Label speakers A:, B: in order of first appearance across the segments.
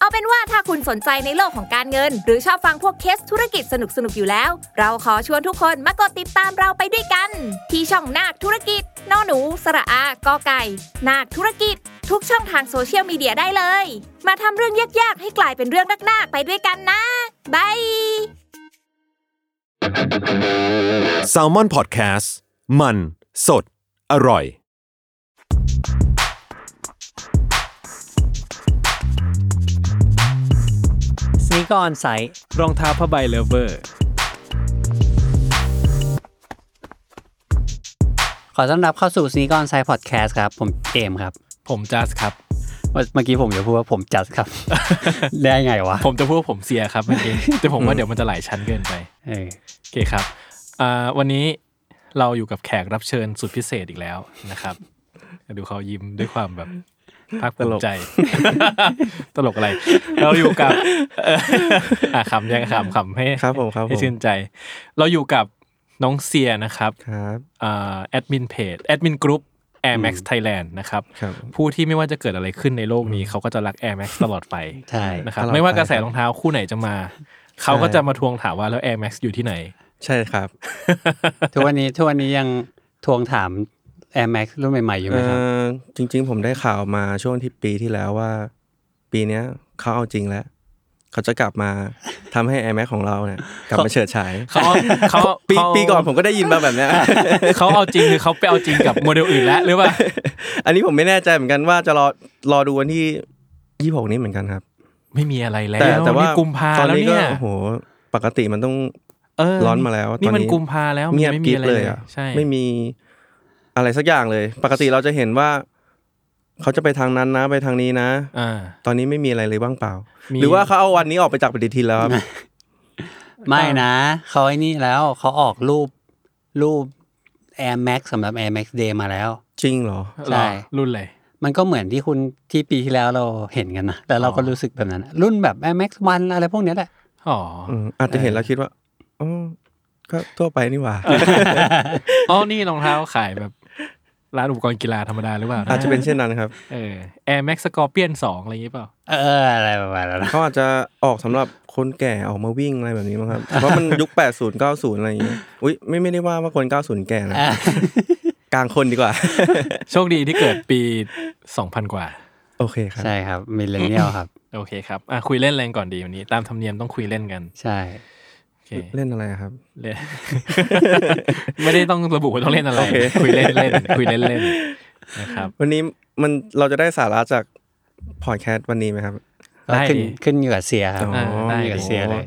A: เอาเป็นว่าถ้าคุณสนใจในโลกของการเงิน หรือชอบฟังพวกเคสธุรกิจสนุกๆอยู่แล้ว เราขอชวนทุกคนมากดติดตามเราไปด้วยกัน ที่ช่องนาคธุรกิจนอหนู สระอากอไก่ นาคธุรกิจ ทุกช่องทางโซเชียลมีเดียได้เลย มาทำเรื่องยากๆ ให้กลายเป็นเรื่องนักๆไปด้วยกันนะบาย
B: s a l m o n PODCAST มัน สด อร่อย
C: สนิกออนไซต์
D: รองเท้าผ้าใบเลเวอร์
C: ขอต้อนรับเข้าสู่สนิกออนไซต์พอดแคสต์ครับ ผมเอมครับ
D: ผมจัสครับ
C: เมื่อเมื่อกี้ผมจะพูดว่าผมจัดครับ ได้ไงวะ
D: ผมจะพูดว่าผมเสียครับเมื่อกี้ แต่ผมว่าเดี๋ยวมันจะหลายชั้นเกินไป
C: เออ
D: โอเคครับอ่าวันนี้เราอยู่กับแขกรับเชิญสุดพิเศษอีกแล้วนะครับ ดูเขายิ้มด้วยความ แบบภาคภูมิใจ ตลกอะไร เราอยู่กับ เอ่ออ่ะคำยังคำคำให้
E: ครับผมครับผม
D: ให้ชื่นใจ เราอยู่กับน้องเสียนะครับ
E: ครับ
D: แอดมินเพจแอดมินกรุ๊ป Air Max Thailand นะครับ
E: ครับ
D: ผู้ที่ไม่ว่าจะเกิดอะไรขึ้นในโลกนี้ เขาก็จะรัก Air Max ตลอดไป
C: ใช่
D: นะครับ
E: ตลอดไป
D: ไม่ว่ากระแสรองเท้าคู่ไหนจะมา เขาก็
E: ใช่
D: จะมาทวงถามว่าแล้ว Air Max อยู่ที่ไหน
E: ใช่ครับ
C: ทุกวันนี้ทุกวันนี้ยังทวงถาม Air Max รุ่นใหม่ๆอยู่ไหม
E: เอ่
C: ครับ
E: อจริง ๆ ผมได้ข่าวมาช่วงที่ปีที่แล้วว่า ปีเนี้ยเขาเอาจริงแล้ว เขาจะกลับมาทำให้ Air Max ของเราเนี่ยกลับมาเฉิดฉาย
D: เขาเอาเขาเอา
E: ปี
D: เขา
E: ปีก่อนผมก็ได้ยินมาแบบเนี้ย
D: เขาเอาจริงคือเขาไปเอาจริงกับโมเดลอื่นแล้วหรือว่า
E: อันนี้ผมไม่แน่ใจเหมือนกันว่าจะรอรอดูวันที่ยี่หกนี้เหมือนกันครับ
D: ไม่มีอะไรแล้ว
E: แต่แต่ว่า
D: นี่กุมภา
E: ตอน
D: แล้ว
E: นี้ก็
D: เนี่ย
E: โอ้โหปกติมันต้อง
D: เ
E: ร้อนมาแล้ว
D: นี่
E: ตอน
D: มัน
E: นี้
D: กุมภาแล้วมัน
E: เงียบ
D: ไม่
E: ก
D: มี
E: ริบ
D: อะไร
E: เลยอ่ะ
D: ใช่
E: ไม่มีอะไรสักอย่างเลย ปกติเราจะเห็นว่า เขาจะไปทางนั้นนะไปทางนี้นะ
D: อ่า
E: ตอนนี้ไม่มีอะไรเลยบ้างเปล่า
D: มี
E: หรือว่าเขาเอาวันนี้ออกไปจากปฏิทินแล้วครับ
C: ไม่นะเขาไอ้นี่แล้วเขาออกรูปรูป Air Max สำหรับ Air Max Day มาแล้ว
E: จริงเหรอ
C: ใช่
D: รอรุ่นเลย
C: มันก็เหมือนที่คุณที่ปีที่แล้วเราเห็นกันนะแล้วเราก็
D: อ๋อ
C: รู้สึกแบบนั้นนะรุ่นแบบ Air Max 1อะไรพวกเนี้ยแหละ
D: อ๋อ
E: อืมอาจจะเห็นแล้วคิดว่าอ๋อก็ทั่วไปนี่หว่า
D: อ๋อนี่รองเท้าขายแบบร้านอุปกรณ์กีฬาธรรมดาหรือเปล่า
E: อาจจะเป็นเช่นนั้นครับ
D: เออ Air Max Scorpion 2 อะไรอย่างงี้เปล่า
C: เอออะไรประมาณนั้นนะ
E: เขาอาจจะออกสำหรับคนแก่ออกมาวิ่งอะไรแบบนี้มั้งครับ เพราะมันยุค 80 90 อะไรอย่างงี้อุ้ยไม่ไม่ได้ว่าว่าคน 90 แก่นะ กลางคนดีกว่า
D: โชคดีที่เกิดปี 2000 กว่า
E: โอเคครับ
C: ใช่ครับมิเลเนียลครับ
D: โอเคครับอ่ะคุยเล่นแรงก่อนดีวันนี้ ตามธรรมเนียมต้องคุยเล่นกัน
C: ใช่
D: โอเค
E: เล่นอะไรครับ
D: เล่น ไม่ได้ต้องระบุว่าต้องเล่นอะไร
E: โอเค
D: คุยเล่นเล่นคุยเล่นเล่นนะครับ
E: วันนี้มันเราจะได้สาระจากพอดแคสต์วันนี้ไหมครับ
C: ก็
D: ได้
C: ขึ้น
D: ดิ
C: ขึ้นอยู่กับเสียครับ
E: อ๋อ
D: อ่าได้
C: ขึ้นอยู่กับเสียเลย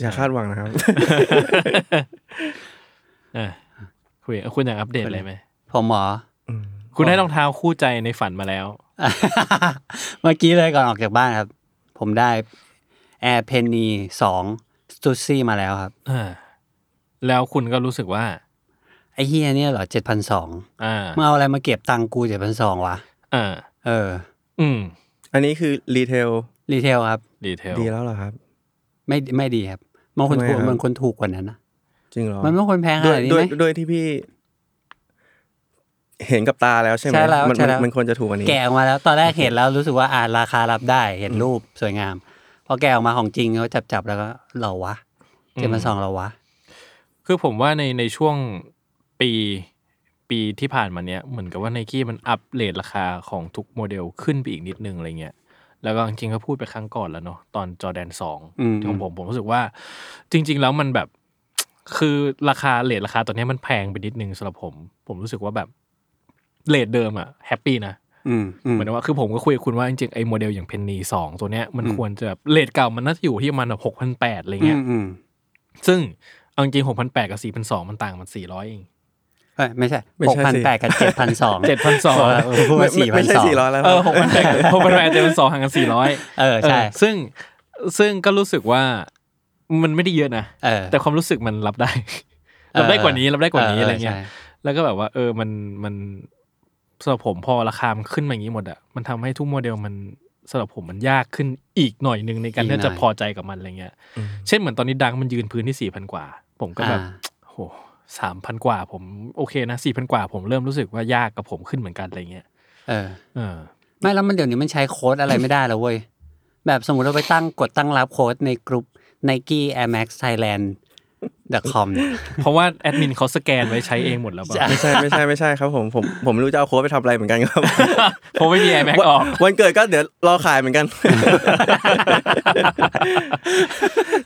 E: อย่าคาดหวังนะครับ
D: อ่ะคุยเอาคุณอยากอัปเดตอะไรไหม
C: ผมหมอ
D: คุณได้รองเท้าคู่ใจในฝันมาแล้ว
C: เมื่อกี้เลยก่อนออกจากบ้านครับ ผมได้ Air Penny 2 Stussy มาแล้วครับ
D: อ่า แล้วคุณก็รู้สึกว่า
C: ไอ้เฮียเนี่ยเหรอ 7,200
D: อ่า
C: มึงเอาอะไรมาเก็บตังค์กู 7,200 วะ
D: อ่า
C: เออ
D: อืม
E: อันนี้คือรีเทล
C: รีเทลครับ
D: ดีเทล
E: ดีแล้วเหรอครับ
C: ไม่ไม่ดีครับมันควร
E: ทำไม
C: ถูก
E: ครับ
C: มันควรถูกกว่านั้นนะ
E: จริงเหรอ
C: มันไม่ควรแพงข
E: ด้วย
C: นาดนี้
E: ด้ว
C: ไห
E: ย
C: ม
E: ด้วยที่พี่ เห็นกับตาแล้วใช่ไหม
C: ใช่แล้ว
E: มัน
C: ใช่
E: มัน
C: แล้ว
E: มันควรจะถูกกว่านี้
C: แกะออกมาแล้วตอนแรกเห็นแล้วรู้สึกว่าอ่าราคารับได้เห็นรูปสวยงาม พอแกะออกมาของจริงเขาจับจับๆแล้วก็เหราวะเจ็ดพันสองเหราวะ
D: คือผมว่าในในช่วงปีปีที่ผ่านมาเนี้ยเหมือนกับว่าไนกี้มันอัปเดตราคาของทุกโมเดลขึ้นไปอีกนิดนึงอะไรเงี้ยแล้วก็จริงๆก็พูดไปครั้งก่อนแล้วเนาะตอนจอแดนสอง
C: อืม
D: ของผมผมรู้สึกว่า จริง ๆ แล้วมันแบบ คือราคาเลทราคาตอนเนี้ยมันแพงไปนิดนึงสำหรับผม ผมรู้สึกว่าแบบเลทเดิมอะแฮปปี้นะ
C: อืมอืม
D: เหมือนว่าคือผมก็คุยกับคุณว่าจริงๆไอ้โมเดลอย่างเพนนีสองตัวเนี้ยมันควรจะแบบเลทเก่ามันน่าจะอยู่ที่ประมาณหกพันแปดอะไรเงี้ย
C: อืม
D: ซึ่งเอาจริงหกพันแปดกับสี่พันสองมันต่างมันสี่ร้อยเอง
C: เอ้ยไม่ใช่
E: ไม่
C: หก
E: ใช่
C: พัน
E: สิ
C: แปดกับเจ็ดพันสอง
D: 7,200
C: พูด
E: ไม่
C: ว่าสี่พั
E: ไม่
C: น
E: ใช่
C: สอง
E: สี่ร้อยแล้วค
D: เอ
E: รับ
D: อหกพันแปดหกพันแปดเจ็ดพันสองห่างกันสี่ร้อย
C: เออใช่
D: ซึ่งซึ่งก็รู้สึกว่ามันไม่ได้เยอะนะ
C: เออ
D: แต่ความรู้สึกมันรับได้ รับได้กว่านี้รับได้กว่านี้
C: เ
D: อะไรเงี้ย
C: ใช่
D: แล้วก็แบบว่า เออมันมัน สำหรับผมพอราคามันขึ้นมาอย่างนี้หมดอะมันทำให้ทุกโมเดลมันสำหรับผมมันยากขึ้นอีกหน่อยหนึงในการ
C: อีกหน่อย
D: ที่จะพอใจกับมันอะไรเงี้ย เช่นเหมือนตอนนี้ดังมันยืนพื้นที่สี่พันกว่า ผมก็แบบ
C: อ่า
D: โหสามพันกว่า ผมโอเคนะสี่พันกว่า ผมเริ่มรู้สึกว่ายากกับผมขึ้นเหมือนกันอะไรเงี้ย
C: เออ
D: เออ
C: ไม่แล้วมันเดี๋ยวนี้มันใช้โค้ดอะไรไม่ได้แล้วเว้ย แบบสมมติเราไปตั้งกดตั้งรับโค้ดในกลุ่ม Nike Air Max Thailand com เนี่ย
D: เพราะว่า แอดมินเขาสแกนไว้ใช้เองหมดแล้วป่ะ
E: ไม่ใช่ไม่ใช่ไม่ใช่ครับผมผมผมไม่รู้จะเอาโค้ดไปทำอะไรเหมือนกันครับ
D: เพราะไม่มี iMac ออก
E: วันเกิดก็เดี๋ยวรอขายเหมือนกัน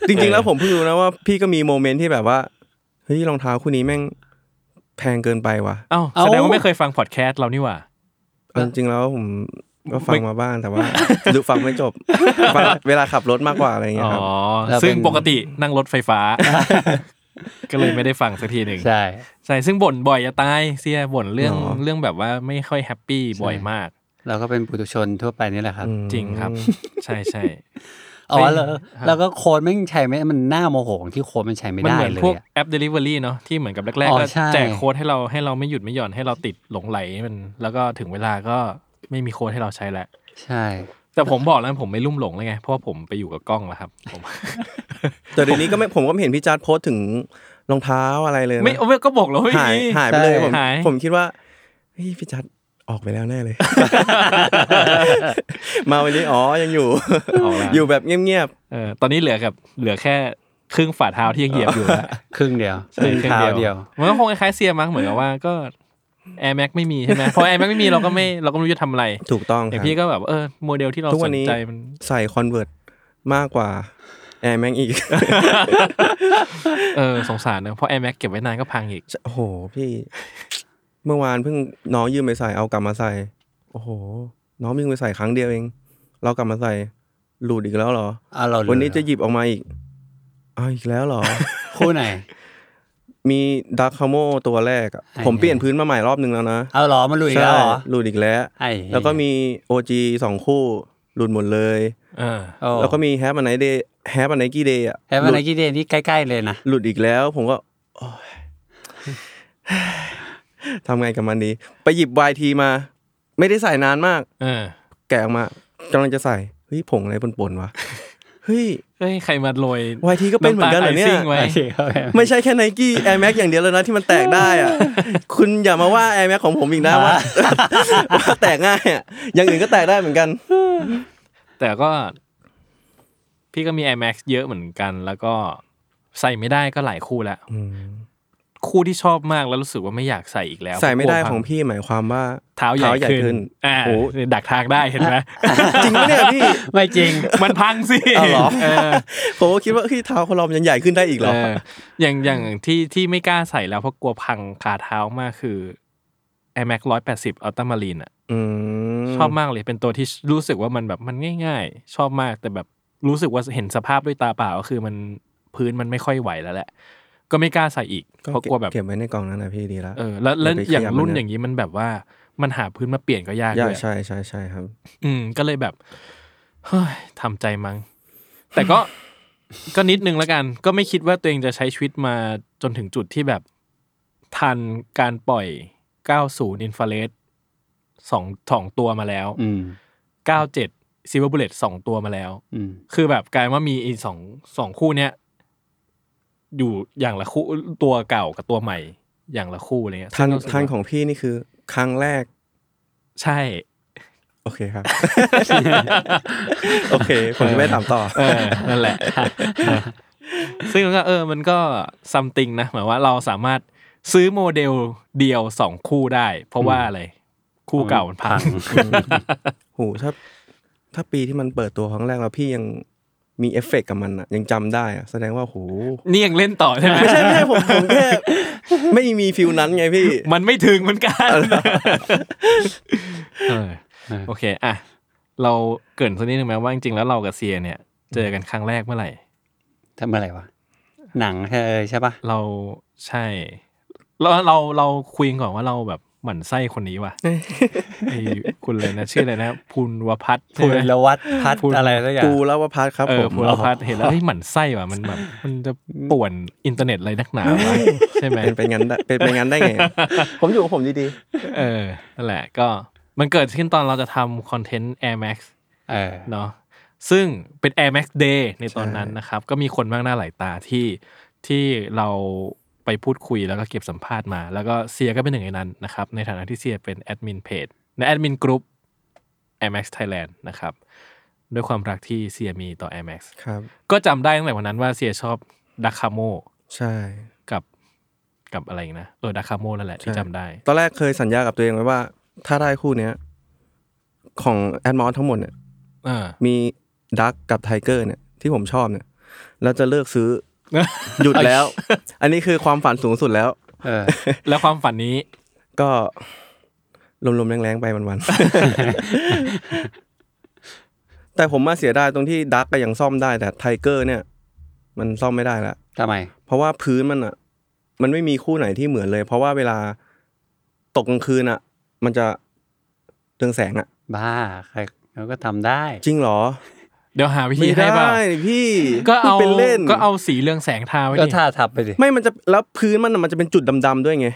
E: จริงๆแล้วผมเพิ่งรู้นะว่าพี่ก็มีโมเมนต์ที่แบบว่าเฮ้ยรองเท้าคู่นี้แม่งแพงเกินไปว่ะ
D: เอ้า
C: เอ้า
D: แสดงว่าไม่เคยฟังพอดแคสต์เรานี่หว่า
E: เอาจริงๆแล้วผมก็ฟังมาบ้างแต่ว่าดูฟังไม่จบฟังเวลาขับรถมากกว่าอะไรอย่างเงี้
D: อ๋อ
E: ยครับ
C: แล้วเป็น
D: ซึ่งปกตินั่งรถไฟฟ้า ก็เลยไม่ได้ฟังสักทีหนึ่ง
C: ใช่
D: ใช่ซึ่งบ่นบ่อยจะตายเสียบ่นเรื่อง
E: หรอ
D: เรื่องแบบว่าไม่ค่อยแฮปปี้บ่อยมาก
C: เราก็เป็นปุถุชนทั่วไปนี่แหละครับ
D: จริงครับ ใช่ใช่
C: อ๋อแล้ว
D: เฮ้ย
C: แล้วก็โค้ดไม่งใช้ไม่มันหน้าโมโหที่โค้ดมันใช้ไม่
D: มัน
C: ได้
D: เหมือน
C: เล
D: พวย ก
C: อะ
D: แอป Delivery เนาะที่เหมือนกับแรกๆ
C: อ๋อ
D: ก็
C: ใช่
D: แจกโค้ดให้เราให้เราไม่หยุดไม่หย่อนให้เราติดหลงไหลมัน แล้วก็ถึงเวลาก็ไม่มีโค้ดให้เราใช้แล้ว
C: ใช่
D: แต่ผมบอกแล้วผมไม่ลุ่มหลงเลยไงเพราะว่าผมไปอยู่กับกล้องแล้วครับผม
E: แต่เดี๋ยวนี้ก็ไม่ผมก็ไม่เห็นพี่จัดโพสต์ถึงรองเท้าอะไรเลยนะ
D: ไม่ไม่ก็บอกแล้วไม่
E: หาย
D: มี
E: หายไปเลย
C: ใช่
E: ผม
D: หาย
E: ผมคิดว่าเฮ้ยพี่จัดออกไปแล้วแน่เลย มาวันนี้อ๋อยัง อยู่
D: เอาละ
E: อยู่แบบเงียบ
D: เออตอนนี้เหลือกับเหลือแค่ครึ่งฝ่าเท้าที่ยังเหยียบอยู่แล้ว
C: ครึ่งเดียว
D: ใช่
C: ครึ่งเท้าเดียว
D: มันก็คงคล้ายๆเซียมั้งเหมือนกับว่าก็ Air Max ไม่มีใช่ไหมเพราะ Air Max ไม่มีเราก็ไม่เราก็ไม่รู้จะทำอะไร
E: ๆ ถูกต้อง
D: อ
E: ค
D: ย่าง
E: รับ
D: พี่ก็แบบเออโมเดลที่เรา
E: ทุก
D: ส
E: วัน
D: น
E: นี้
D: ใจมัน
E: ใส่คอนเวิร์ตมากกว่าแอร์แม็กอี ก
D: เออสงสารเนอะเพราะ Air Max เก็บไว้นานก็พังอีก
E: โอ้โหพี่ เมื่อวานเพิ่งน้องยืมไปใส่เอากลับมาใส่ โอ้โห น้องยืมไปใส่ครั้งเดียวเอง เรากลับมาใส่หลุดอีกแล้วเหรอ
C: เอาเราเลย
E: วันนี้จะหยิบออกมาอีกอ้าวอีกแล้วเหรอ
C: คู่ไหน
E: มีดักคาโมตัวแรกอะ
C: ไอ้
E: ผมเปลี่ยนพื้นมาใหม่รอบนึงแล้วนะ
C: เอาเหรอมันหลุดอีกแล้วเหรอ
E: หลุดอีกแล้ว
C: ไอ้
E: แล้วก็มีโอจีสองคู่หลุดหมดเลย
D: เออ
C: โอ้
E: แล้วก็มีแฮปอันไนเดย์แฮปอันไนกี้เดย์อะ
C: แฮปปี้ไนกี้เดย์นี่ใกล้ ๆ เลยนะ
E: หลุดอีกแล้ว ผมก็ โอ๊ย ทำไงกับมันดี ไปหยิบ YT มา ไม่ได้ใส่นานมาก
D: เออ
E: แกะออกมากำลังจะใส่เฮ้ยผงอะไรปนๆวะเฮ้ย
D: เฮ้ยใครมาโรย
E: YT ก็เป็นเหมือนกันเหรอเนี่
D: ำ
E: ย
D: ตาไซิ่งไว้
E: ไม่ใช่แค่ไนกี้แอร์แม็กอย่างเดียวแล้วนะที่มันแตกได้อะ คุณอย่ามาว่าแอร์แม็กของผมอีกนะว่า ว่าแตกง่ายอะอย่างอื่นก็แตกได้เหมือนกัน
D: แต่ก็ พี่ก็มี Air Max เยอะเหมือนกัน แล้วก็ใส่ไม่ได้ก็หลายคู่แล้วคู่ที่ชอบมากแล้วรู้สึกว่าไม่อยากใส่อีกแล้ว
E: ใส่ไม่ได้
D: กลัวพั
E: ของพี่หมายความว่า
D: เท้าใหญ่
E: เท้าใหญ่ขึ้น
D: ขึ้นอ่า
E: โอ้
D: ดักทางได้เห็น ไหม
E: จริงปะเนี่ย พี่
C: ไม่จริง
D: มันพังสิ
E: อ้าวเหรอ
D: เออ
E: ผมก็คิดว่าที่เท้าคนเรามันยังใหญ่ขึ้นได้อีกเหรอ
D: เอออย่างอย่างที่ที่ไม่กล้าใส่แล้วเพราะกลัวพังขาเท้ามากคือ Air Max 180 Ultramarine อ่ะ
E: อืม
D: ชอบมากเลยเป็นตัวที่รู้สึกว่ามันแบบมันง่าย ๆ ชอบมากแต่แบบรู้สึกว่าเห็นสภาพด้วยตาเปล่าก็คือมันพื้นมันไม่ค่อยไหวแล้วแหละ ก็ไม่กล้าใส่อีกเพราะกลัวแบบ
E: เก็บไว้ในกล่องนั้นนะพี่ดีแล้ว
D: เออแล้วแล้ว
E: อย่าไปข
D: อ
E: ยับ
D: ย่างรุ่น
E: มันนะ
D: อย่างนี้มันแบบว่ามันหาพื้นมาเปลี่ยนก็ยาก
E: ยา
D: ด้
E: ก
D: วย
E: ใช่ใช่ใช่ครับ
D: อืมก็เลยแบบเฮ้ยทำใจมั้งแต่ก็ ก็นิดนึงแล้วกัน ก็ไม่คิดว่าตัวเองจะใช้ชีวิตมาจนถึงจุดที่แบบ ทันการปล่อย 90 อินฟ a าเรดสองสองตัวมาแล้ว
C: อืม
D: 97 Silver Bullet สองตัวมาแล้ว
C: อืม
D: คือแบบกลายว่ามีอีกสองสองคู่เนี้ยอยู่อย่างละคู่ตัวเก่ากับตัวใหม่ อย่างละคู่อะไรเงี้ย
E: ทัน
D: ซึ่รู้สึก
E: ทัน
D: ว่า
E: ของพี่นี่คือ ครั้งแรก
D: ใช่
E: โอเค ครับ โอเค ผมจะไม่ถามต่อ
D: เออ นั่นแหละ ซึ่งมันก็เออ มันก็ something นะ หมายว่าเราสามารถซื้อโมเดลเดียวสองคู่ได้ เพราะว่าอะไร คู่เก่ามันพัง
E: โหถ้าถ้าปีที่มันเปิดตัวครั้งแรกแล้วพี่ยังมีเอฟเฟกต์กับมันอะยังจำได้อะแสดงว่าโห
D: นี่ยังเล่นต่อใช่ไหม
E: ไม่ใช่ไม่ใช่ผมผมแค่ไม่มีฟิลนั้นไงพี่
D: มันไม่ถึงเหมือนกันเออ
C: เออ
D: โอเค อ่ะ เราเกรินสักนิดนึงไหมว่าจริงๆ แล้วเรากับเซียเนี่ย เจอกันครั้งแรกเมื่อไหร่
C: ทำอะไรวะ หนังเออใช่ปะ
D: เราใช่ เราเราเราคุยกันก่อนว่าเราแบบ หมั่นไส้คนนี้ว่ะ ไอ้คุณเลยนะ ชื่ออะไรนะพุนวพัฒน์ใช่
C: พู
D: ไหม
C: ดละวัดพัด
D: พูด
C: อะไรสักอย่าง
E: กูแล้วว่าพาร์ทครับ
D: เอ
E: ผ
D: อ
E: ม
D: พุนวพัฒน์เห็นแล้วเฮ้ยหมั่นไส้ว่ะมันแบบมันจะป่วนอินเทอร์เน็ตอะไรนักหนาวะใช่ไหม
E: เป็นไปงั้นได้เป็นไปงั้นได้ไง ผมอยู่ของผมดี
D: เออ นั่นแหละก็มันเกิดขึ้นตอนเราจะทำคอนเทนต์ Air Max
C: เออ
D: เนาะซึ่งเป็น Air Max Day ในตอนนั้นนะครับ ก็มีคนมากหน้าหลายตาที่ที่เราไปพูดคุยแล้วก็เก็บสัมภาษณ์มา แล้วก็เซียก็เป็นหนึ่งในนั้นนะครับ ในฐานะที่เซียเป็นแอดมินเพจและแอดมินกลุ่ม Air Max Thailand นะครับ ด้วยความรักที่เซียมีต่อ Air Max
E: ๆ ครับ
D: ก็จำได้ตั้งแต่วันนั้นว่าเซียชอบดักคาโม
E: ใช่
D: กับกับอะไรอีกนะ เออดักคาโมนั่นแหละที่
E: ใช่
D: จำได้
E: ตอนแรกเคยสัญญากับตัวเองไว้ว่า ถ้าได้คู่เนี้ย ของแอดมอสทั้งหมดเนี่ย
D: เออ
E: มีดักกับไทเกอร์เนี่ยที่ผมชอบเนี่ยเราจะเลิกซื้อ หยุดแล้ว อันนี้คือความฝันสูงสุดแล้ว
C: เออ
D: แล้วความฝันนี้
E: ก็ลมๆแรงๆไปวันๆ แต่ผมมาเสียดายตรงที่ดักก็ยังซ่อมได้แต่ไทเกอร์เนี่ย มันซ่อมไม่ได้ละ
C: ทำไม
E: เพราะว่าพื้นมันอ่ะ มันไม่มีคู่ไหนที่เหมือนเลย เพราะว่าเวลาตกกลางคืนอ่ะ มันจะเรืองแสงอ่ะ
C: บ้า ใครเขาก็ทำได้
E: จริงเหรอ
D: เดี๋ยวหาวิธี
E: ไม่
D: ให้
E: ได้
D: บ้าง
E: พี่
D: ก็เอา
E: พูดเป็นเล่น
D: ก็เอาสีเรืองแสงทาไว้
C: ก็
D: ดิ
C: ท่าทับไปดิ
E: ไม่มันจะแล้วพื้นมันอะมันจะเป็นจุดดำๆด้วยไง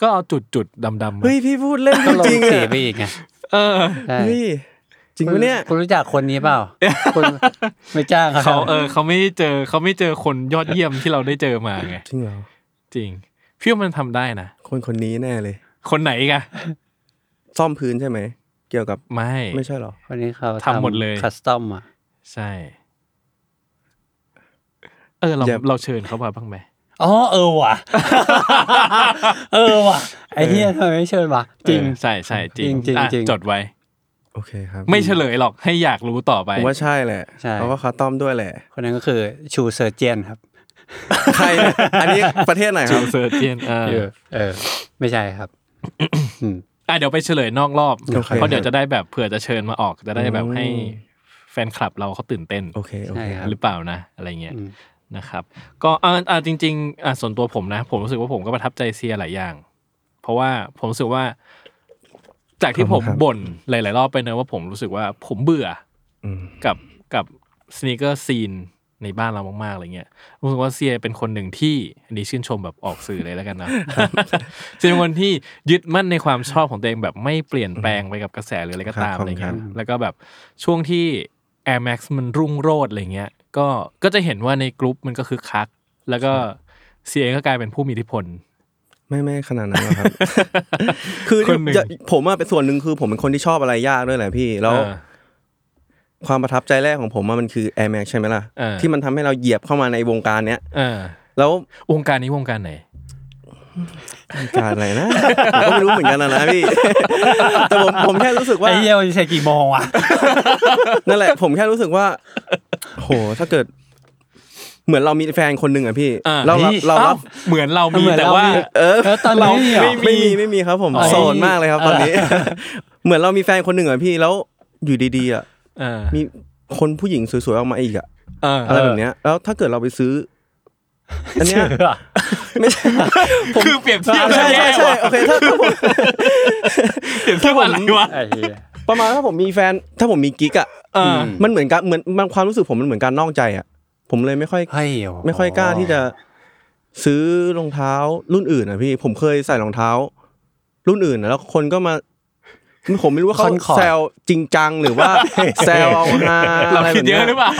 D: ก็เอาจุดจุดๆดำดำ
E: เฮ้ยพี่พูดเล่น
C: ก็ล
E: จ
C: ง
E: ริง
C: สี
E: อ่ะ
C: ไปอีกไง
D: เออ
C: ใช่
E: เฮ้ยจริงปะเนี่ย
C: คุณรู้จักคนนี้เปล่า คุณไม่จ้าง
D: เขาเออเขาไม่ได้เจอเขาไม่เจอคนยอดเยี่ยม ที่เราได้เจอมาไง
E: จริงเหรอ
D: จริงพี่ว่ามันทำได้นะ
E: คนคนนี้แน่เลย
D: คนไหนอีกัน
E: ซ่อมพื้นใช่ไหม เกี่ยวกับ
D: ไม่
E: ไม่ใช่เหรอ
C: คนนี้เขา
D: ทำหมดเลย
C: คัสตอมอ่ะ
D: ใช่ เออเรา
E: อย่า
D: เราเชิญเขามาบ้างไหม
C: อ๋อเออ ว่ะ เออว่ะ ไอ้เหี้ยทำไมไม่เชิญวะ จริง
D: เออใช่ใช่จริง
C: จริง
D: อ่ะ
C: จริง
D: จดไว้
E: โอเคครับ
D: ไม่เฉลยหรอกให้อยากรู้ต่อไป
E: ผมว่าใช่แหละ
C: ใช่
E: เพราะว่าเขาต้อมด้วยแหละ
C: คนนั้นก็คือชูเซอร์เจียนครับ
E: ใครนะอันนี้ ประเทศไหนค
D: จู
E: รับ
D: เซอร์เจียนเออ
C: เออเออ ไม่ใช่ครับ
D: อ่ะเดี๋ยวไปเฉลยนอกรอบ
E: โอค
D: เพราะเดี๋ยวจะได้แบบเผื่อจะเชิญมาออก จะได้แบบให้แฟนคลับเราเขาตื่นเต้น
E: โอเคโอ
C: ใช่
E: เค
C: ครับ
D: หรือเปล่านะ อะไรเงี้ย
C: อืม
D: นะครับ ก็เอ่าอ่าจริงๆอ่าส่วนตัวผมนะ ผมรู้สึกว่าผมก็ประทับใจเซียหลายอย่าง เพราะว่าผมรู้สึกว่า จากที่
E: ขอบ
D: ผม
E: คุณครับ
D: บ่นหลาย ๆ รอบไปเนอะว่าผมรู้สึกว่าผมเบื่อ
E: อืม
D: กับกับสเนคเกอร์ซีนในบ้านเรามาก ๆ อะไรเงี้ยรู้สึกว่าเซียเป็นคนหนึ่งที่อันนี้ชื่นชมแบบออกสื่อเลยแล้วกันนะ เซียเป็นคนที่ยึดมั่นในความชอบของตัวเองแบบไม่เปลี่ยนแปลงไปกับกระแสหรืออะไรก็ตามอะไรเงี้ย แล้วก็แบบช่วงที่ Air Max มันรุ่งโรจน์อะไรเงี้ย ก็ก็จะเห็นว่าในกลุ่มมันก็คือคัก แล้วก็เซียก็กลายเป็นผู้มีอิทธิพล
E: ไม่ไม่ขนาดนั้นหรอกครับ คือ
D: คนหนึ่ง
E: จะผมอะเป็นส่วนหนึ่งคือผมเป็นคนที่ชอบอะไรยากด้วยแหละพี่ แล้ว
D: เออ
E: ความประทับใจแรกของผมอะมันคือ Air Max ใช่ไหมล่ะ
D: เออ
E: ที่มันทำให้เราเหยียบเข้ามาในวงการเนี้ย
D: เออ
E: แล้ว
D: วงการนี้วงการไหน
E: วงการอะไรนะ ผมก็ไม่รู้เหมือนกันนะนะพี่ แต่ผมผมแค่รู้สึกว่า
C: ไอ้เหี้ยมันจะใช้กี่โมงวะ
E: นั่นแหละ ผมแค่รู้สึกว่า โห ถ้าเกิด เหมือนเรามีแฟนคนหนึ่งอะพี่
D: อ่า
E: เรารับเรารับ
D: อ้เหมือนเรามี
C: เหมือน
D: แต่
C: เรา
D: ว่า
C: มี
E: เออ
C: แล้วตอนนี้
E: เรา
C: เหรอ
E: ไม่มีไม่มีไม่มีครับผม
C: อ๋อ
E: โสดมากเลยครับ ตอนนี้ เหมือนเรามีแฟนคนหนึ่งอะพี่แล้วอยู่ดีๆอะ
D: เออ
E: มีคนผู้หญิงสวยๆออกมาอีกอะ
D: เออ
E: อะไรแบบเนี้ย แล้วถ้าเกิดเราไปซื้อ อันเนี้ย
C: ชื่อ
E: ไม่ใช่
D: คือเปรียบเทียบ
E: ใช่
D: แย่
E: ใช่ใช่
D: ว่ะ
E: โอเคถ้าถ้าผม
D: เปรียบเทียบอะไรวะ
C: ไอ้เหี้ย
E: ประมาณถ้าผมมีแฟน ถ้าผมมีกิ๊กอะ
D: เออ
E: มันเหมือนกันเหมือนมันความรู้สึกผมมันเหมือนการนอกใจอะผมเลยไม่ค่อย
C: เฮ้ยโโห
E: ไม่ค่อยกล้าที่จะซื้อรองเท้ารุ่นอื่นนะพี่ผมเคยใส่รองเท้า รุ่นอื่นนะแล้วคนก็มาผมไม่รู้ว่าเขาแซวจริงจังหรือ ว่า แซวเอาฮา
D: เรา
E: อะไร
D: คิ
E: แบ
D: ด
E: บ
D: เย
E: เนี้
D: อะ
E: ย
D: หรือเปล่า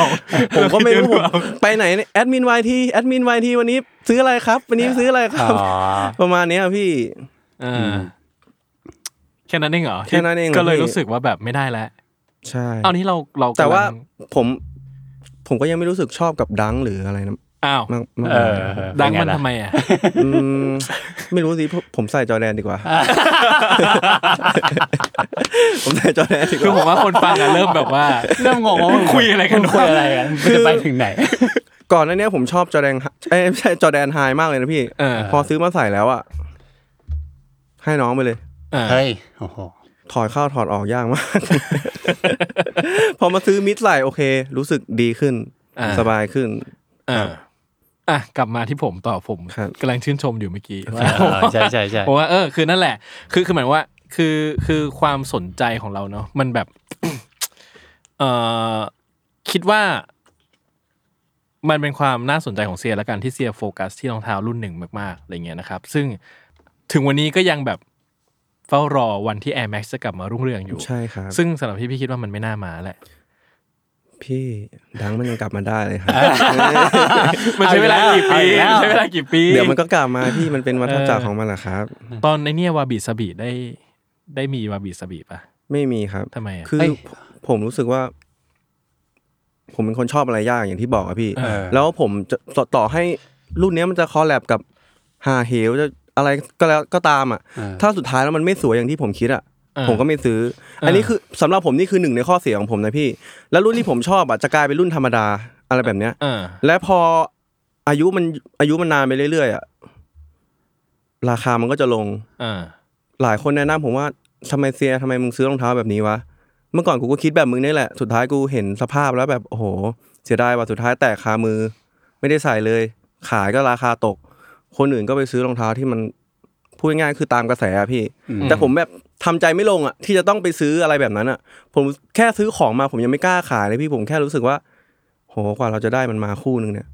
E: ผมก็ไม่รู้
D: เาคิดเยอะหอเปล่า
E: ผมไปไหนแอดมินวทีแอดมินวทีวันนี้ซื้ออะไรครับ วันนี้ซื้ออะไรค
C: อ๋
E: รั
C: อบ
E: ประมาณเนี้ยพี่
D: เอออแค่นั้นเองเหรอ
E: แค่นั้นเองเหรอ
D: ก็เลย
E: พี่
D: รู้สึกว่าแบบไม่ได้แล้ว
E: ใช่
D: เอานี้เราเรากำลัง
E: แต่ว่าผม ผมก็ยังไม่รู้สึกชอบกับดังหรืออะไรนะ
D: อ้าว
E: มากมาก
C: เออ
D: ดังมัน
C: เป็ล่ะ
D: ทำไมอ่ะ
E: อืมไม่รู้สิผมผมใส่จอแดนดีกว่า ผมใส่จอแดนดีก
D: คือ
E: ว่า
D: ผมว่าคนฟังอะเริ่มแบบว่า
C: เริ่มงงว่ามึง
D: คุยอะไรกัน
C: มึงคุยอะไรกันมึงจะไปถึงไหน
E: ก่อนหน้าเนี้ยผมชอบจอแดนเอ้ยไม่ใช่จอแดนไฮมากเลยนะพี่
D: เออ
E: พอซื้อมาใส่แล้วอ่ะ ให้น้องไปเลย
D: เออ
C: เฮ้ยโอ้โห
E: ถอดเข้าถอดออกยากมาก พอมาซื้อมิดใส่โอเค รู้สึกดีขึ้น
D: อ่า
E: สบายขึ้น
D: เออ อ่ะกลับมาที่ผมต่อผม
E: ครับ
D: กำลังชื่นชมอยู่เมื่อกี้
C: เออใช่ใช่ใช่
D: ผมว่าเออคือนั่นแหละ คือคือหมายว่าคือคือความสนใจของเราเนาะมันแบบ เออคิดว่า มันเป็นความน่าสนใจของเซียละกันที่เซียโฟกัสที่รองเท้ารุ่นหนึ่งมากๆอะไรเงี้ยนะครับ ซึ่งถึงวันนี้ก็ยังแบบเฝ้ารอวันที่ Air Max จะกลับมารุ่งเรืองอยู่
E: ใช่ครับ
D: ซึ่งสำหรับพี่พี่คิดว่ามันไม่น่ามาแหละ
E: พี่ดังมันยังกลับมาได้เลย ครับ
D: มันใช้เวลากี่ปีมันใช้เวลากี่ปี
E: เดี๋ยวมันก็กลับมาพี่มันเป็นวัฏจักรของมันแหละครับ
D: ตอนในเนี่ยวาบิสบีได้ ได้มีวาบิสบีปะ
E: ไม่มีครับ
D: ทำไมอะ
E: คือผมรู้สึกว่า ผมเป็นคนชอบอะไรยากอย่างที่บอกอะพี่
C: เออ
E: แล้วผมจะต่อต่อให้รุ่นเนี้ยมันจะคอลแลบกับหาเหวจะอะไรก็แล้วก็ตามอ่ะ
C: เออ
E: ถ้าสุดท้ายแล้วมันไม่สวยอย่างที่ผมคิดอ่ะ
D: เออ
E: ผมก็ไม่ซื้อ
D: ออั
E: อันนี้คือสำหรับผมนี่คือหนึ่งในข้อเสียของผมนะพี่ แล้วรุ่นที่ผมชอบอ่ะจะกลายเป็นรุ่นธรรมดาอะไรแบบเนี้ย
D: เออ
E: และพออายุมันอายุมันนานไปเรื่อยๆอ่ะราคามันก็จะลง
D: เออ
E: หลายคนแนะนำผมว่าทำไมเซียทำไมมึงซื้อรองเท้าแบบนี้วะ เมื่อก่อนกูก็คิดแบบมึงนี่แหละ สุดท้ายกูเห็นสภาพแล้วแบบโอ้โห เสียดายว่ะสุดท้ายแตกคามือ ไม่ได้ใส่เลย ขายก็ราคาตก คนอื่นก็ไปซื้อรองเท้าที่มันพูดง่ายๆคือตามกระแสอะพี่ แต่ผมแบบทำใจไม่ลงอ่ะ ที่จะต้องไปซื้ออะไรแบบนั้นอ่ะ ผมแค่ซื้อของมาผมยังไม่กล้าขายเลยพี่ผมแค่รู้สึกว่า โหกว่าเราจะได้มันมาคู่หนึ่งเนี่ย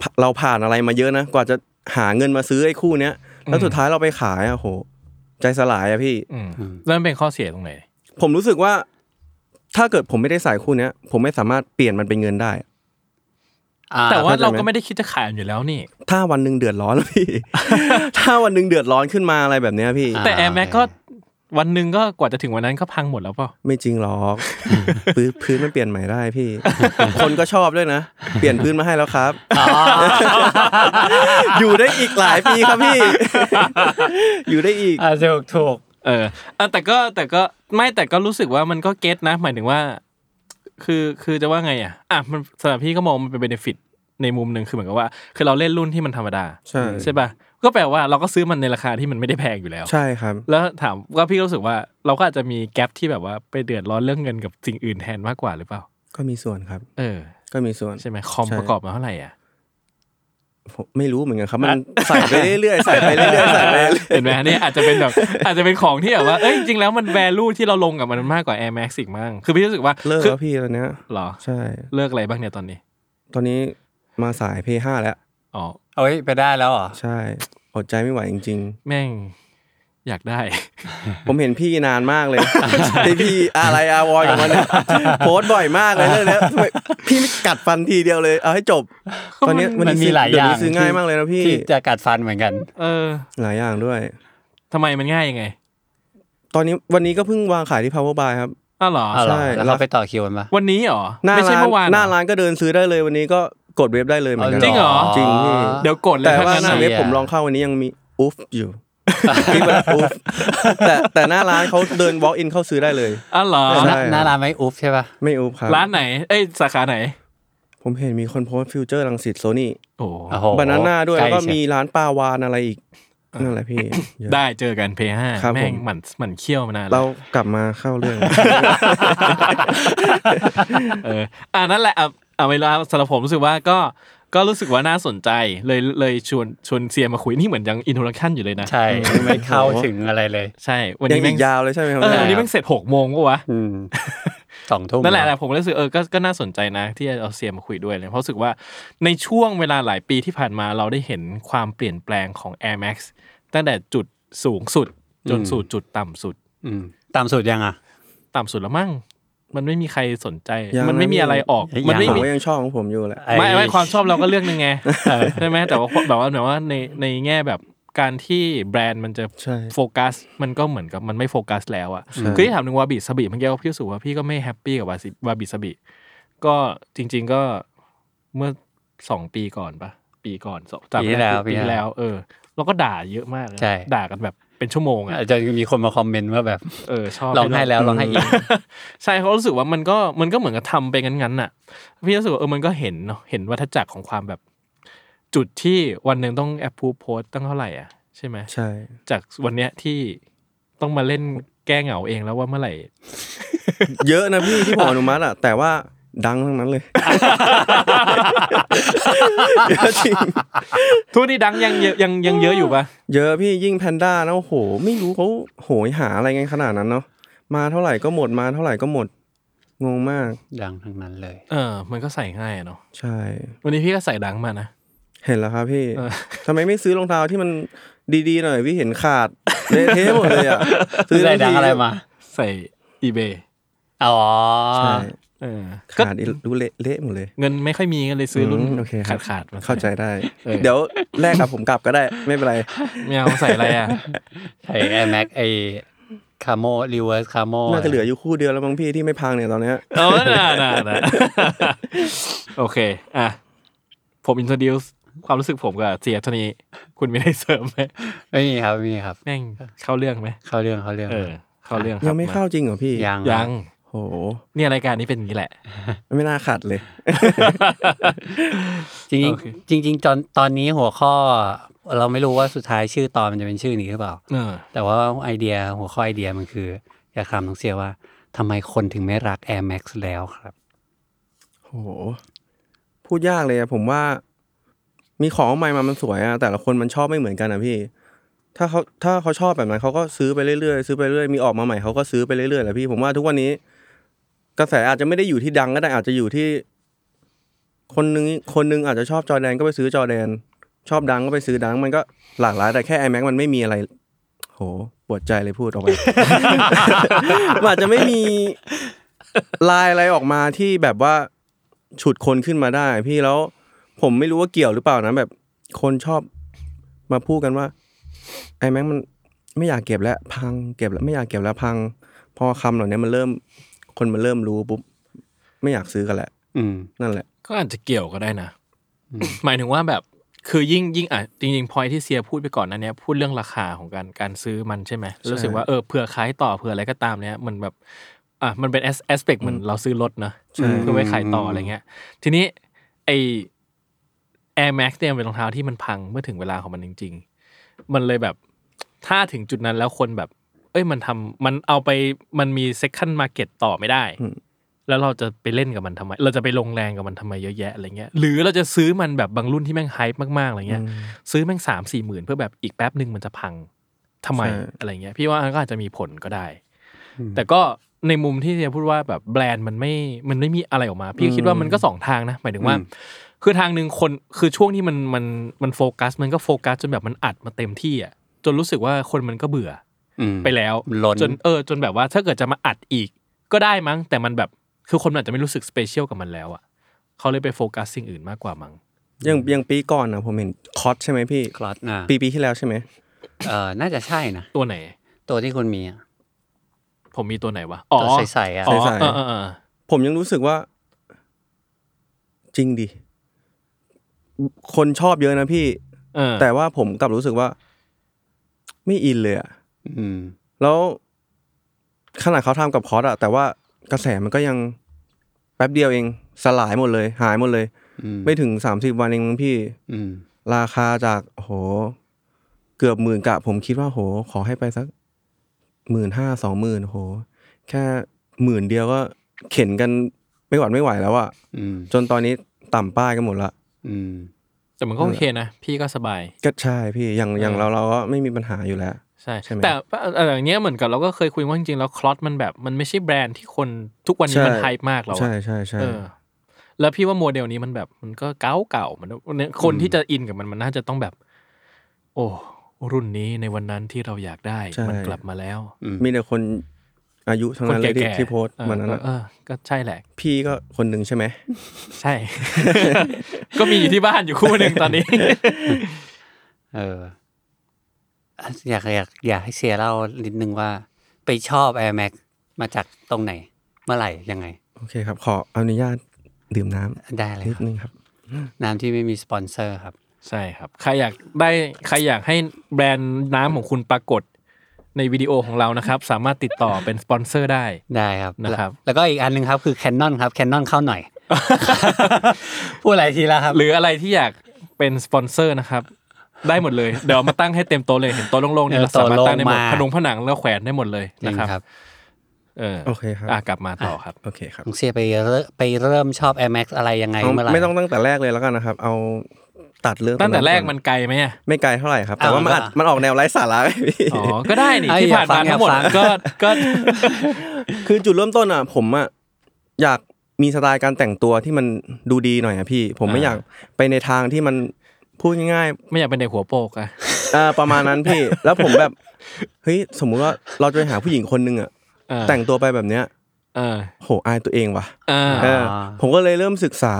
E: ผเราผ่านอะไรมาเยอะนะกว่าจะหาเงินมาซื้อไอ้คู่เนี้ยแล้วสุดท้ายเราไปขายอะโห ใจสลายอะพี่
D: อืมแล้วมันเป็นข้อเสียตรงไหน
E: ผมรู้สึกว่า ถ้าเกิดผมไม่ได้ใส่คู่เนี้ย ผมไม่สามารถเปลี่ยนมันเป็นเงินได้
C: อ่
D: แต่ว่า
E: เข้าใจไหม
D: เราก็ไม่ได้คิดจะขายมันอยู่แล้วนี่
E: ถ้าวันหนึ่งเดือดร้อนแล้วพี่ ถ้าวันหนึ่งเดือดร้อนขึ้นมาอะไรแบบเนี้ยพี่
C: า
D: แต่แอร์แม็กก็วันหนึ่งก็กว่าจะถึงวันนั้นก็พังหมดแล้วเปล่า
E: ไม่จริงหร อกพื้นพื้นมันเปลี่ยนใหม่ได้พี่ คนก็ชอบด้วยนะ เปลี่ยนพื้นมาให้แล้วครับ อยู่ได้อีกหลายปีครับ พี่ อยู่ได้อีก
C: อ่าถูกถูก
D: เอออ่ะแต่ก็แต่ก็ไม่แต่ก็รู้สึกว่ามันก็เก็ตนะ หมายถึงว่า คือคือจะว่าไงอ่ะอ่ะมันสำหรับพี่ก็มองมันเป็นเบนฟิตในมุมหนึ่งคือเหมือนกับว่า คือเราเล่นรุ่นที่มันธรรมดา
E: ใช่
D: ป่ะก็แปลว่าเราก็ซื้อมันในราคาที่มันไม่ได้แพงอยู่แล้ว
E: ใช่ครับ
D: แล้วถามว่าพี่รู้สึกว่าเราก็อาจจะมีแกลบที่แบบว่าไปเดือดร้อนเรื่องเงินกับสิ่งอื่นแทนมากกว่าหรือเปล่า
E: ก็มีส่วนครับ
D: เออ
E: ก็มีส่วน
D: ใช่ไหมคอม
E: ใช่
D: ประกอบมาเท่าไหร่อ่ะ
E: ผมไม่รู้เหมือนกันครับ มันใส่ไปเรื่อยๆใส่ไปเรื่อยๆใส่ไปเรื่อย
D: เห็นไหมเนี่ยอาจจะเป็นแบบ อาจจะเป็นของที่แบบว่าเอ้ยจริงๆแล้วมันแวลูที่เราลงกับมันมากกว่า Air Max อีกมั้งคือพี่รู้สึกว่า
E: ๆเลิก
D: คือ
E: แล้วพี่ตอนเนี้ย
D: เหรอ
E: ใช่
D: เลิกอะไรบ้างเนี่ยตอนนี้
E: ตอนนี้มาสาย p 5แล้ว
D: อ๋อ
C: เอ้ยไปได้แล้วเหรอ
E: ใช่ อดใจไม่ไหวจริง
D: แม่งอยากได้
E: ๆ ผมเห็นพี่นานมาก เลย ที่พี่อะไรอาวอยกับมันเนี่ยโพสต์บ่อยมากเลยเรื่องเนี้ยทำไมพี่ไม่กัดฟันทีเดียวเลย เอาให้จบ ตอนเนี้ย
C: มัน
E: วันนี้
C: มีหลาย
E: เดี๋
C: อ
E: ว
C: ย่า
E: นี้
C: ง
E: ซื้อง่ายมากเลยนะพี่
C: ที่จะกัดฟันเหมือนกัน
D: เออ
E: หลายอย่างด้วย
D: ทำไมมันง่ายยังไง
E: ตอนนี้วันนี้ก็เพิ่งวางขายที่ power by ครับ
D: อ้าวเหรอ
C: เอาเหรอ
E: ใช่
C: แล้วเราไปต่อคิวกันปะ
D: วันนี้เหรอ
E: หน้า
D: ไม่ใช่
E: ร้าน
D: เมื่อวาน
E: หน้า
D: เหรอ
E: ร้านก็เดินซื้อได้เลยวันนี้ก็กดเว็บได้เลยเหมือนกัน
D: จริงเหรอ
E: จริงพี่
D: เดี๋ยวกดเลย
E: แต่ว่า
D: ทั้ง
E: ห
D: นั้
E: น้าน เว็บ
D: น่ะ
E: ผมลองเข้าวันนี้ยังมีอุ๊ฟอยู่ มีแบบอุ๊ฟแต่แต่หน้าร้านเขาเดิน walk in เข้าซื้อได้เลย
D: อ้าวเหรอ
E: ใช่
C: หน้าหน้าร้านไม่อุ๊บใช่ปะ
E: ไม่อุ๊ฟครับ
D: ร้านไหน เอ้ยสาขาไหน
E: ผมเห็นมีคนโพสฟิวเจอร์ลังสิตโซนี่
D: โอ้
C: โอ้โห
E: บานาน่าด้วย
C: ใ
E: แล้วก็
C: เชีย
E: มีร้านปลาวานอะไรอีก นั่นแหละพี่
D: ได้เจอกันเพย์ห้า
E: ครับ
D: แม่ง
E: ผม
D: หมันหมันเคี้ยวมานานแล้ว
E: เรากลับมาเข้าเรื่อง
D: เอออ่านั่นแหละอ่ะเอาเวลาสำหรับผมรู้สึกว่าก็ก็รู้สึกว่าน่าสนใจเลยเลยชวนชวนเซียมาคุยนี่เหมือนยังอินโทรดันอยู่เลยนะ
C: ใช่ไม่เข้าถึงอะไรเลย
D: ใช่ วัน
E: ยัง
D: นี้แม่
E: อี
D: ง
E: กยาวเลยใช่ไหมครับ
D: เออ
E: เนี่ย
D: วันนี้แม่งเสร็จหกโมงก็วะ
C: อืมสองทุ่ม
D: นั่นแหละแหละผมก็รู้สึกเออก็ก็น่าสนใจนะ ที่จะเอาเซียมาคุยด้วยเลยเพราะรู้สึกว่าในช่วงเวลาหลายปีที่ผ่านมาเราได้เห็นความเปลี่ยนแปลงของ Air Max ตั้งแต่จุดสูงสุดจนสู่จุดต่ำสุด
C: อืมตามสูตรยังอ่ะ
D: ต่ำสุดแล้วมั้งมันไม่มีใครสนใจ มันไม่มีอะไรออก
C: ยัง
D: มันไม่
E: ผม
D: มี
E: ก็ยังชอบของผมอยู่แหละ
D: ไม่ไม่ความชอบเราก็เรื่องหนึงไงใช่ไหมแต่ว่าแบบว่าแบบว่าในในแง่แบบการที่แบรนด์มันจะ
E: ใช่
D: โฟกัส มันก็เหมือนกับมันไม่โฟกัสแล้วอ่ะคือที่ถามถึงวาบิสบิเมื่อกี้ว่าพี่รู้สุว่าพี่ก็ไม่แฮปปี้กับวาบิวาบิสบิก็จริง ๆ ก็เมื่อสองปีก่อนปะปีก่อนสองจำ
C: ปี
D: ไม่
C: ที่
D: ได้
C: แล้วปี
D: ปี
C: ที่
D: ที่
C: แล้
D: แล้ว ว เออเราก็ด่าเยอะมากนะ
C: ใช่
D: ด่ากันแบบเป็นชั่วโมงอ่ะ
C: อาจจะมีคนมาคอมเมนต์ว่าแบบ
D: เออชอบ
C: ร้องไห้แล้วร้องไห้อีก
D: ใช่เขารู้สึกว่ามันก็มันก็เหมือนกับทำไปงั้นๆน่ะพี่รู้สึกว่าเออมันก็เห็นเนาะเห็นวัฏจักรของความแบบ จุดที่วันหนึ่งต้องแอปพูโพสตั้งเท่าไหร่อ่ะใช่ไหม
E: ใช่
D: จากวันเนี้ยที่ต้องมาเล่นแก้เหงาเองแล้วว่าเมื่อไหร่
E: เยอะนะพี่ที่ผมอนุมัติอ่ะแต่ว่า ดังทั้งนั้นเลย เยอะจริง
D: ทุกวันนี้ดังยังเยอะยังยังเยอะอยู่ปะ
E: เยอะพี่ยิ่งแพนด้านะโอ้โห ไม่รู้เขาโหยหาอะไรกันขนาดนั้นเนาะมาเท่าไหร่ก็หมดมาเท่าไหร่ก็หมด งงมาก
C: ดังทั้งนั้นเลย
D: เออ มันก็ใส่ง่ายอะเนาะ
E: ใช่
D: วันนี้พี่ก็ใส่ดังมานะ
E: เห็นแล้วครับพี่
D: เออ
E: ทำไมไม่ซื้อรองเท้าที่มันดีๆหน่อยพี่เห็นขาดเละเทะหมดเลยอ่ะ
C: ซื้ออะไร
E: ทั้
C: ดัง
E: ที
C: อะไรมา
D: ใส่อีเบย์
C: อ๋อ
E: ใช่
D: เออก็
E: ขาดอีดูเละเละหมดเลย
D: เงินไม่ค่อยมีก็เลยซื้อรุ่น
E: อืมโอเคค
D: ขา
E: รับ
D: ดขาดๆมา
E: เข้าใจได้
D: เออ
E: เดี๋ยวแลกกับผมกลับก็ได้ไม่เป็นไร
D: ไม่เอาใส่อะไรอ่ะ
C: ไอแอแม็กไอคาโมรีเวิร์สคาโม
E: น่าจะเหลืออยู่คู่เดียวแล้วมั้งพี่ที่ไม่พังเนี่ยตอนเนี้ย
D: เออน่าน่าน่า โอเค อ่ะ ผมอิน r o d ดิวความรู้สึกผมกับเสียเท่านี้ คุณมีอะไรเสริมไหม
C: ไม่มีครับไม่มีครับ
D: แม่งเข้าเรื่องไหม
C: เข้าเรื่องเข้าเรื่อง
D: เออ เข้าเรื่องครับ
E: ยังไม่เข้าจริงเหรอพี่
C: ยัง
D: ยัง
E: โห
D: เนี่ยรายการนี้เป็นอย่างนี้แหละ
E: ไม่น่าขัดเลย
C: จริง
D: โอเค
C: จริงจริงๆตอนตอนนี้หัวข้อ เราไม่รู้ว่าสุดท้ายชื่อตอนมันจะเป็นชื่อนี้หรือเปล่า
D: เออ
C: แต่ว่าไอเดียหัวข้อไอเดียมันคือ อยากถามน้องเสียว่าทำไมคนถึงไม่รัก Air Max แล้วครับ
E: โห พูดยากเลยอะผมว่า มีของใหม่มามันสวยอะแต่ละคนมันชอบไม่เหมือนกันอะพี่ ถ้าเขาถ้าเขาชอบแบบนั้นเขาก็ซื้อไปเรื่อยๆซื้อไปเรื่อยมีออกมาใหม่เขาก็ซื้อไปเรื่อยๆแหละพี่ ผมว่าทุกวันนี้ กระแสอาจจะไม่ได้อยู่ที่ดังก็ได้อาจจะอยู่ที่ คนนึงคนนึงอาจจะชอบจอร์แดนก็ไปซื้อจอร์แดน ชอบดังก็ไปซื้อดัง มันก็หลากหลายแต่แค่ iMac มันไม่มีอะไร โหปวดใจเลยพูดออกไป มันอาจจะไม่มีลายอะไรออกมาที่แบบว่า ฉุดคนขึ้นมาได้ พี่แล้ว ผมไม่รู้ว่าเกี่ยวหรือเปล่านะแบบ คนชอบมาพูดกันว่า ไอ้แม็กมันไม่อยากเก็บแล้ว พังเก็บแล้วไม่อยากเก็บแล้วพัง พอคำเหล่านี้มันเริ่ม คนมันเริ่มรู้ปุ๊บไม่อยากซื้อกันแหละ
C: อืม
E: นั่นแหละ
D: ก็อาจจะเกี่ยวก็ได้นะ
C: อืม
D: หมายถึงว่าแบบ คือยิ่งยิ่งอ่ะ จริง ๆ พอยที่เซียพูดไปก่อนนั้นเนี้ยพูดเรื่องราคาของการการซื้อมันใช่ไหม รู้สึกว่าเออเผื่อขายต่อเผื่ออะไรก็ตามเนี้ยมันแบบ อ่ะมันเป็นแอสเปกเหมือนเราซื้อรถเนอะ
E: ใช่
D: เพื่อไว้ขายต่ออะไรเงี้ย ทีนี้ไอ Air Max เนี่ยเป็นรองเท้าที่มันพังเมื่อถึงเวลาของมันจริง ๆ มันเลยแบบถ้าถึงจุดนั้นแล้วคนแบบ เอ้ยมันทำมันเอาไปมันมี second market ต่อไม่ได้
E: อืม
D: แล้วเราจะไปเล่นกับมันทำไม เราจะไปลงแรงกับมันทำไมเยอะแยะอะไรเงี้ย หรือเราจะซื้อมันแบบบางรุ่นที่แม่งไฮป์มากๆอะไรเงี้ย ซื้อแม่งสามสี่หมื่นเพื่อแบบอีกแป๊บหนึ่งมันจะพังทำไม
E: ใช่
D: อะไรเงี้ย พี่ว่ามันก็อาจจะมีผลก็ได้ แต่ก็ในมุมที่เจะพูดว่าแบบแบรนด์มันไม่มันไม่มีอะไรออกมา พี่คิดว่ามันก็สองทางนะ หมายถึงว่า
C: อืม
D: คือทางหนึ่งคนคือช่วงที่มันมันมันโฟกัส มันก็โฟกัสจนแบบมันอัดมาเต็มที่อ่ะจนรู้สึกว่าคนมันก็เบื่อ
C: อืม
D: ไปแล้ว
C: ล้น
D: จนเออจนแบบว่าถ้าเกิดจะมาอัดอีกก็ได้มั้ง แต่มันแบบคือคนมันอาจจะไม่รู้สึกสเปเชียลกับมันแล้วอ่ะเขาเลยไปโฟกัสสิ่งอื่นมากกว่ามั้ง
E: ยังยังปีก่อนนะผมเห็นคอสใช่ไหมพี่
C: คลอสอ่ะ
E: ปีปีที่แล้วใช่ไหม
C: เออน่าจะใช่นะ
D: ตัวไหน
C: ตัวที่คุณมีอ่ะ
D: ผมมีตัวไหนวะอ๋อ
C: ตัวใสๆอ่ะ
D: อ๋อเออเออเออ
E: ผมยังรู้สึกว่า จริงดิคนชอบเยอะนะพี่
D: เออ
E: แต่ว่าผมกลับรู้สึกว่า ไม่อินเลยอะ
C: อืม
E: แล้วขนาดเขาทำกับคอร์สอะแต่ว่ากระแสมันก็ยังแป๊บเดียวเองสลายหมดเลย หายหมดเลย
C: อืม
E: ไม่ถึงสามสิบวันเองมั้งพี่
C: อืม
E: ราคาจากโอ้โห เกือบหมื่นกะ ผมคิดว่าโห ขอให้ไปสักหมื่นห้าสองหมื่นโห แค่หมื่นเดียวก็เข็นกันไม่หวัดไม่ไหวแล้วอะ
C: อืม
E: จนตอนนี้ต่ำป้ายกันหมดละ
C: อืม
D: แต่มันก็โอเคนะ พี่ก็สบาย
E: ก็ใช่พี่อย่างอย่าง
D: เออ
E: เราเราก็ไม่มีปัญหาอยู่แล้ว
D: ใช่
E: ใช่ไหม
D: แต่แต่อย่างเนี้ยเหมือนกับเราก็เคยคุยว่าจริงๆแล้วคลอสมันแบบมันไม่ใช่แบรนด์ที่คนทุกวันนี้มัน
E: ใช่
D: ไฮป์มากแล้วอะ
E: ใช่ใช่ใช่
D: เออแล้วพี่ว่าโมเดลนี้มันแบบมันก็เก่าเก่าๆมันเนี่ยคนที่จะอินกับมันมันน่าจะต้องแบบ โอ้รุ่นนี้ในวันนั้นที่เราอยากได้
E: ใช่
D: มันกลับมาแล้ว
E: มีแต่คนอายุทั้ง
D: คน
E: นั้นเลย
D: แก่
E: ที่
D: ๆ
E: ที่โพสต์วันนั้น
D: เอ
E: อะ
D: อเออก็ใช่แหละ
E: พี่ก็คนหนึ่งใช่ไหม
D: ใช่ ก็มีอยู่ที่บ้านอยู่คู่หนึ่งตอนนี้
C: เออ อยากอยากอยากให้เสียเล่านิดนึงว่า ไปชอบ Air Max มาจากตรงไหน เมื่อไหร่ ยังไง
E: โอเคครับ ขออนุญาตดื่มน้ำ
C: ได้เลย
E: นิด
C: ครับ
E: นึงครับ
C: น้ำที่ไม่มีสปอนเซอร์ครับ
D: ใช่ครับ ใครอยากได้ใครอยากให้แบรนด์น้ำของคุณปรากฏในวิดีโอของเรานะครับ สามารถติดต่อเป็นสปอนเซอร์ได้
C: ได้ครับ
D: นะครับ
C: แล้วแล้วก็อีกอันหนึ่งครับ คือแคนนอนครับแคนนอนเข้าหน่อย พูดหลายทีแล้วครับ
D: หรืออะไรที่อยากเป็นสปอนเซอร์นะครับ ได้หมดเลย เดี๋ยวเอามาตั้งให้เต็มโต๊ะเลยเห็นโต๊ะโล่งๆเนี่ยเราสามารถตั้งได้หมดผนงผนังแล้วแขวนได้หมดเลย
C: จริ
D: นะ
C: ง
D: ครับ
C: ครับ
D: เออ
E: โอเคครับ
D: อ่ะกลับมาต่อครับ
E: โอเคครับ
C: ลุงเสียไปเริ่มไปเริ่มชอบ Air Max อะไรยังไง
E: เอา
C: เมื่อไหร่
E: ไม่ต้องตั้งแต่แรกเลยแล้วกันนะครับ เอาตัดเรื่อง
D: ตั้งแต่แรก
E: อน
D: มันไกลไหมอะ
E: ไม่ไกลเท่าไหร่ครับ แต่ว่ามัน
C: เอา
E: อั
C: ดีกว่ามั
E: ดมันออกแนวไร้สาระไงพี่
D: อ๋อ ก็ได้นี่
C: ไอ้
D: ที่
C: อยาก
D: ผ่าน
C: ฟั
D: มาง ทั้งหมด
C: อยากฟัง
D: ก็ก็
E: คือจุดเริ่มต้นอ่ะ ผมอ่ะอยากมีสไตล์การแต่งตัวที่มันดูดีหน่อยอ่ะพี่ ผมไม่
D: อ่า
E: อยากไปในทางที่มันพูดง่ายๆ
D: ไม่อยากเป็นเด็กหัวโปกอะ
E: เออประมาณนั้นพี่ แล้วผมแบบเฮ้ยสมมุติว่าเราจะไปหาผู้หญิงคนหนึ่งอ่ะ
D: เออ
E: แต่งตัวไปแบบเนี้ย
D: เออ
E: โหอายตัวเองว่ะ
D: เออ
E: เออผมก็เลยเริ่มศึกษา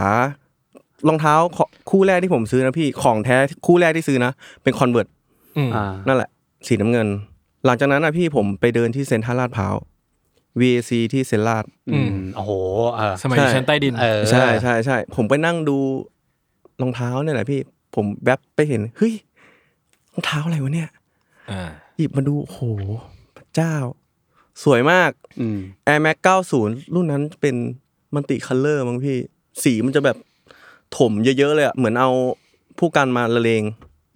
E: รองเท้าขอคู่แรกที่ผมซื้อนะพี่ของแท้คู่แรกที่ซื้อนะเป็นคอนเวิร์ต
D: อืม
C: อ่า
E: นั่นแหละ สีน้ำเงิน หลังจากนั้นนะพี่ผมไปเดินที่เซ็นทรัลลาดพร้าว VAC ที่เซ็นลาด
C: อืมโอ้โหเออ
D: สมัย
E: ใช่
D: อยู่ชั้นใต้ดิน
C: เออ
E: ใช่ใช่ใช่ผมไปนั่งดูรองเท้าเนี่ยแหละพี่ ผมแวบไปเห็นเฮ้ยรองเท้าอะไรวะเนี่ย
D: เออ
E: หยิบมาดูโอ้โหพระเจ้า สวยมาก
C: อืม
E: Air Max 90 รุ่นนั้นเป็นมันติคัลเลอร์มั้งพี่ สีมันจะแบบถมเยอะๆเลยอะเหมือนเอาผู้กันมาละเลง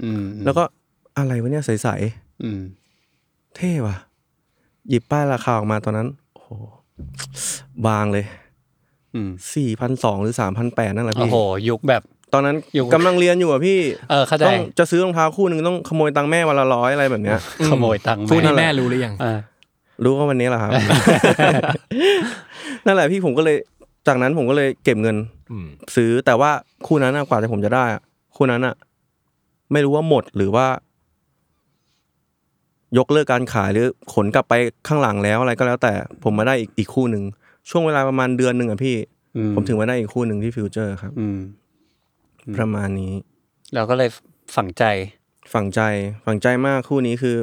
C: อืม
E: แล้วก็อะไรวะเนี่ยใส
C: อืม
E: ๆ เท่ว่ะ หยิบป้ายราคาออกมาตอนนั้น โอ้โหบางเลย
C: อืม
E: 4,200 หรือ 3,800 นั่นแหละ
C: โอ้
E: พี่
C: โห ยุคแบบ
E: ตอนนั้น
C: อยู่
E: กำลังเรียนอยู่อะพี่
C: เออเข้าใจ
E: ต้องจะซื้อรองเท้าคู่หนึ่งต้องขโมยตังค์แม่วันละร้อยอะไรแบบเนี้ย
C: ขโมยตังค์
D: คู่
C: แม่
D: นี้แม่รู้หรือยัง
C: เออ
E: รู้ก็วันนี้ แหละครับ นั่นแหละพี่ผมก็เลย จากนั้นผมก็เลยเก็บเงิน
D: อืม
E: ซื้อแต่ว่าคู่นั้นน่ะกว่าจะผมจะได้อะคู่นั้นอ่ะ ไม่รู้ว่าหมดหรือว่า ยกเลิกการขายหรือขนกลับไปข้างหลังแล้วอะไรก็แล้ว แต่ผมมาได้อีกอีกคู่หนึ่งช่วงเวลาประมาณเดือนหนึ่งอ่ะพี่
C: อื
E: ผมถึงมาได้อีกคู่หนึ่งที่ฟิวเจอร์ครับ
C: อืม อืม
E: ประมาณนี้
C: เราก็เลยฝังใจ
E: ฝังใจฝังใจมากคู่นี้คือ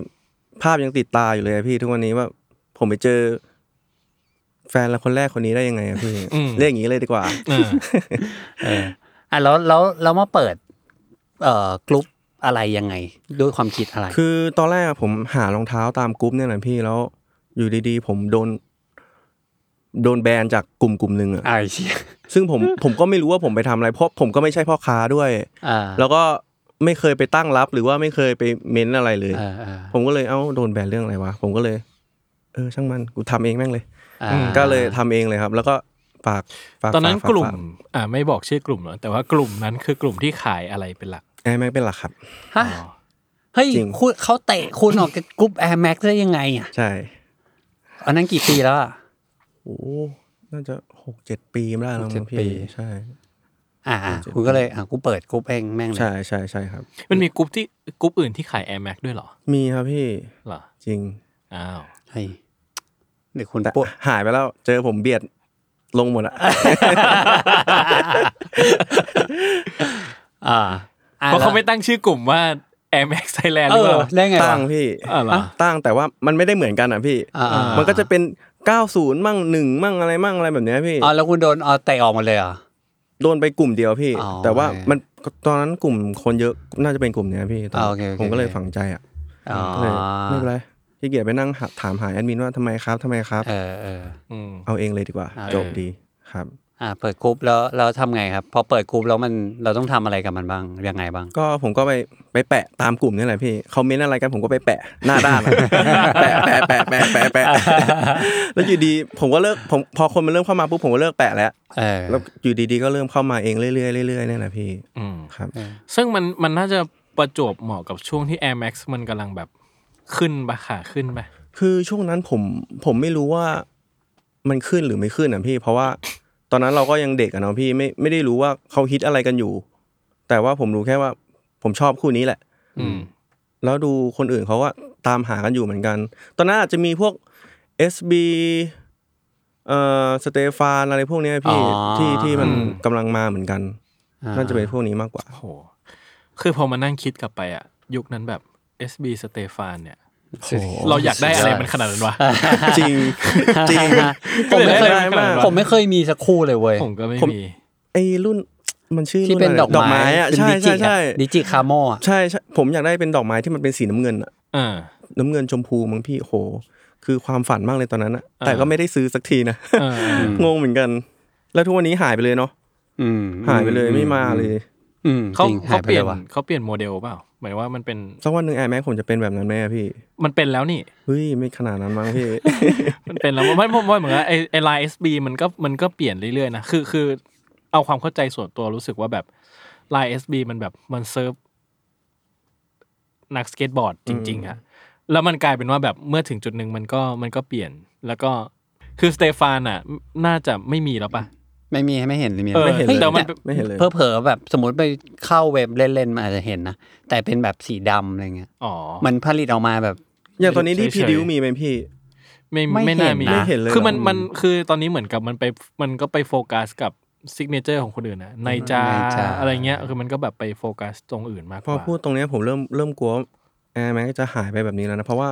E: ภาพยังติดตาอยู่เลยอะพี่ ทุกวันนี้ว่า ผมไปเจอ แฟนละคนแรกคนนี้ได้ยังไงอะพี่
D: อืม
E: เรียกอย่างนี้เลยดีกว่า
D: เออ
C: เอออ่ะแล้วแล้วแล้วมาเปิด เอ่อกลุ่มอะไรยังไง ด้วยความคิดอะไร
E: คือตอนแรกอะผมหารองเท้าตามกรุ๊ปเนี่ยแหละพี่แล้ว อยู่ดีๆ ผมโดน โดนแบนจากกลุ่มกลุ่มหนึ่งอะ
C: ไอ้เชี่ย
E: ซึ่งผม ผมก็ไม่รู้ว่าผมไปทำอะไรเพราะผมก็ไม่ใช่พ่อค้าด้วย
C: อ่า
E: แล้วก็ไม่เคยไปตั้งรับหรือว่าไม่เคยไปเม้นอะไรเลย
C: เออเออ
E: ผมก็เลยเอ้าโดนแบนเรื่องอะไรวะผมก็เลย เออ ช่างมันกูทำเองแม่งเลย
C: อ่า
E: ก็เลยทำเองเลยครับ แล้วก็ฝากฝาก
D: ตอนนั้น
E: ฝาก
D: ลุ่ม
E: ฝา
D: อ่าไม่บอกชื่อกลุ่มหรอกแต่ว่ากลุ่มนั้นคือกลุ่มที่ขายอะไรเป็นหลัก
E: แอร์แม็กเป็นหลักครับ
C: ฮะเฮ้ย
E: จริง
C: คุณเขาเตะคุณออกจากกลุ่ม Air Max ได้ยังไงอ่ะ
E: ใช่
C: อันนั้นกี่ปีแล้วอ่ะ
E: โอ้น่าจะหกเจ็ดปีไม่ได้แล้วมั้ง
C: หกเจ็ดปี
E: พี่ใช่
C: อ่าอ่าคุณก็เลยอ่ะกูเปิดกลุ่มเองแม่งเลย
E: ใช่ใช่ใช่ครับ
D: มันมีกลุ่มที่กลุ่มอื่นที่ขาย Air Max ด้วยเหรอ
E: มีครับพี่
D: เหรอ
E: จริง
D: อ้าว
C: เฮ้ยเดี๋ยวคุณ
E: แต่
C: ปวด
E: หายไปแล้วเจอผมเบียดลงหมดอะ
C: อ่าอ่
D: เพราะเขาไม่
C: แ
D: ตั้งชื่อกลุ่มว่า Air Max Thailand
C: ล้ว
D: ห
C: เอ
D: รือ
C: อ
D: เปล่า
C: ได้ไงวะ
E: ตั้งพี่
D: อ่ะเหรอ
E: ตั้งแต่ว่ามันไม่ได้เหมือนกันอ่ะพี่
C: อ่าอ่ามั
E: มันก็จะเป็น 90 มั่งหนึ่งมั่งอะไรมั่งอะไรแบบเนี้ยพี่
C: อ๋อแล้วคุณโดนอ๋อเตะออกหมาเลยเหรอ่ะ
E: โดนไปกลุ่มเดียวพี่
C: อ๋อ
E: แต่ว่า
C: โอเค
E: มันตอนนั้นกลุ่มคนเยอะน่าจะเป็นกลุ่มเนี้ยพี่ตอน
C: อ่าโอเคโอเค
E: ผมก็เลย
C: โอเค
E: ฝังใจอ่ะ
C: อ๋อ
E: ก็เลยไม่เป็นไรขี้เกียจไปนั่งหาถามหาแอดมินว่าทำไมครับทำไมครับ
C: เออเออ
D: อืม
E: เอาเองเลยดีกว่า
C: อ่า
E: จบดีครับ
C: อ่าเปิดกรุ๊ปแล้วเราทำไงครับ พอเปิดกรุ๊ปแล้วมันเราต้องทำอะไรกับมันบ้างยังไงบ้าง
E: ก็ผมก็ไปไปแปะตามกลุ่มนี่แหละพี่เขาเม้นอะไรกันผมก็ไปแปะหน้าด้านอะ แปะแปะแปะแปะแปะแปะ แล้วอยู่ดีผมก็เลิกผมพอคนมันเริ่มเข้ามาปุ๊บผมก็เลิกแปะแล้ว
C: เออ
E: แล้วอยู่ดีๆก็เริ่มเข้ามาเองเรื่อยๆเรื่อยๆเนี่ยแหละพี่
D: อืม
E: ครับ
D: ซึ่งมันมันน่าจะประจวบเหมาะกับช่วงที่ Air Max มันกำลังแบบขึ้นปะขาขึ้นปะ
E: คือช่วงนั้นผมผมไม่รู้ว่ามันขึ้นหรือไม่ขึ้นอ่ะพี่ เพราะว่าตอนนั้นเราก็ยังเด็กอะเนาะพี่ไม่ไม่ได้รู้ว่าเขาฮิตอะไรกันอยู่ แต่ว่าผมรู้แค่ว่าผมชอบคู่นี้แหละ
D: อืม
E: แล้วดูคนอื่นเขาก็ตามหากันอยู่เหมือนกัน ตอนนั้นอาจจะมีพวก SB เอ่อสเตฟานอะไรพวกเนี้ยพี่ที่ที่มัน
D: อืม
E: กำลังมาเหมือนกัน น่าจะเป็นพวกนี้มาก กว่า
D: โห คือพอมานั่งคิดกลับไปอะยุคนั้นแบบ SB สเตฟานเนี่ย เราอยากได้อะไรมันขนาดนั้นวะ
E: จริง จริง
C: ผมไม่เคย
E: ก็เลยได้มาก
C: ผมไม่เคยมีสักคู่เลยเว้ย
D: ผมก็ไม่
E: ผม
D: มี
E: ไอ้รุ่นมันชื่อ
C: ที่
E: รุ่น
C: เป็น
E: อะไร
C: ดอกไม้
E: อะ
C: เป็นดิจิ
E: ใช่ใช่ใช่
C: อะดิจิคาโมอะ
E: ใช่ใช่ผมอยากได้เป็นดอกไม้ที่มันเป็นสีน้ำเงินอะ
D: เออ
E: น้ำเงินชมพูมั้งพี่โห คือความฝันมากเลยตอนนั้นอะแต่ก็ไม่ได้ซื้อสักทีนะ
D: เออ
E: งงเหมือนกัน แล้วทุกวันนี้หายไปเลยเนาะ
C: อืม
E: หายไปเลยไม่มาเลย
C: อืม
D: เขา
C: จริง
D: เขา
C: หายไป
D: เปลี่
C: เลย
D: น
C: ยว่ะ
D: เขาเปลี่ยนโมเดลเปล่าหมายว่ามันเป็น
E: สักวันหนึ่งแอร์แม็กผมจะเป็นแบบนั้นไหมอะพี่
D: มันเป็นแล้วนี่
E: เฮ้ยไม่ขนาดนั้นมั้ง พี่
D: มันเป็นแล้ว มันผมว่าเหมือนกับไอไอไลน์เอสบีมันก็มันก็เปลี่ยนเรื่อยๆนะคือคือเอาความเข้าใจส่วนตัวรู้สึกว่าแบบไลน์เอสบีมันแบบมันเซิร์ฟนักสเก็ตบอร์ดจริงๆอะแล้วมันกลายเป็นว่าแบบเมื่อถึงจุดหนึ่งมันก็มันก็เปลี่ยนแล้วก็คือสเตฟานอ่ะ น่าจะไม่มีแล้วปะ
C: ไม่มีไม่เห็นเลยมี
D: เออ
C: ไม่เห็นเลย
D: แต่มัน
E: ไม่เห็นเลย
C: เผลอๆแบบสมมติไปเข้าเว็บเล่นๆมันอาจจะเห็นนะแต่เป็นแบบสีดำอะไรเงี้ย
D: อ๋อ
C: มันผลิตออกมาแบบ
E: อย่างตอนนี้ที่
D: เฉยๆ
E: พีดิวมีไหมพี่
D: ไม่
C: ไม่
D: ไม่น่ามี
C: เห็นนะ
E: ไม่เห็นเลย
D: คือมัน
E: เหรอ
D: มันคือตอนนี้เหมือนกับมันไปมันก็ไปโฟกัสกับซิกเนเจอร์ของคนอื่นนะในจา
C: ในจา
D: อะไรเงี้ยคือมันก็แบบไปโฟกัสตรงอื่นมากก
E: พอ
D: ว่า
E: พูดตรงเนี้ยผมเริ่มเริ่มกลัวแอร์แม็กจะหายไปแบบนี้แล้วนะเพราะว่า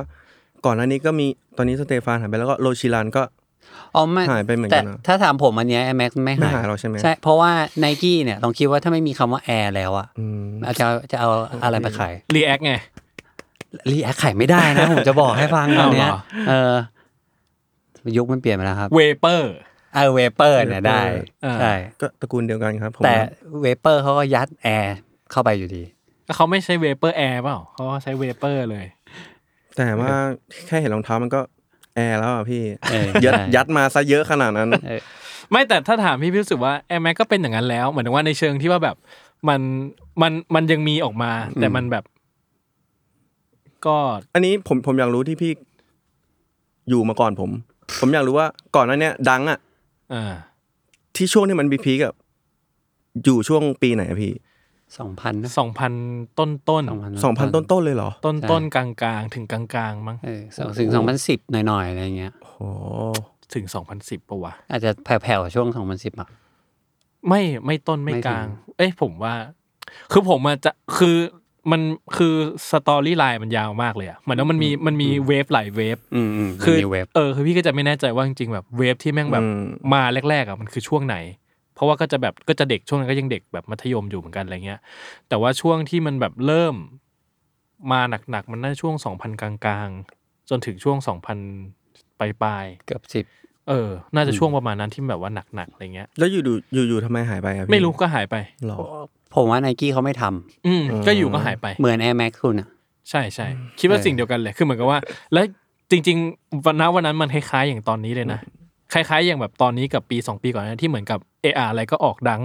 E: ก่อนหน้านี้ก็มีตอนนี้สเตฟานหายไปแล้วก็โรชิลานก็
C: อ๋อไม่
E: หายไปเหมือนกั
C: แต่
E: นนะ
C: ถ้าถามผมอันเนี้ยแม็กไม่หา
E: ไม่
C: ย
E: หายหรอกใช่ไหม
C: ใช่เพราะว่าไนกี้เนี่ยลองคิดว่าถ้าไม่มีคำว่าแอร์แล้วอะ
E: อืม
C: อาจจะจะเอาอะไรไปขาย
D: รีแอคไง
C: รีแอคขายไม่ได้นะ ผมจะบอกให้ฟังตอนเนี้ย
D: เอาเหรอ
C: เออยุคมันเปลี่ยนไปแล้วครับ
D: เวเปอร์
C: เออเวเปอร์เนี่ยได้
D: เออ
C: ใช่
E: ก็ตระกูลเดียวกันครับผม
C: แต่เวเปอร์เขาก็ยัดแอร์เข้าไปอยู่ดี
D: แล้วเขาไม่ใช้เวเปอร์แอร์เปล่าเขาใช้เวเปอร์เลย
E: แต่ว่าแค่เห็นรองเท้ามันก็แอร์แล้วอ่ะพี่
C: เออ
E: ยัด
C: ใช่
E: ยัดมาซะเยอะขนาด นั้น
D: ไม่แต่ถ้าถามพี่พี่รู้สึกว่าแอร์แม็กก็เป็นอย่างนั้นแล้วเหมือนว่าในเชิงที่ว่าแบบมันมันมันยังมีออกมา แต่มันแบบ ก็
E: อันนี้ผมผมอยากรู้ที่พี่อยู่มาก่อนผม ผมอยากรู้ว่าก่อนหนั้นเนี้ยดังอ่ะ
D: เอ่า
E: ที่ช่วงที่มันบีพีกับอยู่ช่วงปีไหนอะพี่
C: สองพันนะ
D: สองพันต้นต้น
E: สองพันต้นต้นๆเลยเหรอ
D: ต้นต้นกลางกลางๆ ถึงกลางกลางๆมั้ง
C: เออสองถึงสองพันสิบหน่อยๆอะไรเงี้ย
E: โอ้โห
D: ถึงสองพันสิบปะวะ
C: อาจจะแผ่วๆช่วงสองพันสิบอ่ะ
D: ไม่ไม่ต้นไม่
C: ไม่ถึง
D: กลาง เอ้ยผมว่า คือผมอะจะคือมันคือสตอรี่ไลน์มันยาวมากเลยอะเหมือนว่ามันมีมันมีเวฟหลายเวฟ
C: อืมอืม
D: คือ
C: มีเว็บ
D: เออคือพี่ก็จะไม่แน่ใจว่าจริงๆแบบเวฟที่แม่งแบบมาแรกๆอ่ะมันคือช่วงไหน เพราะว่าก็จะแบบก็จะเด็กช่วงนั้นก็ยังเด็กแบบมัธยมอยู่เหมือนกันอะไรเงี้ย แต่ว่าช่วงที่มันแบบเริ่มมาหนักๆมันน่าช่วงสองพันกลางๆ จนถึงช่วงสองพันปลาย
C: เกือบสิบ
D: ๆเออ น่าจะช่วงประมาณนั้นที่แบบว่าหนักๆอะไรเงี้ย
E: แล้วอยู่ดูอยู่อยู่ทำไมหายไปอะพี่
D: ไม่รู้ก็หายไป
E: หรอ
C: ผมว่าไนกี้เขาไม่ทำ
D: อืมก็อยู่ก็หายไป
C: เหมือนแอร์แม็กคุณอ่ะ
D: ใช่ใช่คิดว่า
C: เออ
D: สิ่งเดียวกันเลยคือเหมือนกับว่า แล้วจริงๆวันนั้นวันนั้นมันคล้ายๆอย่างตอนนี้เลยนะ คล้ายๆ อย่างแบบตอนนี้กับปีสองปีก่อนนะที่เหมือนกับเอออะไรก็ออกดัง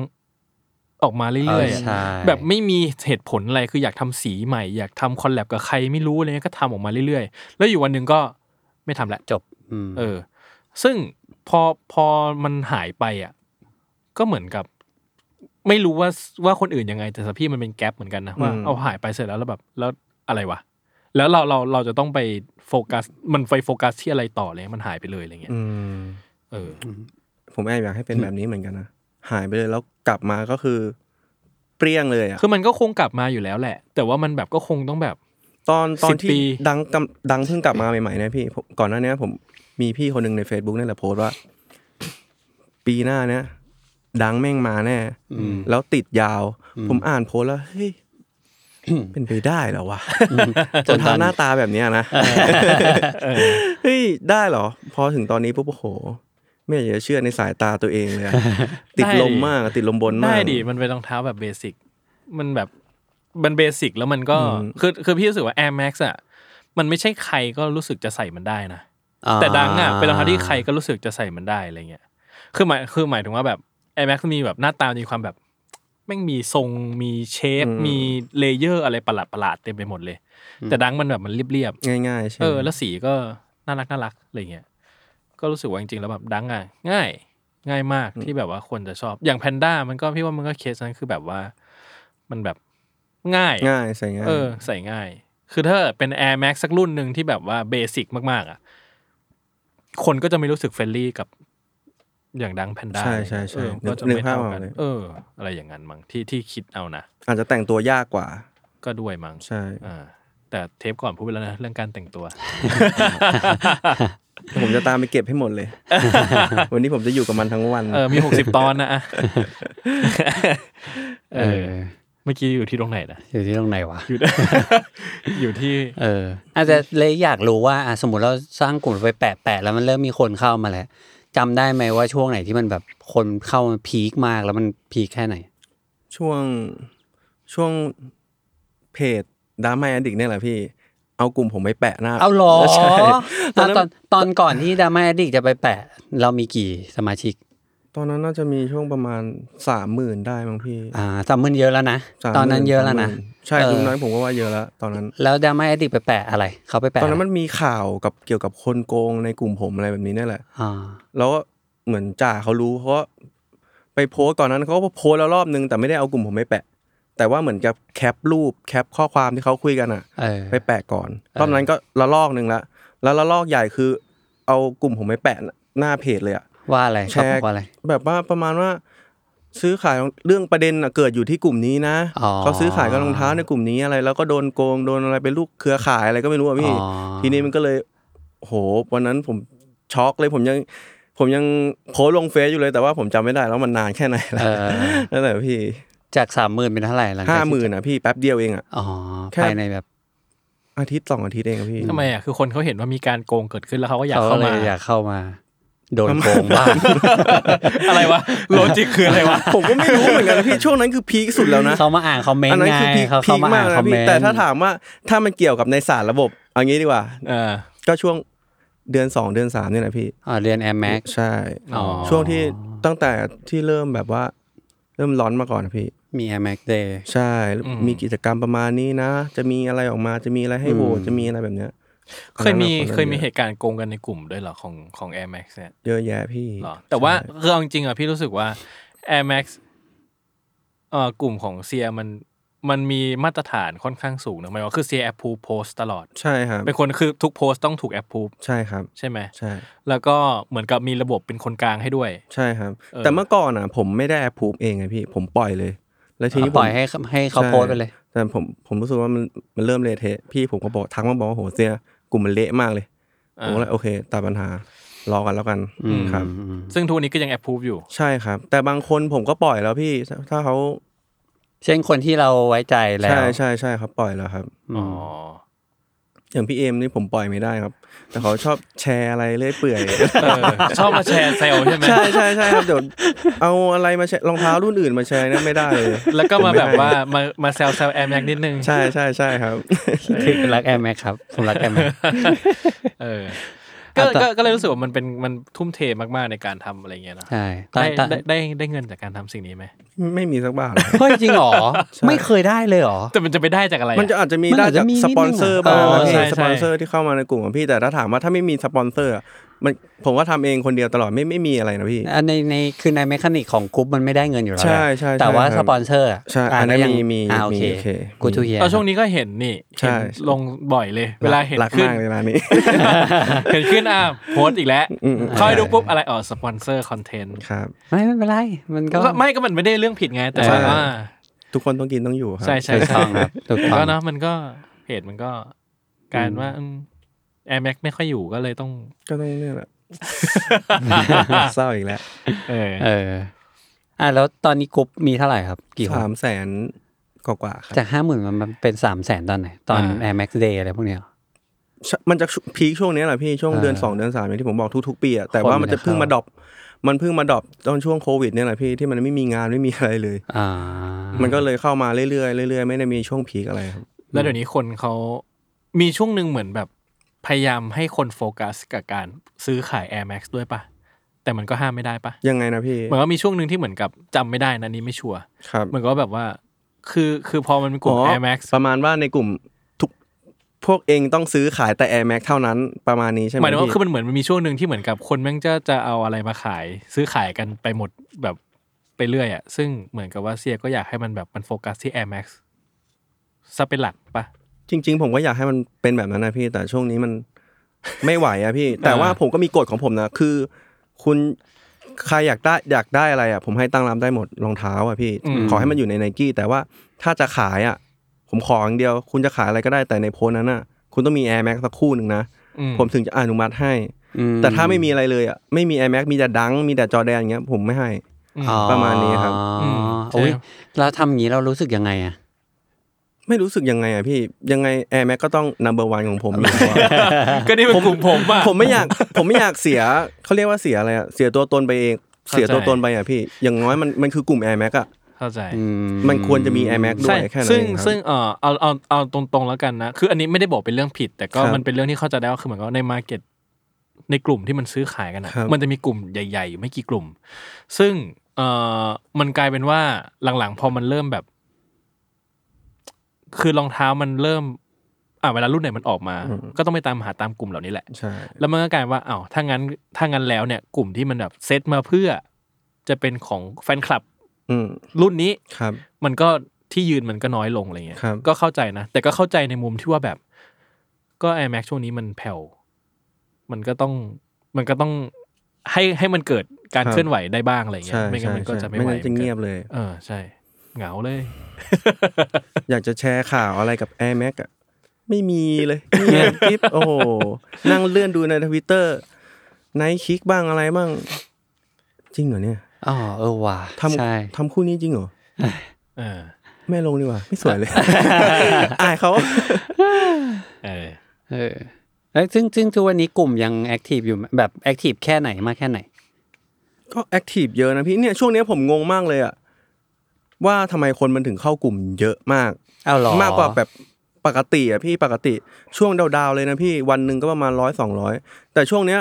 D: ออกมาเรื่อยๆอะ
C: ใช่
D: แบบไม่มีเหตุผลอะไรคืออยากทำสีใหม่ อยากทำคอลแลบกับใครไม่รู้อะไรเงี้ยก็ทำออกมาเรื่อยๆ แล้วอยู่วันหนึ่งก็ไม่ทำละ
C: จบอืม
D: เออ ซึ่งพอพอมันหายไปอ่ะก็เหมือนกับ ไม่รู้ว่าว่าคนอื่นยังไงแต่สำหรับพี่มันเป็นแกลบเหมือนกันนะว่า
E: อืม
D: เอาหายไปเสร็จแล้วแล้วแบบแล้วอะไรวะแล้วเราเราเราจะต้องไปโฟกัส มันไปโฟกัสที่อะไรต่อเลยมันหายไปเลยอะไรเงี้ย
E: อืม
D: เออ
E: ผมแอบอยากให้เป็นแบบนี้เหมือนกันนะหายไปเลยแล้วกลับมาก็คือ เปรี้ยงเลยอะ
D: คือมันก็คงกลับมาอยู่แล้วแหละ แต่ว่ามันแบบก็คงต้องแบบ
E: ตอนตอน
D: สิบปี
E: ที่ดังกำดังเพิ่งกลับมาใหม่ๆนะพี่ผมก่อนหน้าเนี้ยผมมีพี่คนหนึ่งใน Facebook นี่แหละโพสต์ว่า ปีหน้าเนี้ยดังแม่งมาแน่แล้วติดยาว ผมอ่านโพสต์แล้วเฮ้ย เป็นไปได้เหรอวะจนทำหน้าตาแบบเนี้ยนะ เฮ้ยได้เหรอ พอถึงตอนนี้ปุ๊บโอ้โห ไม่อยากจะเชื่อในสายตาตัวเอง เลยอะติดลมมากอะติดลมบนมา
D: ได้
E: ก
D: ดิมันเป็นรองเท้าแบบเบสิกมันแบบมันเบสิกแล้วมันก็คือคือพี่รู้สึกว่า Air Max อ่ะมันไม่ใช่ใครก็รู้สึกจะใส่มันได้นะ
C: อ่า
D: แต่ดังอ่ะเป็นรองเท้าที่ใครก็รู้สึกจะใส่มันได้อะไรเงี้ย คือหมายคือหมายถึงว่าแบบ Air Max มีแบบหน้าตามีความแบบแม่งมีทรงมีเชฟ
E: อืม
D: มีเลเยอร์อะไรประหลาดประหลาดๆเต็มไปหมดเลย แต่ดังมันแบบมันเรียบ
E: ง่ายๆ
D: ๆ
E: ใช่ไหม
D: เออ แล้วสีก็น่ารักน่ารักอะไรเงี้ย ก็รู้สึกว่าจริงๆแล้วแบบดังอ่ะง่ายง่ายมากที่แบบว่าคนจะชอบ อย่างแพนด้ามันก็พี่ว่ามันก็เคสนั้นคือแบบว่ามันแบบง่าย
E: ง่ายใส่ง่าย
D: เออใส่ง่าย คือถ้าเป็น Air Max สักรุ่นหนึ่งที่แบบว่าเบสิกมาก ๆ อ่ะ คนก็จะไม่รู้สึกเฟรนลี่กับอย่างดังแพนด้า
E: ใช่ใช่ใช่
D: ก็จะ
E: นึก
D: ไม่เท่า
E: ภาพออก
D: กัน
E: เลย
D: เออ อะไรอย่างนั้นมั้งที่ที่คิดเอานะ
E: อาจจะแต่งตัวยากกว่า
D: ก็ด้วยมั้ง
E: ใช่
D: อ่าแต่เทปก่อนพูดไปแล้วนะ เรื่องการแต่งตัว
E: ผมจะตามไปเก็บให้หมด เลย วันนี้ผมจะอยู่กับมันทั้งวัน
D: เออ มีหกสิบตอน นะอะ
C: เออ
D: เมื่อกี้อยู่ที่ตรงไหนนะ
C: อยู่ที่ตรงไหนวะ
D: อยู่ อยู่ที่
C: เอออาจจะเลยอยากรู้ว่าอ่ะสมมติเราสร้างกลุ่มไปแปะแปะแล้วมันเริ่มมีคนเข้ามาแล้วจำได้ไหมว่าช่วงไหนที่มันแบบคนเข้ามาพีคมากแล้วมันพีคแค่ไหน
E: ช่วง ช่วงเพจดราม่าอดิกเนี่ยแหละพี่ เอากลุ่มผมไปแปะหน้า
C: เอาเหรอ
E: ใช่
C: ตอนตอนตอนก่อนที่ดราม่าดิกจะไปแปะ เรามีกี่สมาชิก
E: ตอนนั้นน่าจะมีช่วงประมาณสามหมื่นได้มั้งพี่
C: อ่าสามหมื่นเยอะแล้วนะ
E: 30,000
C: ตอนนั้นเยอะแล้วนะ
E: ใช่
C: เออ
E: ลุงน้อยผมก็ว่าเยอะแล้ว ตอนนั้น
C: แล้วดราม่าดิกไปแปะอะไร เขาไปแปะ
E: ตอนนั้น
C: อะไร
E: มันมีข่าวกับเกี่ยวกับคนโกงในกลุ่มผมอะไรแบบนี้นี่แหละ
C: อ่า
E: แล้วก็เหมือนจ่าเขารู้เขาก็ไปโพสต์ก่อนนั้นเขาก็โพสต์แล้วรอบนึงแต่ไม่ได้เอากลุ่มผมไปแปะ แต่ว่าเหมือนกับแคปรูปแคปข้อความที่เขาคุยกันอ่ะ
C: เออ
E: ไปแปะก่อน
C: เออ
E: รอบนั้นก็ละลอกหนึ่งละแล้วละลอกใหญ่คือ เอากลุ่มผมไปแปะหน้าเพจเลยอ่ะ
C: ว่าอะไร
E: แช
C: เขา
E: ร์
C: บอกว่าอะไร
E: แบบว่าประมาณว่า ซื้อขายเรื่องประเด็นน่ะเกิดอยู่ที่กลุ่มนี้นะ
C: อ๋อ
E: เขาซื้อขายกันรองเท้าในกลุ่มนี้อะไร แล้วก็โดนโกงโดนอะไรเป็นลูกเครือข่ายอะไรก็ไม่รู้อ่ะพี่
C: อ๋อ
E: ทีนี้มันก็เลยโหวันนั้นผมช็อกเลยผมยัง ผมยังโพสต์ลงเฟซอยู่เลยแต่ว่าผมจำไม่ได้แล้วมันนานแค่ไหนแล้ ว
C: เออ
E: นั่นแหละพี่
C: จากสามหมื่นเป็นเท่าไหร่หลังจก
E: ห้า
C: ที่
E: หมื่นอ่ะพี่แป๊บเดียวเองอ่ะ
C: อ๋อ
E: แค่
C: ภายในแบบ
E: อาทิตย์สองอาทิตย์เองอะพี่
D: ทำไมอ่ะคือคนเขาเห็นว่ามีการโกงเกิดขึ้นแล้วเขาก็อยาก
C: เขา
D: เข้า
C: เล
D: มา
C: ยอยากเข้ามา โดนโกงบ้าง
D: อะไร วะโลจิกคืออะไรวะ
E: ผมก็ไม่รู้เหมือนกันพี่ช่วงนั้นคือพีคสุดแล้วนะ
C: เขามาอ่านคอมเมน
E: อัน
C: ต์
E: นั้น
C: ไง
E: คือพีค
C: เขา
E: พี
C: เข้า
E: ค
C: มา
E: มา
C: อ่าก นคอ
E: นะ
C: ม
E: พี่
C: เมนต์
E: แต่ถ้าถามว่าถ้ามันเกี่ยวกับในสารระบบเอางี้ดีกว่า
D: เออ
E: ก็ช่วงเดือน 2 เดือน3เนี่ยแหละพี่
C: อ่าเรียนแอมแม็ก
E: ใช่
D: อ๋อ
E: ช่วงที่ตั้งแต่ที่เริ่มแบบว่า เริ่มร้อนมาก่อนนะพี่
C: มีแอมแม็กเดย์
E: ใช่
D: อืม
E: มีกิจกรรมประมาณนี้นะ จะมีอะไรออกมาจะมีอะไรให้โหวต
C: อืม
E: จะมีอะไรแบบเนี้ย
D: เคยมี
E: อันนั้นอะ
D: เคยมีเหตุการณ์โกงกันในกลุ่มด้วยเหรอของของ Air Max เนี่ย
E: เยอะแยะพี่
D: เหรอแต่ว่า
E: ใช่
D: คือเอาจริงๆอ่ะพี่รู้สึกว่า Air Max เอ่อกลุ่มของเซียมันมันมีมาตรฐานค่อนข้างสูงนะหมายว่าคือเซียแอปพูโพสตลอด
E: ใช่ครับ
D: เป็นคนคือทุกโพสต้องถูกแอปพู
E: ใช่ครับ
D: ใช่ไหม
E: ใช่
D: แล้วก็เหมือนกับมีระบบเป็นคนกลางให้ด้วย
E: ใช่ครับ
D: เออ
E: แต่เมื่อก่อนอ่ะ ผมไม่ได้แอปพูมเองไงพี่ ผมปล่อยเลย แล้วทีนี้ผม
C: ปล่อยให้เขาให้เขา
E: ใช่
C: โพสต์ไปเลย
E: แต่ผมผมรู้สึกว่ามันมันเริ่มเละเทะพี่ผมก็บอกทักมาบอกว่าโหเสียกลุ่มมันเละมากเลย
D: อ่า
E: ผมก็เลยโอเคตัดปัญหา รอกันแล้วกัน
C: อืม
E: ครับ
C: อืม
D: ซึ่งทุกวันนี้ก็ยังแอปพูอยู่
E: ใช่ครับ แต่บางคนผมก็ปล่อยแล้วพี่ถ้าถ้าเขา
C: เช่นคนที่เราไว้ใจแล้ว
E: ใช่ใช่ใช่ครับปล่อยแล้วครับ
C: อื
D: อ๋อ
C: ม
E: อย่างพี่เอมนี่ผมปล่อยไม่ได้ครับ แต่เขาชอบแชร์อะไรเรื่อยเปื่อย
D: เออชอบมาแชร์เซลใช่ไหม
E: ใช่ใช่ใช่ครับเดี๋ยวเอาอะไรมาแชร์รองเท้ารุ่นอื่นมาแชร์เนี่ยไม่ได้เลย
D: แล้วก็มาแบบว่ามามาแซวแซวแอมแม็กนิดนึง
E: ใช่ใช่ใช่ครับ
C: คือรักแอมแม็กครับผมรักแอมแม็ก
D: เออก็
C: อ่ะแต่
D: ก็ก็เลยรู้สึกว่ามันเป็นมันทุ่มเทมากๆในการทำอะไรเงี้ยเนอะ
C: ใช่ตอน
D: ได้
C: ตอน
D: ได้ได้ได้เงินจากการทำสิ่งนี้ไหม
E: ไม่มีสักบาท
C: เฮ้ยจริงเหรอ ไม่เคยได้เลยเหรอ
D: แต่มันจะไปได้จากอะไรอะ
E: มันจะอาจจะมี
C: มัน
E: ได้
C: อาจจะ
E: จาก
C: มีนิดนึง
E: สปอนเซอร์
C: อะ
E: บ้างนะ
D: เออใช่
E: พี่
D: ใช่
E: สปอนเซอร์ที่เข้ามาในกลุ่มของพี่แต่ถ้าถามว่าถ้าไม่มีสปอนเซอร์อะมันผมก็ทำเองคนเดียวตลอดไม่ไม่มีอะไรนะพี่
C: ะในในคือในเมคานิกของกรุ๊ปมันไม่ได้เงินอยู่แล้ว
E: ใช่
C: แหละ
E: ใช่
C: แต่ว่า
E: ใช่ค
C: ส
E: รับ
C: ปอนเซอร์อะ
E: ใช่อันนั้น
C: ก็ยัง
E: มีมี
C: อ่าโอเค
E: มีโอเค
C: กูทูเฮีย
D: เอาช่วงนี้ก็เห็นนี่
E: ใช่
D: เห็นลงบ่อยเลย เวลาเห็น
E: รัก
D: ขึ้น
E: มากเลยร้านนี้
D: เห็นขึ้นอ่ะโพสต์อีกแล้ว
E: อืมอืม
D: คอยดูปุ๊บอะไรอ๋อสปอนเซอร์คอนเทนต์
E: ครับ
C: ไม่ไม่เป็นไร มันก็
D: ก็ไม่ก็มันไม่ได้เรื่องผิดไง แต่
E: ใช่
D: ว่า
E: ทุกคนต้องกินต้องอยู่ครั
D: ใช่ใช่
C: ถูก
D: ใช่
C: ต้องครับถูก
D: แต่
C: ต้อ
D: ก็
C: ง
D: เนาะมันก็เพจมันก็การว่าแอร์แม็กไม่ค่อยอยู่ก็เลยต้อง
E: ก็ต้องเนี่ย แหละ เศร้าอีกแล้ว
D: เออ
C: เออ อ่ะแล้วตอนนี้กรุ๊ปมีเท่าไหร่ครับ กี่ค
E: สาน มแสนกว่าๆครับ
C: จากห้าหมื่นมันเป็นสามแสนตอนไหน ตอน
D: อ่า
C: Air Max Day อะไรพวกเนี้ยเหรอ
E: ใช่มันจะพีคช่วงเนี้ยแหละพี่ช่วง
C: เออ
E: เดือนสองเดือนสามอย่างที่ผมบอกทุกๆปีอะแต่ว่ามันจะ
C: คนไม่ได้
E: เพิ่งมา
C: เข้า
E: ดรอปมันเพิ่งมาดรอปตอนช่วงโควิดเนี่ยแหละพี่ที่มันไม่มีงานไม่มีอะไรเลย
C: อ่า
E: มันก็เลยเข้ามาเรื่อยๆเรื่อยๆไม่ได้มีช่วงพีคอะไรครับ
D: แล้วเดี๋ยวนี้คนเขามีช่วงหนึ่งเหมือนแบบพยายามให้คนโฟกัสกับการซื้อขาย Air Max ด้วยปะแต่มันก็ห้ามไม่ได้ปะ
E: ยังไงนะพี่
D: เหมือนว่ามีช่วงหนึ่งที่เหมือนกับจำไม่ได้นะอันนี้ไม่ชัวร์
E: ครับ
D: เหมือนก็แบบว่า คือคือพอมันเป็นกลุ่ม Air Max
E: ประมาณว่าในกลุ่มทุกพวกเองต้องซื้อขายแต่ Air Max เท่านั้นประมาณนี้ใช่ไหม
D: หมายถึงว่า
E: พี่
D: คือมันเหมือนมันมีช่วงหนึ่งที่เหมือนกับคนแม่งจะจะเอาอะไรมาขาย ซื้อขายกันไปหมดแบบไปเรื่อยอ่ะซึ่งเหมือนกับว่าเซียก็อยากให้มันแบบมันโฟกัสที่ Air Max ซะเป็นหลักปะ
E: จริง ๆ ผมก็อยากให้มันเป็นแบบนั้นนะพี่ แต่ช่วงนี้มัน ไม่ไหวอะ พี่ แต่ว่าผมก็มีกฎของผมนะคือ คุณใครอยากได้อยากได้อะไรอะผมให้ตั้งรับได้หมดรองเท้าอะพี่
D: อืม
E: ขอให้มันอยู่ในไนกี้แต่ว่าถ้าจะขายอะผมขออย่างเดียว คุณจะขายอะไรก็ได้แต่ในโพสต์นั้นอะคุณต้องมี Air Max สักคู่หนึ่งนะ
D: อื
E: ผมถึงจะอนุมัติให้
C: อื
E: แต่ถ้าไม่มีอะไรเลยอ่ะไม่มี Air Max มีแต่ดังมีแต่จอแดนอย่างเงี้ยผมไม่ให้
D: อืม
C: อ๋อ
E: ประมาณนี้ครับ
D: อืม
C: โอ้ย
D: ใช่ครับ
C: เราทำอย่างนี้เรารู้สึกยังไงอ่ะ
E: ไม่รู้สึกยังไงอ่ะพี่ยังไง Air Max ก็ต้อง number one ของผมอยู่แล้วอะ
D: ก็นี่เป็นกลุ่มผมอ่ะ
E: ผมไม่อยากผมไม่อยากเสียเขาเรียกว่าเสียอะไรอ่ะเสียตัวตนไปเอง
D: เข้าใจ
E: เสียตัวตนไปอ่ะพี่ อย่างน้อยมันมันคือกลุ่ม Air Max อ่ะ
D: เข้าใจ
C: อื
E: มันควรจะมี Air Max ด้
D: ใช่
E: วยแค่นั้น
D: ซึ่ง
E: เองครับ
D: ซึ่งเออเอาเอาเอาตรงๆแล้วกันนะ คืออันนี้ไม่ได้บอกเป็นเรื่องผิด แต่ก็
E: ครับ
D: มันเป็นเรื่องที่เข้าใจได้ว่าคือเหมือนกับว่าในมาเก็ตในกลุ่มที่มันซื้อขายกันนะครับ มันจะมีกลุ่มใหญ่ๆอยู่ไม่กี่กลุ่ม ซึ่งเออมันกลายเป็นว่าหลังๆ พอมันเริ่มแบบ คือรองเท้ามันเริ่ม อ่าเวลารุ่นไหนมันออกมา ก็ต้องไปตามหาตามกลุ่มเหล่านี้แหละ
E: ใช่
D: แล้วมันก็กลายเป็นว่าอ้าวถ้างั้นถ้างั้นแล้วเนี่ย กลุ่มที่มันแบบเซตมาเพื่อ จะเป็นของแฟนคลับ
E: อืม
D: รุ่นนี้
E: ครับ
D: มันก็ที่ยืนมันก็น้อยลงอะไรเงี้ย
E: ครับ
D: ก็เข้าใจนะ แต่ก็เข้าใจในมุมที่ว่าแบบ ก็ Air Max ช่วงนี้มันแผ่ว มันก็ต้องมันก็ต้องให้ให้มันเกิดการเคลื่อนไหวได้บ้างอะไรเงี้
E: ใช่
D: ย ไม่งั้นมันก็
E: ใช่
D: จะไม่
E: ไม่
D: ไหว
E: งั้นจะเงียบเลย
D: เออใช่ เหงาเลย
E: อยากจะแชร์ข่าวอะไรกับ Air Max อ่ะไม่มีเลยเงียบกริ บโอ้โหนั่งเลื่อนดูในทวิตเตอร์ไนคิกบ้างอะไรบ้าง จริงเหรอเนี่ย
C: อ๋อเออว่ะ
E: ท
C: ใช่
E: ำทำคู่นี้จริงเหรอ
D: เออ
E: แม่ลงดีกว่า ไม่สวย เลย อายเขา
D: เออ
C: เออแล้วซึ่งซึ่งทุกวันนี้กลุ่มยังแอคทีฟอยู่ไหมแบบแอคทีฟแค่ไหนมากแค่ไหน
E: ก็แอคทีฟเยอะนะพี่เนี่ยช่วงเนี้ยผมงงมากเลยอะว่าทำไมคนมันถึงเข้ากลุ่มเยอะมาก
C: เอาหรอ
E: มากกว่าแบบปกติอะพี่ปกติช่วงดาวๆเลยนะพี่วันหนึ่งก็ประมาณร้อยสองร้อยแต่ช่วงเนี้ย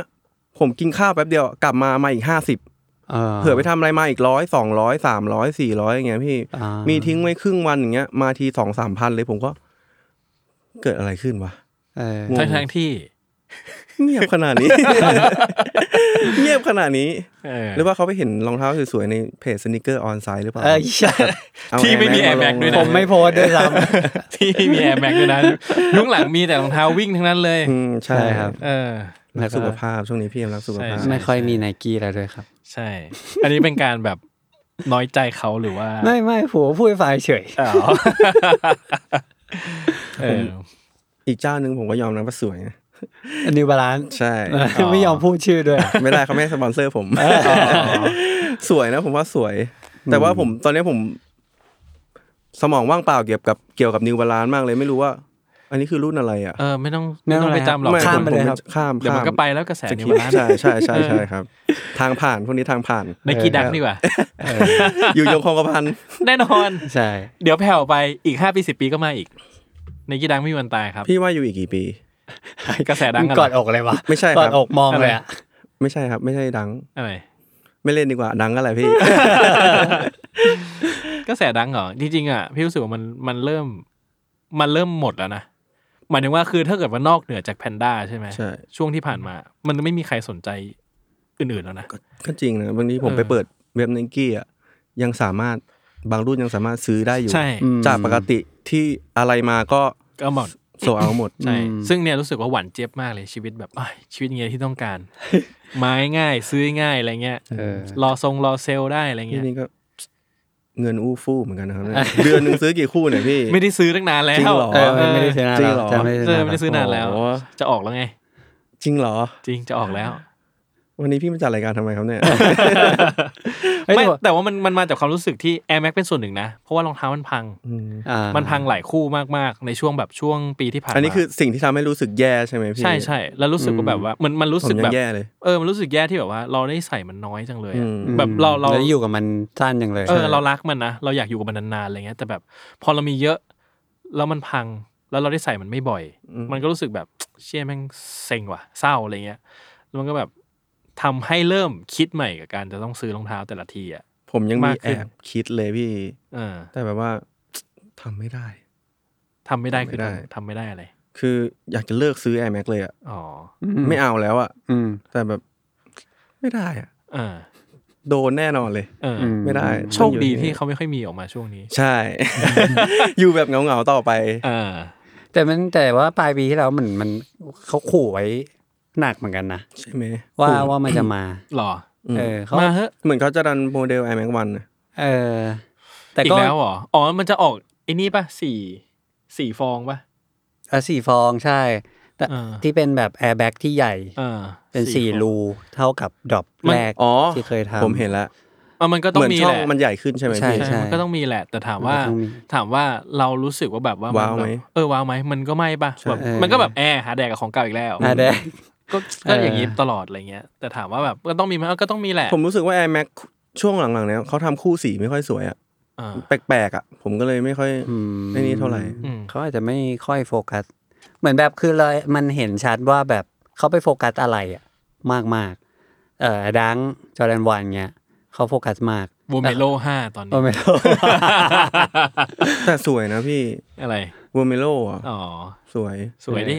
E: ผมกินข้าวแป๊บเดียวกลับมามาอีกห้าสิบเผื่อไปทำอะไรมาอีกร้อยสองร้อยสามร้อยสี่ร้อยอย่างเงี้ยพี่
C: อ่า
E: มีทิ้งไว้ครึ่งวันอย่างเงี้ยมาทีสองสามพันเลยผมก็ เกิดอะไรขึ้นวะ
C: เออ
E: ง
D: ทั้งทั้งๆที่
E: เงียบขนาดนี้ เงียบขนาดนี้
D: เออ
E: หรือว่าเขาไปเห็นรองเท้าสวยๆในเพจสนิเกอร์ออนไซด์หรือเปล่า
C: เออใช่
E: เอา
D: ที่ไม่มี Air
E: Air
D: Max ด้วย
E: Max าลง
D: นะ
C: ผมไม่โพสต์ด้วยซ้
D: ที่ไม่มี Air Max ด้วยนะยุคหลังมีแต่รองเท้าวิ่งทั้งนั้นเลย
E: อืม
C: ำ
E: ใช่ครับ
D: เออ
E: รักสุขภาพช่วงนี้พี่เอ็มรักสุขภาพ
D: ใช่
C: ไม่ค่อยมีไนกี้แล้วด้วยครับ
D: ใช่ อันนี้เป็นการแบบน้อยใจเขาหรือว่า
C: ไม่ไม่ผัวพูดไฟเฉย
D: อ๋อเออ
E: อีกเจ้าหนึ่งผมก็ยอมรับว่าสวยนะ
C: อันนี้บาลานซ์
E: ใช่
C: ไม่ยอมพูดชื่อด้วย
E: ไม่ได้เขาไม่ให้สปอนเซอร์ผม สวยนะผมว่าสวย แต่ว่าผมตอนนี้ผม สมองว่างเปล่าเกี่ยวกับเกี่ยวกับนิวบาลานมากเลยไม่รู้ว่า อันนี้คือรุ่นอะไรอ่ะ
D: เออ ไม่ต้อง
C: ไม่
D: ไม่
C: ต้
D: ต้
C: อ
D: อง ง
C: อะไรครับ
D: ไปจำหรอก
E: ไม่
C: ข้ามไปเลยครับ
E: ผข้าม
D: เดี๋ยวมันก็ไปแล้วกระแส
E: จะ
D: นิ
E: คิ
D: ว
E: ด
D: ร้าน
E: ใช่ใช่ใช่ใช่ครับ ทางผ่านพวกนี้ทางผ่าน
D: ในกีดักดีกว่า
E: อยู่ยงคงกระพัน
D: แน่นอน
C: ใช่
D: เดี๋ยวแผ่วไปอีกห้าปีสิบปีก็มาอีก ในกีดังไม่มีวันตายครับ
E: พี่ว่าอยู่อีกกี่ปี
D: กระแสดัง
C: มึง
D: กัน
C: กอดอกเลยวะ
E: ไม่ใช่ครับ
C: กอดอกมองเลยอะ
E: ไม่ใช่ครับ ไม่ใช่ดัง
D: อะไร
E: ไม่เล่นดีกว่าดังอะไรพี่
D: กระแสดังเหรอ จริงๆอ่ะ พี่รู้สึกว่ามันมันเริ่ม มันเริ่มหมดแล้วนะ หมายถึงว่าคือถ้าเกิดว่านอกเหนือจากแพนด้าใช่ไหม
E: ใช่
D: ช่วงที่ผ่านมา มันไม่มีใครสนใจอื่นๆแล้วนะ
E: ก็จริงนะบางทีผมไปเปิดเว็บไนกี้อ่ะยังสามารถบางรุ่นยังสามารถซื้อได้อยู่
D: ใช่
E: จากปกติที่อะไรมาก็
D: ก็หมด
E: โซเอาหมด
D: ใช่ ซึ่งเนี่ยรู้สึกว่าหวานเจี๊ยบมากเลยชีวิตแบบอ้ายชีวิตเงี้ยที่ต้อง การ ไม้ง่ายซื้อง่ายอะไรเงี้ย
C: เออ
D: รอทรงรอเซลลได้อะไร
E: นี่
D: เงี้ย
E: นี่ก็เงินอู้ฟู่เหมือนกันนะครับเนี่ยเดือนหนึ่งซื้อกี่คู่เนี่ยพี่
D: ไม่ได้ซื้อตั้งนานแล้ว
E: จริงเหรอ
C: เออไม่ได้ซื้อนาน
E: จริ
C: แล้ว
E: งเหรอ
C: จำไม่ได้
D: เอ
C: ซื้
D: อน
C: อานแล้ว
D: ไม่ได้ซื้อนานแล้ว
E: โอ้
D: จะออกแล้วไง
E: จริงเหรอ
D: จริงจะออกแล้ว
E: วันนี้พี่มาจัดรายการทำไมครับเนี่ย
C: เอ้ย
D: ไม่
C: แต่ว่า
D: แต่ว่ามันมันมาจากความรู้สึกที่ Air Max เป็นส่วนหนึ่งนะ เพราะว่ารองเท้ามันพัง
E: อืม
C: อ่า
D: มันพังหลายคู่มากๆ ในช่วงแบบช่วงปีที่ผ่านมา
E: อันนี้คือสิ่งที่ทำให้รู้สึกแย่ใช่ไหมพี่
D: ใช่ใช่แล้วรู้สึกว่าแบบว่ามันมันรู้
E: ผม
D: สึก
E: ยั
D: แบบ
E: งแย่เลย
D: เออมันรู้สึกแย่ที่แบบว่า เราได้ใส่มันน้อยจังเลยอะ
E: อืม
D: แบบเราเรา
C: แล้วอยู่กับมันสั้นอย่างเลย
D: เออเรารักมันนะเราอยากอยู่กับมันนานๆอะไรเงี้ยแต่แบบพอเรามีเยอะแล้วมันพังแล้วเราได้ใส่มันไม่บ่อย มันก็รู้สึกแบบ เชี่ยแม่งเซ็งว่ะเศร้าอะไรเงี้ยแล้วมันก็แบบทำให้เริ่มคิดใหม่กับการจะต้องซื้อรองเท้าแต่ละทีอ่ะ
E: ผมยังมี
D: มาก
E: แอ
D: ขึ้น
E: บคิดเลยพี่
D: เออ
E: แต่แบบว่า ทำไม่ได้
D: ทำไม่ได้คือ
E: ไม่ได้
D: ทำทำไม่ได้อะไร
E: คืออยากจะเลิกซื้อ Air Max เลยอะ
D: อ๋อ
E: ไม่เอาแล้วอะ
C: อืม
E: แต่แบบ ไม่ได้อะ
D: เออ
E: โดนแน่นอนเลย
D: เออ
C: อื
D: อ
E: ไม่ได้
D: โชคดี
E: ต้องอยู่
D: ที่เขาไม่ค่อยมีออกมาช่วงนี้
E: ใช่ อยู่แบบเหงาๆต่อไป
D: เออ
C: แต่มันแต่ว่าปลายปีที่แล้วมันมันเขาขู่ไว้หนักเหมือนกันนะ
E: ใช่ไหม
C: ว่าว่ามันจะมา
D: หรอ
C: เออเขา
D: มาเฮอะ
E: เหมือนเขาจะดันโมเดล Air Max 1นะ
C: เออ แต่
D: อี
C: ก็
D: กแล้วเหรออ๋อมันจะออกไอ้นี่ปะสี่สี่ฟองปะ
C: อ่ะสี่ฟองใช่แต่
D: อ่า
C: ที่เป็นแบบแอร์แบ็กที่ใหญ่
D: เออ
C: เป็นสี่
D: ฟอง
C: รูเท่ากับดรอป
D: มัน
C: แรก
E: อ๋อ
C: ที่เคยทำ
E: ผมเห็นแล้ว
D: เออมันก็ต้อ
E: เห
D: ง
E: มือน
D: มี
E: ช่อ
D: แห
E: ง
D: ละ
E: มันใหญ่ขึ้นใช่ไหม
C: ใช่
E: พี่
D: ใช่ มันก็ต้องมีแหละ แต่ถามว่า
C: มันก็ต้องมี
D: ถามว่าเรารู้สึกว่าแบบว่า
E: ว้าวไหม
D: นแบบเออว้าวไหม มันก็ไม่ปะแบบ
C: เออ
D: มันก็แบบแอร์หาแดกกับของเก่าอีกแล้ว
C: อ่ะแดง
D: ก็
C: เออ
D: ก็อ
C: อ
D: ย่างนี้ตลอดอะไรเงี้ย แต่ถามว่าแบบก็ต้องมีไหมเออก็ต้องมีแหละ
E: ผมรู้สึกว่า Air Max ช่วงหลังๆเนี้ยเขาทำคู่สีไม่ค่อยสวยอ่ะ
D: อ่า
E: แปลกๆอ่ะ ผมก็เลยไม่ค่อย
C: อืม
E: ไอ้นี่เท่าไหร่
D: อืม
C: เขาอาจจะไม่ค่อยโฟกัส เหมือนแบบคือเลยมันเห็นชัดว่าแบบเขาไปโฟกัสอะไรอะมากมากๆเอ่อดังจอร์แดนวันเงี้ยเขาโฟกัสมาก
D: โวเมโลห้าตอน
C: โอ
D: นี้
C: เมโล
E: แต่สวยนะพี่
D: อะไร
E: วอร์เมโลอ่ะ
D: อ๋อ
E: สวย
D: สวยดิ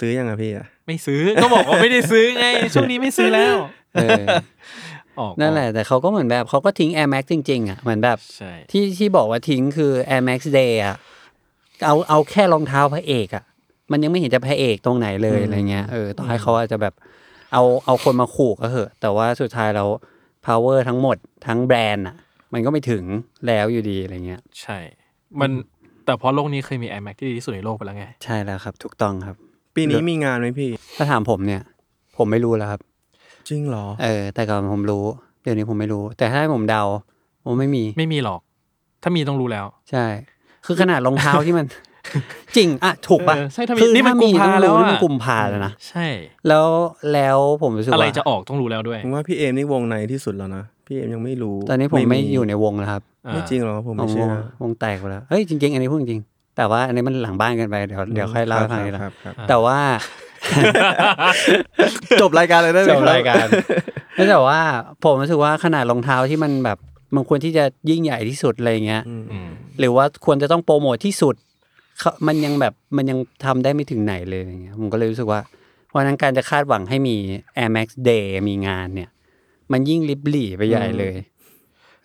E: ซื้อยังอ่ะพี่อ่ะ
D: ไม่ซื้อ ก็บอกว่าไม่ได้ซื้อ ไง ช่วงนี้ไม่ซื้อแล้ว
C: เออ
D: ออก
C: นั่นแหละแต่เขาก็เหมือนแบบเขาก็ทิ้ง Air Max จริง ๆ อ่ะ เหมือนแบบ
D: ใช่
C: ที่ที่บอกว่าทิ้งคือ Air Max Day อ่ะเอาเอาแค่รองเท้าพระเอกอ่ะ มันยังไม่เห็นจะพระเอกตรงไหนเลยอะไรเงี้ยเออต่อให้เขาอาจจะแบบ เอาเอาคนมาขู่ก็เหอะ แต่ว่าสุดท้ายเรา power ทั้งหมดทั้งแบรนด์อ่ะ มันก็ไม่ถึงแล้วอยู่ดีอะไรเงี้ย
D: ใช่ มันแต่เพราะโลกนี้เคยมี Air Max ที่ดีที่สุดในโลกไปแล้วไง
C: ใช่แล้วครับ ถูกต้องครับ
E: ปีนี้มีงานไหมพี่
C: ถ้าถามผมเนี่ย ผมไม่รู้แล้วครับ
E: จริงเหรอ
C: เออ แต่ก่อนผมรู้ เดี๋ยวนี้ผมไม่รู้ แต่ถ้าให้ผมเดาผมไม่มี
D: ไม่มีหรอก ถ้ามีต้องรู้แล้ว
C: ใช่ คือขนาดรองเท้าที่มัน จริง อ่ะ ถูกปะ
D: เออใช่ถ้ามี
C: คือ
D: นี่มันกุมภาแล้วอะ
C: นี่มันกุมภาแล้วนะ
D: ใช่
C: แล้วแล้วผมรู้สึก
D: อะไร
C: ว่า
D: จะออกต้องรู้แล้วด้วย
E: ผมว่าพี่เอมนี่วงในที่สุดแล้วนะ พี่เอมยังไม่รู้
C: ตอนนี้ผมไม่อยู่ในวงแล้วครับ
E: ไม่จริงหรอผมไม่
C: วง
E: เชื่อ
C: วงแตกไปแล้ว เฮ้ย จริง ๆ อันนี้พูดจริง แต่ว่าอันนี้มันหลังบ้านเกันไป เดี๋ยวเดี๋ยวค่อยเล่าให้ฟังทีหลัง
E: ครับครับครับ
C: แต่ว่า
E: จบรายการเลยได้ไหม
C: จ
E: ค
C: บ
E: รับ
C: รายการไม่แต่ว่าผมรู้สึกว่าขนาดรองเท้าที่มันแบบมันควรที่จะยิ่งใหญ่ที่สุดอะไรเงี้ย
E: อืม
D: อืม
C: หรือว่าควรจะต้องโปรโมทที่สุดเขามันยังแบบมันยังทำได้ไม่ถึงไหนเลยอย่างเงี้ยผมก็เลยรู้สึกว่า เพราะฉะนั้นการจะคาดหวังให้มี Air Max Day มีงานเนี่ย มันยิ่งริบหรี่ไปใหญ่เลย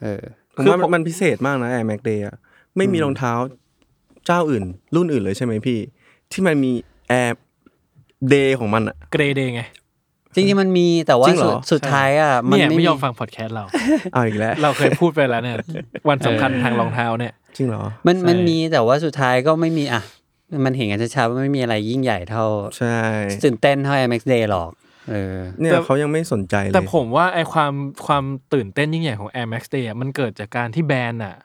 C: เออ
E: ผมว่ามันพิเศษมากนะแอร์แม็กเดย์อะไม่มีรองเท้าเจ้าอื่น รุ่นอื่นเลยใช่ไหมพี่ ที่มันมีแอร์เดย์ของมันอะ
D: เกรเดย์ไง
C: จริงๆมันมีแต่ว่า
E: จริงเหร
C: สุด
E: อ
C: สุดท้ายอ่ะมัน
D: เนี่ย
C: ไม่
D: ไม่
C: มี
D: ยอมฟังพอดแคสต์เรา
E: เอาอีกแล้ว
D: เราเคยพูดไปแล้วเนี่ย วันสำคัญทางรองเท้าเนี่ย
E: จริงเหรอ
C: มันมัน
D: ใช่
C: มีแต่ว่าสุดท้ายก็ไม่มีอ่ะ มันเห็นกันชัดๆว่าไม่มีอะไรยิ่งใหญ่เท่า
E: ใช่
C: ตื่นเต้นเท่า Air Max Day หรอก เออ
E: เนี่ย
D: แต่
E: เขายังไม่สนใจเลย
D: แต่ผมว่าไอความความตื่นเต้นยิ่งใหญ่ของ Air Max Day อะมันเกิดจากการที่แบรนด์อ่ะ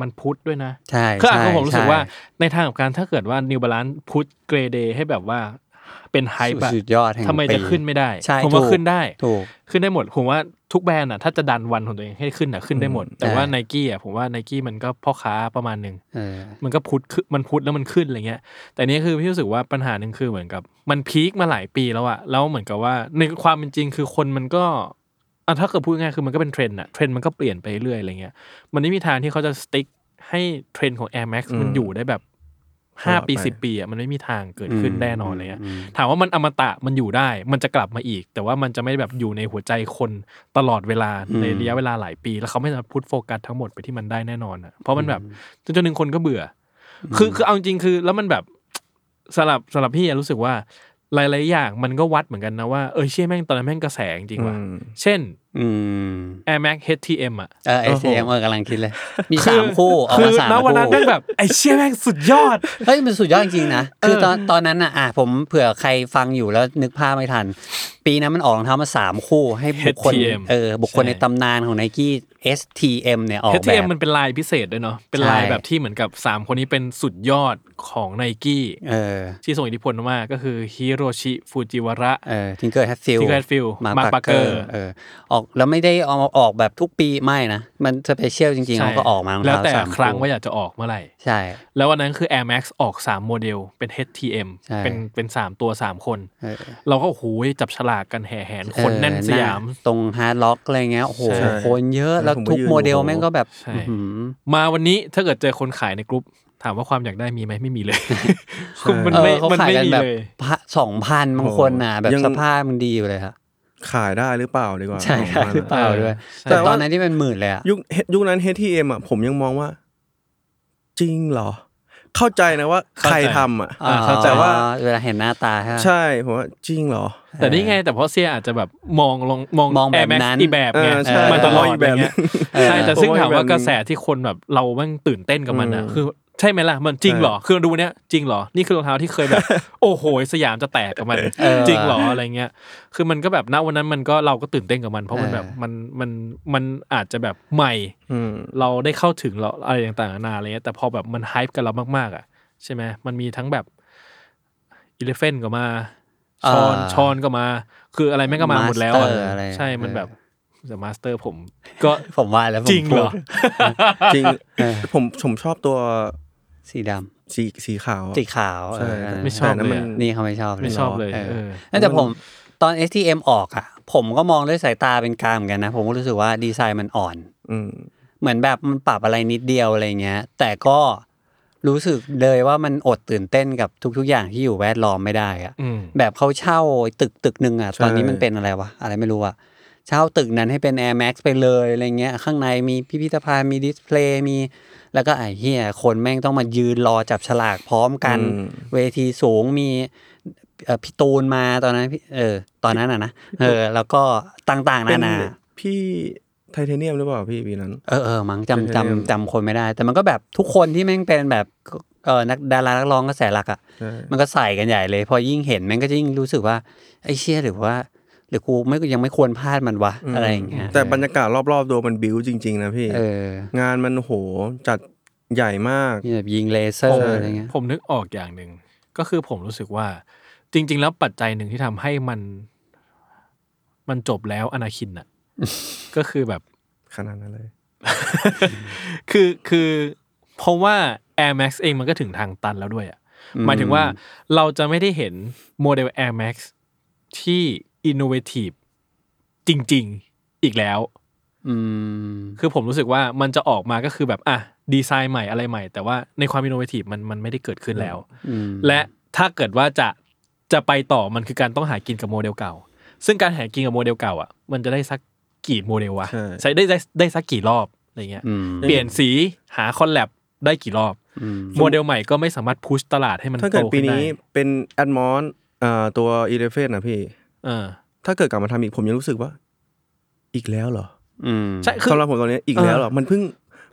D: มันพุทธด้วยนะ
C: ใช่
D: คืออ่ะ
C: ใช่
D: ผมรู้สึก
C: ใช่
D: ว่าในทางกลับการถ้าเกิดว่า New Balance พุทธเกรเดย์ให้แบบว่าเป็นไฮป์อะ
C: สุดยอดแห่ง
D: ทำไมจะ
C: ปี
D: ขึ้นไม่ได้
C: ใช่
D: ผมว่า
C: ถูก
D: ขึ้นได้
C: ถูก
D: ขึ้นได้หมด ผมว่าทุกแบรนด์อ่ะถ้าจะดันวันของตัวเองให้ขึ้นอ่ะขึ้นได้หมด แต่ว่า
C: ใช่
D: ไนกี้อ่ะผมว่าไนกี้มันก็พ่อค้าประมาณหนึ่ง
C: เออ
D: มันก็พุทธขึ้นมันพุทธแล้วมันขึ้นอะไรเงี้ย แต่นี่คือพี่รู้สึกว่าปัญหาหนึ่งคือเหมือนกับ มันพีคมาหลายปีแล้วอะแล้วเหมือนกับว่าในความเป็นจริงคือคนมันก็อ่ะถ้าเกิดพูดง่ายคือมันก็เป็นเทรนด์อะเทรนด์มันก็เปลี่ยนไปเรื่อยอะไรเงี้ย มันไม่มีทางที่เขาจะสติ๊กให้เทรนด์ของ Air Max มันอยู่ได้แบบห้าปีสิบปีอะมันไม่มีทางเกิดขึ้น
C: อืม
D: แน่นอนอะไรเลย
C: อืม
D: ถามว่ามันอมตะมันอยู่ได้ มันจะกลับมาอีก แต่ว่ามันจะไม่แบบอยู่ในหัวใจคนตลอดเวลาในระยะเวลาหลายปี แล้วเขาไม่สามารถพุทโฟกัสทั้งหมดไปที่มันได้แน่นอนอะเพราะมันแบบ จนจนหนึ่งคนก็เบื่ออคือคือเอาจริงๆคือแล้วมันแบบสำหรับสำหรับพี่อะรู้สึกว่า หลายๆอย่างมันก็วัดเหมือนกันนะว่าเออเชี่ยแม่งตอนนั้นแม่งกระแสจริงๆว่ะ
E: อืม
D: เช่น
C: อืม
D: Air Max HTM อ่ะ
C: เออเอ
E: โอ้
C: ส
E: โห
C: เอ็มเออกำลังคิดเลย มี
D: คื
C: สามคู่ออก
D: คือ
C: มาสาม
D: ณ
C: คู่
D: วันนั้นแม่งแบบไอ้เชี่ยแม่งสุดยอด
C: เฮ้ยมันสุดยอดจริงๆนะ คือ
D: เออ
C: ตอนตอนนั้นน่ะอ่ะผมเผื่อใครฟังอยู่แล้วนึกภาพไม่ทัน ปีนั้นมันออกรองเท้ามาสามคู่ให้บุคคล
D: HTM
C: เออบุคคล
D: ใช่
C: ในตำนานของไนกี้ STM เนี่ยออกแบบ
D: HTM มันเป็นลายพิเศษด้วยเนาะเป็น
C: ใช่
D: ลายแบบที่เหมือนกับ 3 คนนี้เป็นสุดยอดของไนกี้
C: เออ
D: ที่ส่งอิทธิพลมากก็คือฮิโรชิฟูจิวาระ
C: เออทิงเกอร์แฮตฟิล
D: Tinker Hatfield
C: มา
D: Mark
C: ปักเกอ
D: Parker
C: ร์เออออกแล้วไม่ได้เอามาออกแบบทุกปีไม่นะ มันสเปเชียลจริงๆเขาก็ออกมารอง
D: แล้ว
C: เท้า
D: แต่
C: สาม
D: ครั้งว่า
C: คู่
D: อยากจะออกเมื่อไหร่
C: ใช่
D: แล้ววันนั้นคือ Air Max ออก 3 โมเดล เป็น HTM
C: ใช่
D: เป็นเป็น3ตัว 3 คน
C: เออ
D: เราก็โอ้โหจับฉลากกันแห่แหน คนแน่น
C: เออ
D: สยาม
C: ตรงฮาร์ดล็อกอะไรเงี้ยโอ้โห
E: ใช่
C: คนเยอะแล้ว
E: ผมก็
C: ทุก
E: ยืน
C: โมเดล
E: โอ้โห
C: แม่งก็แบบ
D: ใช่
C: อื้อหือ
D: มาวันนี้ถ้าเกิดเจอคนขายในกลุ่มถามว่าความอยากได้มีไหมไม่มีเลย คือมัน
C: เอ
D: ไม่
C: อเขา
D: มัน
C: ขาย
D: ไม่
C: กัน
D: มี
C: แบบ
D: เลย
C: สองพันบางคนน่ะ แบบ
E: ยัง
C: สภาพมันดีอยู่เลยครับ
E: ขายได้หรือเปล่าดีกว่า
C: ใช่
E: ผมว่า
C: หรือ
E: นะ
C: เปล่า
D: เออ
C: ด้วย
D: ใช่
C: แต่
E: แต่ว่า
C: ตอนนั้นที่เป็นหมื่นเลยอ่ะ
E: ยุคยุคนั้น HTM อ่ะผมยังมองว่า จริงเหรอ เข้าใจนะว่าใครทำอ่ะ
D: อ่าเข้าใจ
E: แต่ว่า
C: เวลาเห็นหน้าตาใช่ไหม
E: ใช่ผมว่าจริงเหรอ
D: แต่นี่ไงแต่เพราะเซียอาจจะแบบมองลงมอง
C: มองแบบ
D: Air Max
C: นั้น
D: อีกแบบไง
E: เออใช่
D: มันตลอด
E: มองอีก
D: แบบ
E: แบบ
D: เงี้ย
C: เออ
D: ใช่แต่ซึ่ง
E: ผมว่า
D: ถาม
E: อีกแบบ
D: ว่ากระแสที่คนแบบเราแม่งตื่นเต้นกับมันนะ
E: อืม
D: คือใช่ไหมล่ะมันจริงเหรอคือดูเนี้ยจริงเหรอนี่คือรองเท้าที่เคยแบบ โอ้โหสยามจะแตกกับมัน
C: เออ
D: จริงเหรออะไรเงี้ย คือมันก็แบบณวันนั้นมันก็เราก็ตื่นเต้นกับมัน เพราะมันแบบ
C: เออ
D: มันมันมันอาจจะแบบใหม่
E: อืม
D: เราได้เข้าถึงเราอะไรต่างๆนานาอะไรเงี้ยแต่พอแบบมันไฮป์กันเรามากๆ อ่ะ ใช่ไหมมันมีทั้งแบบอีเลฟเฟนก็มาชอน
C: อ่า
D: ชอนก็มา คืออะไรแม่งก็มาหมดแล้วอ่ะ
C: Master อะไร
D: ใช่มันแบบ จะมาสเตอร์ผม ก็
C: ผมว่าแล้วผม
D: จริงเหรอ
C: พูด
E: จริง
C: เออ
E: ผมผมชอบตัว
C: สีดำ
E: สีสีขาวอะ
C: สีขาว
E: ใช่
C: เอออันนั้น
D: ไม่ชอบ
E: แต่นั้นมัน
D: เลยอะ
C: นี่เขาไม่ชอบ
D: ไม่ชอบเลย
C: หร
D: เออ
C: นั่นแต่ผมตอน STM ออกอ่ะ ผมก็มองด้วยสายตาเป็นกลางเหมือนกันนะ ผมก็รู้สึกว่าดีไซน์มันอ่อน
E: อืม
C: เหมือนแบบมันปรับอะไรนิดเดียวอะไรเงี้ย แต่ก็รู้สึกเลยว่ามันอดตื่นเต้นกับทุก ๆ อย่างที่อยู่แวดล้อมไม่ได้อะ
D: อืม
C: แบบเขาเช่าตึกตึกหนึ่งอะ
E: ใช่
C: ตอนนี้มันเป็นอะไรวะ อะไรไม่รู้อะเช่าตึกนั้นให้เป็น Air Max ไปเลยอะไรเงี้ย ข้างในมีพิพิธภัณฑ์มีดิสเพลย์มี แล้วก็ไอ้เหี้ยคนแม่งต้องมายืนรอจับฉลากพร้อมกัน
E: อืม
C: เวทีสูงมีเอ่อพี่ตูนมาตอนนั้นพี่เออ ตอนนั้นอะนะเออ แล้วก็ต่างๆ
E: เป็
C: นานา
E: พี่ไทเทเนียมหรือเปล่าพี่ปีนั้น
C: เออเออมั้ง
E: เป็น
C: จำ
E: เรื่อง
C: จำจำคนไม่ได้ แต่มันก็แบบทุกคนที่แม่งเป็นแบบเออนักดารานักร้องกระแสหลักอ่ะ
E: ใช่
C: มันก็ใส่กันใหญ่เลย พอยิ่งเห็นแม่งก็ยิ่งรู้สึกว่าไอ้เชี่ยหรือว่า หรือกูไม่ยังไม่ควรพลาดมันวะอะไรอย่างเงี้ย
E: แต่บรรยากาศรอบๆตัวมันบิวจริง ๆ นะพี่
C: เออง
E: านมันโหจัดใหญ่มาก
C: มีแบบยิงเลเซอ
E: ใช่
C: ร์อะไรเงี้ย
D: ผมนึกออกอย่างหนึ่งก็คือผมรู้สึกว่า จริง ๆ แล้วปัจจัยหนึ่งที่ทำให้มัน มันจบแล้วอนาคิน น่ะ ก็คือแบบ
E: ขนาดนั้นเลย
D: คือคือเพราะว่า Air Max เองมันก็ถึงทางตันแล้วด้วยอะหมายถึงว่าเราจะไม่ได้เห็นโมเดล Air Max ที่ innovative จริง ๆ อีกแล้ว
C: อืม
D: คือผมรู้สึกว่ามันจะออกมาก็คือแบบอ่ะดีไซน์ใหม่อะไรใหม่ แต่ว่าในความ innovative มันมันไม่ได้เกิดขึ้นแล้ว
C: อืม
D: และถ้าเกิดว่าจะจะไปต่อมันคือการต้องหากินกับโมเดลเก่า ซึ่งการหากินกับโมเดลเก่าอ่ะ มันจะได้สักกี่โมเดลวะ
E: ใช่
D: ใช้ได้ได้ได้สักกี่รอบอะไรเงี้ย
C: อืม
D: เปลี่ยนสีหาคอลแลบได้กี่รอบ
C: อืม
D: โมเดลใหม่ก็ไม่สามารถพุชตลาดให้มัน
E: ถ้า
D: โต
E: เกิดปี
D: ขึ้นได้
E: นี้เป็นแอดมอนตัวอีเลฟเฟนนะพี่
D: เออ
E: ถ้าเกิดกลับมาทำอีกผมยังรู้สึกว่า อีกแล้วเหรอ
C: อืม
D: ใช่คือ
E: สำหรับผมตอนนี้อีกแล้วเหรอ มันเพิ่ง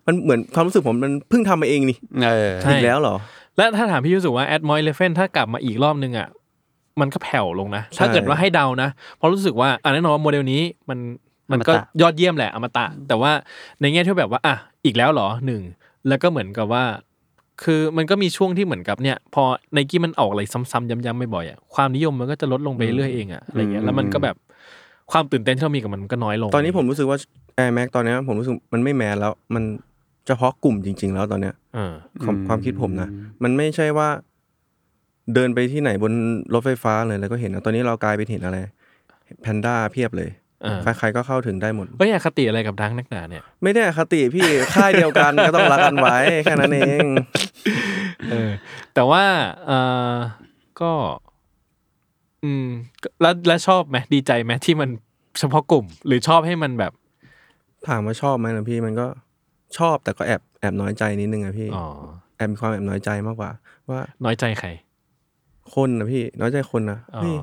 E: มันเหมือนความรู้สึกผมมันเพิ่งทำมาเองนี่
C: เออ
D: ใช่
E: อีกแล้วเหรอ
D: และถ้าถามพี่ยูสุว่าแอดมอยเลเฟนถ้ากลับมาอีกรอบนึงอ่ะมันก็แผ่วลงนะ ถ้าเกิดว่าให้เดานะ เพราะรู้สึกว่าอ่ะแน่นอนว่าโมเดลนี้มันมันก็ยอดเยี่ยมแหละอมตะ แต่ว่าในแง่ที่แบบว่าอ่ะอีกแล้วเหรอหนึ่งแล้วก็เหมือนกับว่า คือมันก็มีช่วงที่เหมือนกับเนี่ย พอไนกี้มันออกอะไรซ้ำๆย้ำๆไม่บ่อยๆอ่ะความนิยมมันก็จะลดลงไปเรื่อยเองอ่ะอะไรเงี้ยแล้วมันก็แบบความตื่นเต้นที่เรามีกับมันมันก็น้อยลง
E: ตอนนี้ผมรู้สึกว่า Air Max ตอนเนี้ยผมรู้สึกมันไม่แมสแล้ว มันเฉพาะกลุ่มจริง ๆ แล้วตอนเนี้ย
D: เออ
E: ความความคิดผมนะ มันไม่ใช่ว่า เดินไปที่ไหนบนรถไฟฟ้าเลยแล้วก็เห็นนะตอนนี้เรากลายเป็นเห็นอะไรแพนด้าเพียบเลย
D: เออ
E: ใครๆก็เข้าถึงได้หมด
D: เอ้ยอคติอะไรกับดังนักหนาเนี่ย
E: ไม่ได้อคติพี่ ค่ายเดียวกันก็ต้องรักกันไว้แค่นั้นเอง
D: เออ แต่ว่าเออก็ อืมก็แล้วแล้วชอบไหมดีใจไหมที่มันเฉพาะกลุ่ม หรือชอบให้มันแบบ
E: ถามว่าชอบไหมนะพี่มันก็ชอบแต่ก็แอบแอบน้อยใจนิดนึงอะพี่
D: อ๋อ
E: แอบมีความแอบน้อยใจมากกว่า ว่า
D: น้อยใจใคร
E: คนนะพี่ น้อยใจคนนะ
D: อ๋อ
E: เฮ้ย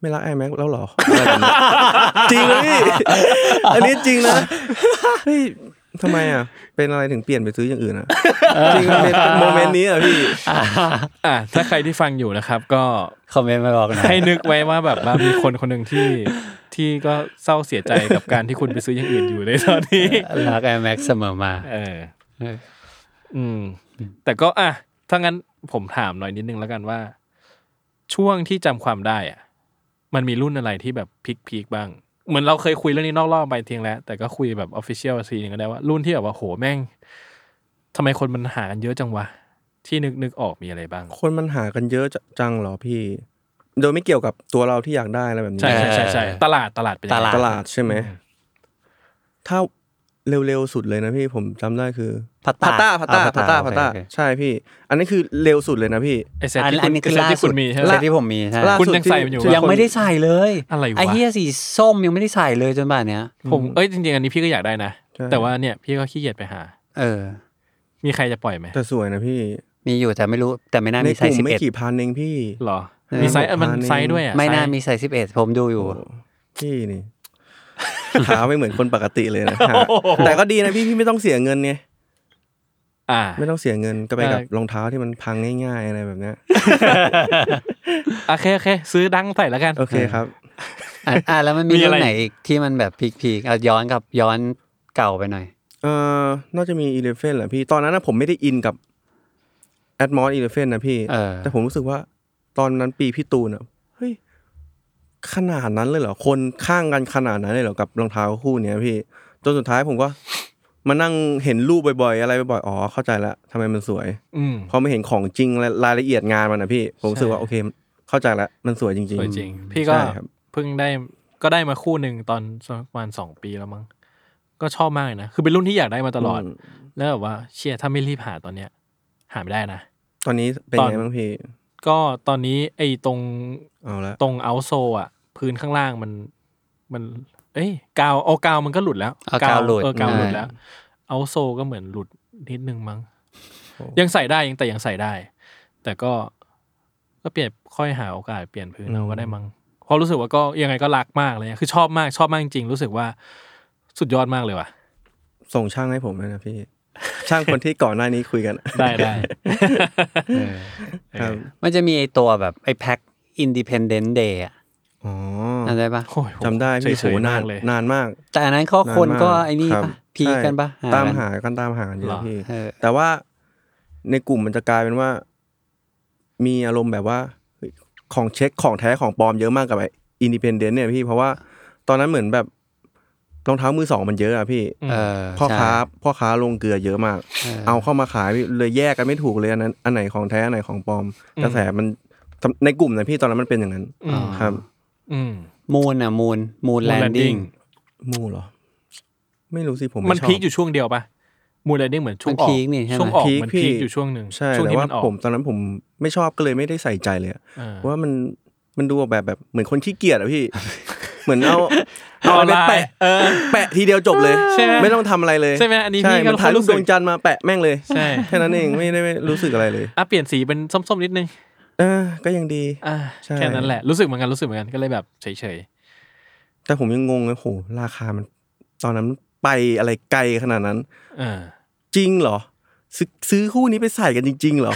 E: ไม่รักไอแม็กแล้วเหรออะไรแบบนี้ จริงนะพี่ อันนี้จริงนะเฮ้ยทำไมอ่ะ เป็นอะไรถึงเปลี่ยนไปซื้ออย่างอื่นอ่ะจริงมันเป็นเป็นโมเมนต์นี้อ่ะพี่
D: อ่ะถ้าใครที่ฟังอยู่นะครับ ก็
C: คอมเมนต์มาบอกหนะ
D: ให้นึกไว้ว่าแบบว่ามีคนคนหนึ่งที่ที่ก็เศร้าเสียใจกับการที่คุณไปซื้ออย่างอื่นอยู่ในตอนนี้
C: รักแอร์แม็กเสมอมา
D: เออ
C: เออ
D: อืม แต่ก็อ่ะ ถ้างั้นผมถามหน่อยนิดนึงแล้วกันว่า ช่วงที่จำความได้อ่ะ มันมีรุ่นอะไรที่แบบพีคพีคๆบ้าง เหมือนเราเคยคุยเรื่องนี้นอกรอบไปเทียงแล้ว แต่ก็คุยแบบออฟฟิเชียลทีนึงก็ได้ว่ารุ่นที่แบบว่าโหแม่งทำไมคนมันหากันเยอะจังวะ ที่นึกนึกออกมีอะไรบ้าง
E: คนมันหากันเยอะจังเหรอพี่ โดยไม่เกี่ยวกับตัวเราที่อยากได้อะไรแบบนี้
D: ใช่ใช่ใช่ใช่
C: เออ
D: ตลาดตลาดเป็นยัง
C: ต
D: ไง
C: ลา
E: ตลาดใช่ไหมถ้าเร็วๆสุดเลยนะพี่ผมจำได้คือ
C: พัต
E: พา
C: ตา
E: ต้าพาต้า
C: อ่
E: พาต้า
C: โอ
E: พา
C: เค
E: ต้า
C: โอเค
E: ใช่พี่ อันนี้คือเร็วสุดเลยนะพี่
D: ไอเซ็ต
C: อัน
D: ที่
C: อั
D: คุ
C: น
D: ณ
C: นี้คือ
D: เซ็ต
C: ล่า
D: ที่
C: สุ
D: คุ
C: ด
D: ณมีใช่ไหม
C: เซตที่ผมมีใช่
E: ล่าสุด
D: คุณยังใส่มันอยู่
E: ที่
C: ยังไม่ได้ใส่เลย
D: อะไรวะ
C: ไอ้เฮียสีส้มยังไม่ได้ใส่เลยจนป่านเนี้ย
D: ผมเอ้ยจริงๆอันนี้พี่ก็อยากได้นะ
E: ใช่
D: แต่ว่าเนี่ยพี่ก็ขี้เกียจไปหา
C: เออ
D: มีใครจะปล่อยไหม
E: แต่สวยนะพี่
C: มีอยู่แต่ไม่รู้แต่ไม่น่า
E: ใน
C: มี
E: ก
C: ไซ
E: ลุ่ม
C: ส์สิบ
E: ไม่
C: เอ็ด
E: กี่พันเองพี่
D: หรอ มีไซส์เออมัน
E: พันเอง
D: ไซส์ด้วยอ่ะ
C: ไม่น่า
D: ไซส์
C: มีไซส์สิบเอ็ดผมดูอยู่
E: พี่นี่ หาไม่เหมือนคนปกติเลยนะหาแต่ก็ดีนะพี่พี่ไม่ต้องเสียเงินไง
D: อ่า
E: ไม่ต้องเสียเงินก็ไปกับ
D: ได้
E: รองเท้าที่มันพังง่าย ๆ อะไรแบบเนี้ย
D: โอเคโอเค ซื้อดังใส่แล้วกัน
E: โอเคครับ
C: อ่ะอ่ะแล้วมันมี
D: มีอะ
C: รุ่
D: ไร
C: นไหนอีกที่มันแบบพีคๆอ่ะย้อนกับย้อนเก่าไปหน่อย
E: เอ่อน่าจะมีอีเลฟเฟนแหละพี่ตอนนั้นนะผมไม่ได้อินกับแอดมอสอีเลฟเฟนนะพี่
C: เออ
E: แต่ผมรู้สึกว่า ตอนนั้นปีพี่ตูนอ่ะเฮ้ย ขนาดนั้นเลยเหรอคนข้างกันขนาดนั้นเลยเหรอกับรองเท้าคู่เนี้ยพี่จนสุดท้ายผมก็มานั่งเห็นรูปบ่อยๆ อะไรบ่อยๆอ๋อเข้าใจละทำไมมันสวย
D: อืม
E: พอมาเห็นของจริงและรายละเอียดงานมันนะพี่ ผมรู้สึกว่า
D: ใช่
E: โอเค เข้าใจละมันสวยจริง
D: สวยจริง
C: อืม
D: พี่ก็
E: ใช่ครับ
D: เพิ่งได้ก็ได้มาคู่หนึ่งตอนประมาณสองปีแล้วมั้งก็ชอบมากเลยนะ คือเป็นรุ่นที่อยากได้มาตลอด
E: ม
D: แล้วแบบว่าเชียถ้าไม่รีบหาตอนเนี้ย หาไม่ได้นะ
E: ตอนนี้เป็น
D: ตอน
E: ไงบ้างพี่
D: ก็ตอนนี้ไอ้ตรง
E: เอาละ
D: ตรงเอาโซอ่ะ พื้นข้างล่างมันมัน เอ้ยกาวเอากาวมันก็หลุดแล้ว
C: เอากาวหลุด
D: เออกาวหลุด
C: ใช่
D: แล้วเอาโซก็เหมือนหลุดนิดนึงมั้งยังใส่ได้ยังแต่ยังใส่ได้ แต่ก็ก็เปลี่ยนค่อยหาโอกาสเปลี่ยนพื้นเอาก็ได้มั้งเพราะรู้สึกว่าก็ยังไงก็รักมากเลยอะคือชอบมากชอบมากจริงๆรู้สึกว่าสุดยอดมากเลยว่ะ
E: ส่งช่างให้ผมด้วยนะพี่ ช่างคนที่ก่อนหน้านี้คุยกัน
D: ได้ได้
E: ครับ
C: มันจะมีไอตัวแบบไอแพ็ค Independent Day อ่ะ
E: อ๋อ
C: จำได้ปะ
D: โอ้ยผม
E: จำได้พี่
D: เฉ
E: โห
D: ย
E: นาม
D: ๆาน กเลย
E: นานมาก
C: แต่อันนั้นข้อคนก็ไอนี่
E: ครับ
C: ปะพีค
E: ใช่
C: กันปะ
E: ตาม
C: กัน
E: หากันตามหากันอยู่
D: เหรอ
E: พี่
C: เออ
E: แต่ว่าในกลุ่มมันจะกลายเป็นว่า มีอารมณ์แบบว่าเฮ้ยของเช็คของแท้ของปลอมเยอะมากกับไอินดิเพนเดนต์เนี่ยพี่เพราะว่าตอนนั้นเหมือนแบบรองเท้ามือสองมันเยอะอะพี่
D: อืม
C: เออ
E: พ่อค้า
C: ใช่
E: พ่อค้าลงเกลือเยอะมาก
C: เออ
E: เอาเข้ามาขายเลยแยกกันไม่ถูกเลยอันนั้นอันไหนของแท้อันไหนของปลอม
D: อืม
E: กระแสมันในกลุ่มนะพี่ตอนนั้นมันเป็นอย่างนั้น
D: อืม
E: ครับ
D: อืม
C: มูนอ่ะมูนมูน
D: Moon
C: แลนดิ้ง
D: Landing
E: มู่เหรอ ไม่รู้สิผม
D: มัน
E: ไชบ
D: พีคอยู่ช่วงเดียวปะมูนแลนดิ้งเหมือนช่วงออ
C: มัน
D: ก
C: พีคนี่ใช่ไหม
D: ช่วงออก
E: พีค
D: มัน
E: พี่
D: พีคอยู่ช่วงหนึ่ง
E: ใช่
D: ช่วง
E: แต่
D: ที่
E: ว่า
D: มันออก
E: ผมตอนนั้นผมไม่ชอบก็เลยไม่ได้ใส่ใจเลยอะ
D: เออ
E: เพราะว่ามันมันดูออกแบบแบบเหมือนคนขี้เกียจอะพี่ เหมือนเอาเอาอะไรไปแปะ
D: เออ
E: แปะทีเดียวจบเลย
D: ใช่ไหม
E: ไม่ต้องทำอะไรเลย
D: ใช่ไหมอันนี้
E: ใช่
D: พี่ก็
E: มันถ่ายรูป
D: รู้สึ
E: ด
D: ก
E: วงจันทร์มาแปะแม่งเลย
D: ใช่
E: แค่นั้นเองไม่ได้ไม่รู้สึกอะไรเลย
D: อ่ะเปลี่ยนสีเป็นส้มๆนิดนึง
E: เออก็ยังดี
D: อ่า
E: ใช่
D: แค่นั้นแหละรู้สึกเหมือนกันรู้สึกเหมือนกันก็เลยแบบเฉย
E: แต่ผมยังงงเลยโหราคามัน ตอนนั้นไปอะไรไกลขนาดนั้น
D: ๆเออ
E: จริงเหรอ ซื้อซื้อคู่นี้ไปใส่กันจริง ๆ เหรอ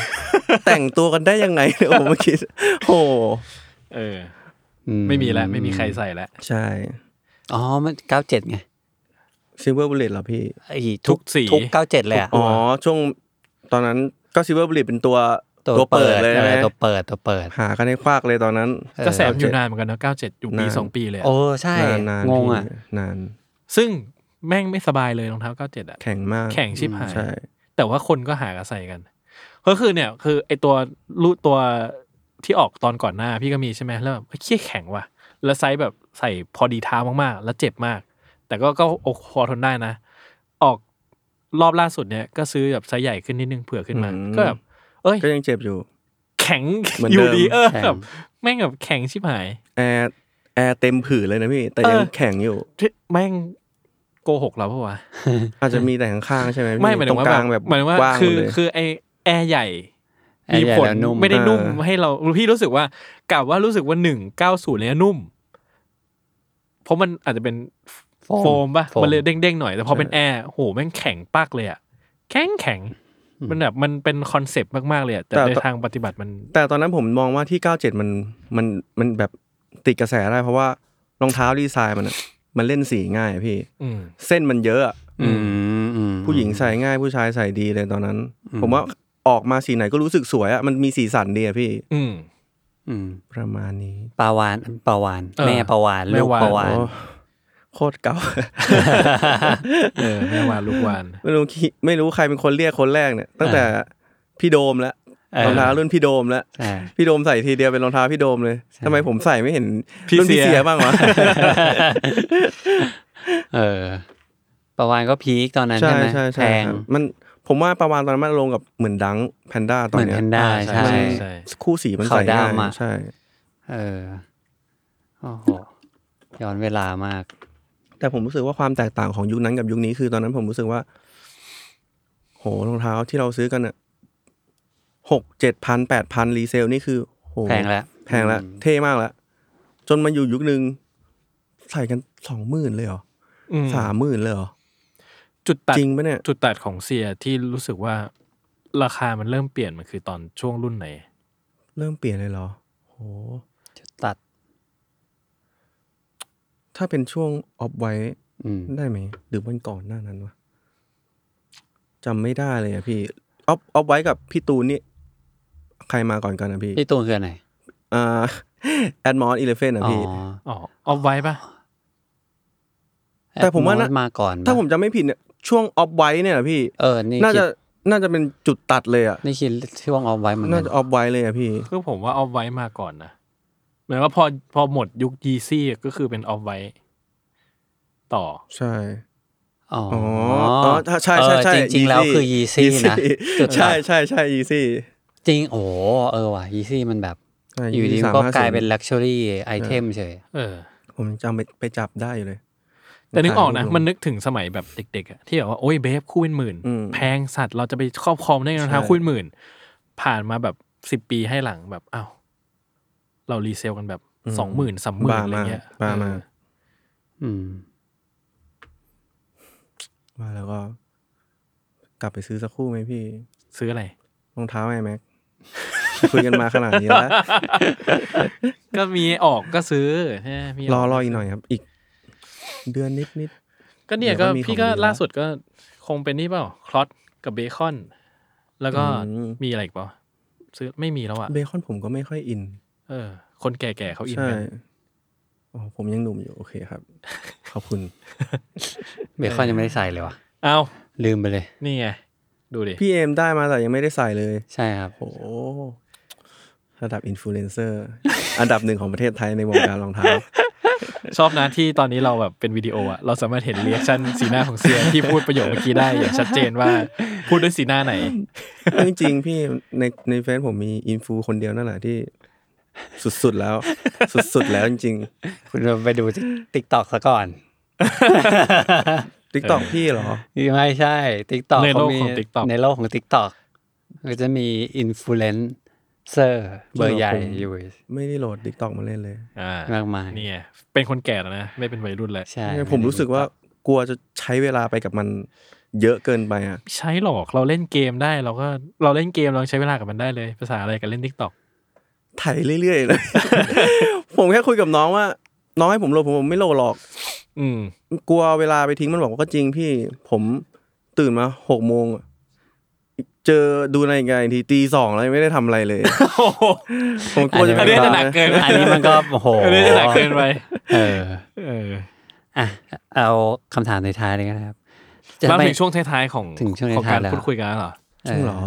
E: แต่งตัวกันได้ยังไงเนี่ยผมมาคิดโอ้
D: เออ
C: อื
D: ไม่มีแล้วไม่มีใครใส่แล้ว
E: ใช่
C: อ๋อมันเก้าเจ็ดไง
E: ซิลเวอร์บุลเลตเหรอพี่
C: ไอ้
D: ทุกสี
C: ทุกเก้าเจ็ดเลยอ่ะ
E: อ๋อ ช่วงตอนนั้นก็ซิลเวอร์บุลเลตเป็นตัวเลย
C: อ
E: นะ
C: อตัวเปิดตัวเปิด
E: หากันให้ควักเลยตอนนั้น
D: กระแสมันอยู่
E: เออ
D: นานเหมือนกันเนอะ97 อยู่ปี 2 ปีเลยอะ
C: โอ้ใช่
E: นานนาน
C: งงอ่ะ
E: พี่นาน
D: ซึ่งแม่งไม่สบายเลยรองเท้า 97 อ่ะ
E: แข็งมาก
D: แข็งชิบหาย
E: ใช่
D: แต่ว่าคนก็หากระใส่กัน ก็คือเนี่ย คือไอตัวรูตัวที่ออกตอนก่อนหน้าพี่ก็มีใช่ไหมแล้วแบบเฮ้ยเขี้ยแข็งว่ะ แล้วไซส์แบบใส่พอดีเท้ามากๆ แล้วเจ็บมาก แต่ก็ก็โอพอทนได้นะ ออกรอบล่าสุดเนี่ยก็ซื้อแบบไซส์ใหญ่ขึ้นนิดนึงเผื่อขึ้นมา ก็แบบเอ้ย
E: ก็ยังเจ็บอยู่
D: แข็ง
E: เหมือน
D: อยู่
E: เดิม
D: ดีเออ
C: แข็ง
D: แบบแม่งแบบแข็งชิบหาย
E: แอร์แอร์เต็มผืนเลยนะพี่ แต่ยัง
D: เออ
E: แข็งอยู่
D: แม่งโกหกเราปะวะ
E: อาจจะมีแต่ข้างๆใช่ไหมพี่
D: ไม่หมาย
E: ต
D: ถึ
E: รง ง
D: ว่าก แบ
E: ลา
D: บ
E: งแบบ
D: หมายถึงว่าก
E: ว้างห
D: คื
E: ม
D: อ
E: ดเลย
D: คือไอแอร์ใหญ่
C: แอร์
D: มี
C: ใหญ่
D: ผล
C: แล้วนุ่ม
D: ไม่ได้นุ่ม
E: เออ
D: ให้เราพี่รู้สึกว่ากล่าวว่ารู้สึกว่าหนึ่งเก้าศูนย์เนี่ยนุ่ม เพราะมันอาจจะเป็นโฟมป่ะ
C: โฟ
D: มันเลยเด้งๆหน่อยแต่พอเป็นแอร์โหแม่งแข็งปักเลยอะแข็งแข็ง
C: อืม
D: มันแบบมันเป็นคอนเซปต์มากๆเลยอะแต่
E: แต่
D: ในทางปฏิบัติมัน
E: แต่ตอนนั้นผมมองว่าที่ 97 มันมันมันแบบติดกระแสได้เพราะว่ารองเท้าดีไซน์มันอะมันเล่นสีง่ายอะพี่
D: อืม
E: เส้นมันเยอะอะ
D: อื
C: อืมอืม
E: ผู้หญิงใส่ง่ายผู้ชายใส่ดีเลยตอนนั้น
C: อืม
E: ผมว่าออกมาสีไหนก็รู้สึกสวยอะมันมีสีสันดีอะพี่
D: อืม
C: อืม
E: ประมาณนี้
C: ปลาวานปลาวาน
D: เออ
C: แม่ปลาวาน
D: แม่
C: ลูก
D: วาน
C: ปลาวาน
E: โอ้โคตรเก่า
D: เออแม่วานลูกวาน
E: ไม่รู้คิไม่รู้ใครเป็นคนเรียกคนแรกเนี่ย ตั้งแต่พี่โดมแล้ว
C: เออ
E: รองเท้ารุ่นพี่โดมแล้ว
C: ใช่
E: พี่โดมใส่ทีเดียวเป็นรองเท้าพี่โดมเลย
C: ใช่
E: ทำไมผมใส่ไม่เห็น
D: พี่
E: รุ่น
D: เสี
E: พี่
D: ย
E: เสียบ้างวะ
C: เออปลาวานก็พีคตอนนั้นใช่ไหมแพง
E: ครับมันผมว่าประวานตอนนั้นมันลงกับเหมือนดังแพนด้าต
C: เห
E: อน
C: มือนแพ
E: เนี้ย
C: นด้าใช่
D: ใช่ใช่
E: คู่สีมัน
C: ขาว
E: ใส่ง่าย
C: ดำอะ
E: ใช่
C: เออโอ้โหย้อนเวลามาก
E: แต่ผมรู้สึกว่าความแตกต่างของยุคนั้นกับยุคนี้คือตอนนั้นผมรู้สึกว่า โหรองเท้าที่เราซื้อกันอะหกเจ็ดพันแปดพันรีเซลนี่คือโห
C: แพงแล้ว
E: แพงแล้วเท่มากแล้วจนมันอยู่ยุคนึงใส่กันสองหมื่นเลยเหรอ
D: อืม
E: สามหมื่นเลยเหรอ
D: จุดตัด
E: จริงปะเนี่ย
D: จุดตัดของเซียที่รู้สึกว่าราคามันเริ่มเปลี่ยนมันคือตอนช่วงรุ่นไหน
E: เริ่มเปลี่ยนเลยเหรอโห
C: จุดตัด
E: ถ้าเป็นช่วงออฟไว้
C: อืม
E: ได้ไหมหรือวันก่อนหน้านั้นวะจำไม่ได้เลยอะพี่ออฟออฟไว้กับพี่ตูนนี่ใครมาก่อนกันนะพี่
C: พี่ตูนคืออะไร
E: อ่า แอดมอนอีเลฟเฟนอะพี่
C: อ๋อ
D: อ๋อออฟไว้ปะ
E: แต่ผมว่าน่ะ
C: แอดมาก่อนปะ
E: ถ้าผมจำไม่ผิดเนี่ยช่วงออฟไว้เนี่ยนะพี่
C: เออนี่
E: น่า
C: คิ
E: จะ
C: ด
E: น่าจะเป็นจุดตัดเลยอ่ะ
C: นี่คิดช่วงเอาไว้เหมือน
E: น่า
C: กัน
E: จะออฟไว้เลยอ่ะพี่
D: คือผมว่าออฟไว้มาก่อนนะเหมือนว่าพอพอหมดยุคยีซี่ก็คือเป็นออฟไว้ต่อ
E: ใช่
C: อ๋อ
E: อ๋
C: อ๋
E: ออ๋อใช่ใช่ใช่
C: เออจริงๆแล้วคือยีซี่ นะจุดตัด
E: ใช่ใช่ใช่ยีซี่
C: จริงโอ้เออว่ะยีซี่มันแบบ
E: อ่า
C: อยู่ดี
E: 2350
C: ก็กลายเป็นลักชัวรี่ไอเทมเฉย
D: เออ
E: ผมจำไปไปจับได้อยู่เลย
D: แต่นึกออกนะ มันนึกถึงสมัยแบบเด็กๆอะที่แบบว่า โอ้ยเบฟคู่เป็นหมื่น
E: อืม
D: แพงสัตว์เราจะไปครอบครองได้รองเท้า
E: ใช่
D: คู่เป็นหมื่น ผ่านมาแบบสิบปีให้หลังแบบอ้าวเรารีเซลกันแบบสองหมื่นสามหมื่น
E: บ้า
D: อะไร
E: มาก
D: เงี้ย
E: บ้า
D: เออ
E: มาก
C: อืม
E: มาแล้วก็ กลับไปซื้อสักคู่ไหมพี่
D: ซื้ออะไร
E: รองเท้าไอแม็ก คุยกันมาขนาดนี้ แล้ว
D: ก็มีออกก็ซื้อใช่ไหมมี
E: รอก รออีกหน่อยครับ อีก เดือนนิดนิด
D: ก็เนี่ย
E: เดี๋
D: ก็
E: ยวก็มี
D: พี่
E: ของ
D: ก็
E: ดีแล้ว
D: ล่าสุดก็คงเป็นนี่เปล่าคลอสกับเบคอน แล้วก็
E: อืม
D: มีอะไรอีกเปล่าซื้อไม่มีแล้วอ่ะ
E: เบคอนผมก็ไม่ค่อยอิน
D: เออ คนแก่ๆเขาอิน
E: ใช่
D: กัน
E: อ๋อผมยังหนุ่มอยู่ โอเคครับ ขอบคุณ
C: เบคอนยังไม่ได้ใส่เลยว่ะ
D: เอา
C: ลืมไปเลย
D: นี่ไง ดูดิ
E: พี่เอมได้มาแต่ยังไม่ได้ใส่เลย
C: ใช่ครับ
E: โอ้โหระดับอินฟลูเอนเซอร์ อันดับหนึ่งของประเทศไทยในวงการรองเท้า
D: ชอบนะที่ตอนนี้เราแบบเป็นวิดีโออะเราสามารถเห็นเรีแอคชั่นสีหน้าของเซียนที่พูดประโยคเมื่อกี้ได้อย่างชัดเจน ว่าพูดด้วยสีหน้าไหน
E: จริงๆพี่ในในเฟซผมมีอินฟูคนเดียวนั่นแหละที่ สุดๆแล้ว สุดๆแล้วจริง
C: คุณไปดูติ๊กตอกซะก่อน
E: ๆ t ิ k กต k อกพี่เหรอ
C: ไม่ใช่ ติ๊กตอก
D: ในโลกของ TikTok
C: ในโลกของติ๊กตอกก็จะมีอินฟลูเอนเซอร์เบอร์ใหญ่
E: จริงเหรอผ
C: อ
E: ม
C: ยู่
E: ไม่ได้โหลด t ิ k กต k อกมาเล่นเลย
D: อ่าม
C: ากมาย
D: นี่ไงเป็นคนแก่แล้วนะ ไม่เป็นวัยรุ่นแล้ว
C: ใช่
E: ผมรู้สึกว่ากลัวจะใช้เวลาไปกับมันเยอะเกินไปอ่ะ
D: ใช้หรอกเราเล่นเกมได้เราก็เราเล่นเกมเราใช้เวลากับมันได้เลย ภาษาอะไรกันเล่นทิกตอก
E: ไถเรื่อยๆเลย ผมแค่คุยกับน้องว่า น้องให้ผมโหลดผมบอกไม่โหลดหรอก
D: อืม
E: กลัวเวลาไปทิ้งมันบอกว่าก็จริงพี่ ผมตื่นมาหกโมงอะเจอดูในาฬิกาอีกทีตีสองแล้วยังไม่ได้ทำอะไรเลย ผมกลัวจะ
C: อั
E: เป็น น
C: นี้
E: แบ
D: อั
E: บ
C: มัน
E: นั้
C: ก็
E: น
D: เกินไป
C: อันนี้มันก็โอ้โห
D: เล่นจะหนักเกินไป
C: เออ
D: เออ
C: อ่ะเอาคำถามในท้ายเลยนะครับ
D: เราถึงช่วงท้ายๆของ
C: ถึงช่วง
D: ของ
C: ท้ายๆ
D: การ
C: แล้ว
D: พูดคุยกันแล้วเหรอ
C: เ
E: จริงเหรอ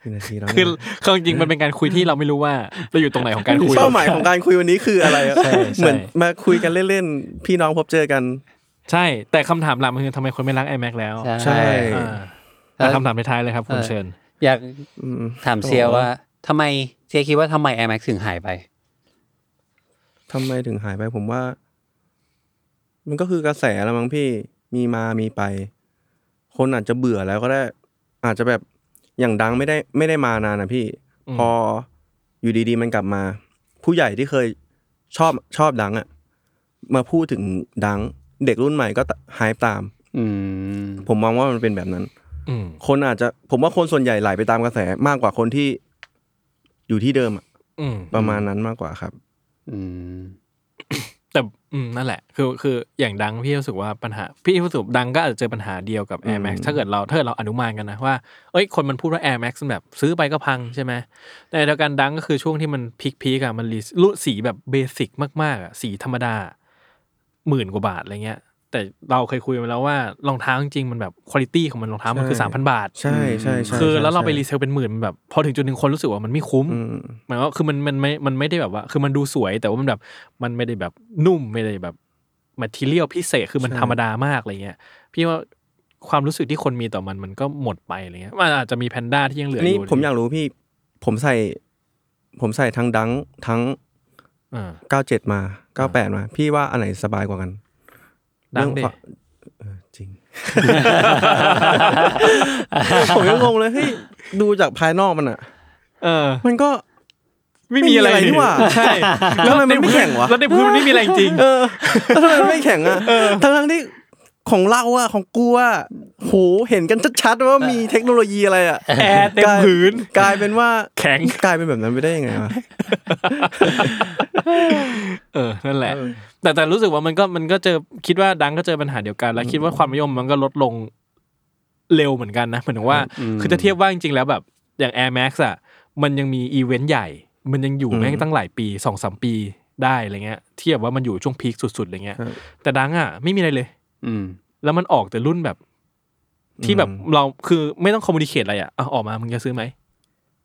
E: กี่นาทีแล้ว
D: คือคือจริงๆมันเป็นการคุยที่เราไม่รู้ว่าเราอยู่ตรงไหนของการคุย
E: เป้าหมายของการคุยวันนี้คืออะไรอะ
D: ใช่ใช่
E: เหมือนมาคุยกันเล่นๆพี่น้องพบเจอกัน
D: ใช่แต่คำถามหลักมันคือทำไมคนไม่รัก iMac แล้ว
E: ใช่
C: ใช่
D: อ่าอ่ะคำถามท้ายๆเลยครับคุณ
C: เออ
D: เชิญ
C: อยาก
E: อืม
C: ถามเซีย
E: โอ้
C: ว่าทำไมเซียคิดว่าทำไม Air Max ถึงหายไป
E: ทำไมถึงหายไปผมว่า มันก็คือกระแสแล้วมั้งพี่มีมามีไป คนอาจจะเบื่อแล้วก็ได้ อาจจะแบบอย่างดังไม่ได้ไม่ได้มานานนะพี่
D: อืม
E: พออยู่ดีๆมันกลับมา ผู้ใหญ่ที่เคยชอบชอบดังอะมาพูดถึงดัง เด็กรุ่นใหม่ก็หายตาม
C: อืม
E: ผมมองว่ามันเป็นแบบนั้น
D: อืม
E: คนอาจจะผมว่าคนส่วนใหญ่ไหลไปตามกระแสมากกว่าคนที่อยู่ที่เดิมอะ
D: อืม
E: ประมาณนั้นมากกว่าครับ
C: อืม
D: แต่อืมนั่นแหละ คือคืออย่างดังพี่รู้สึกว่าปัญหา พี่รู้สึกดังก็อาจจะเจอปัญหาเดียวกับ Air Max
E: อืม
D: ถ้าเกิดเราถ้าเกิดเราอนุมานกันนะว่าเอ้ยคนมันพูดว่า Air Max มันแบบซื้อไปก็พังใช่ไหมแต่เดียวกันดังก็คือช่วงที่มันพีคพีกอะมันรีลุสีแบบเบสิกมากๆอะสีธรรมดาหมื่นกว่าบาทอะไรเงี้ย แต่เราเคยคุยมาแล้วว่ารองเท้าจริงๆมันแบบคุณภาพของมันรองเท้ามันคือสามพันบาท
E: ใช่ใช่ใช่
D: คือแล้วเราไป
E: ใช่
D: รีเซลเป็นหมื่นมันแบบพอถึงจุดหนึ่งคนรู้สึกว่ามันไม่คุ้ม
E: อืม
D: หมายว่าคือมันมันไม่มันไม่ได้แบบว่า คือมันดูสวยแต่ว่ามันแบบมันไม่ได้แบบนุ่มไม่ได้แบบมาทีเรียพิเศษคือมัน
E: ใช่
D: ธรรมดามากอะไรเงี้ยพี่ว่าความรู้สึกที่คนมีต่อมันมันก็หมดไปอะไรเงี้ยมันอาจจะมีแพนด้าที่ยังเหลือ
E: อัน
D: อ
E: นี้
D: ยู่
E: ผมอยากรู้พี่ ผมใส่ ผมใส่ทั้งดังทั้ง
D: อ่า
E: 97 มา 98 มา พี่ว่าอันไหนสบายกว่ากัน
D: ดังดิ
E: เรื่องความเออจริง ผมยังงงเลยเฮ้ยดูจากภายนอกมันอ่ะ
D: เออ
E: มันก็
D: ไม่มีอะไร
E: ไม่มีอะไรนี่หว่า
D: ใช่
E: แล้วทำไมมันไม่แข็งวะ
D: แล้วในพื้นมันไม่มีอะไรจริง
E: เออแล้วทำไมไม่แข็งอ่ะทั้งทั้งๆที่ของเราอ่ะของกูอ่ะโหเห็นกันชัดๆว่ามีเทคโนโลยีอะไรอ่ะ
D: แอร์เต็มพื้น
E: กลายเป็นว่า
D: แข็ง
E: กลายเป็นแบบนั้นไปได้ยังไงวะ
D: เออ นั่นแหละ
E: เออ
D: แต่แต่รู้สึกว่ามันก็มันก็เจอคิดว่าดังก็เจอปัญหาเดียวกัน แล้วคิดว่าความนิยมมันก็ลดลงเร็วเหมือนกันนะเหมือนถึงว่า
C: อืม
D: คือถ้าเทียบว่าจริงๆแล้วแบบอย่าง Air Max อ่ะ มันยังมีอีเวนต์ใหญ่ มันยังอยู่
E: อืม
D: แม่งตั้งหลายปีสองสามปีได้อะไรเงี้ย เทียบว่ามันอยู่ช่วงพีคสุดๆอะไรเงี้ย
E: ครับ
D: แต่ดังอ่ะไม่มีอะไรเลย
C: อืม
D: แล้วมันออกแต่รุ่นแบบ ที่แบบเราคือไม่ต้องคอมมูนิเคตอะไรอ่ะเอาออกมามึงจะซื้อไหม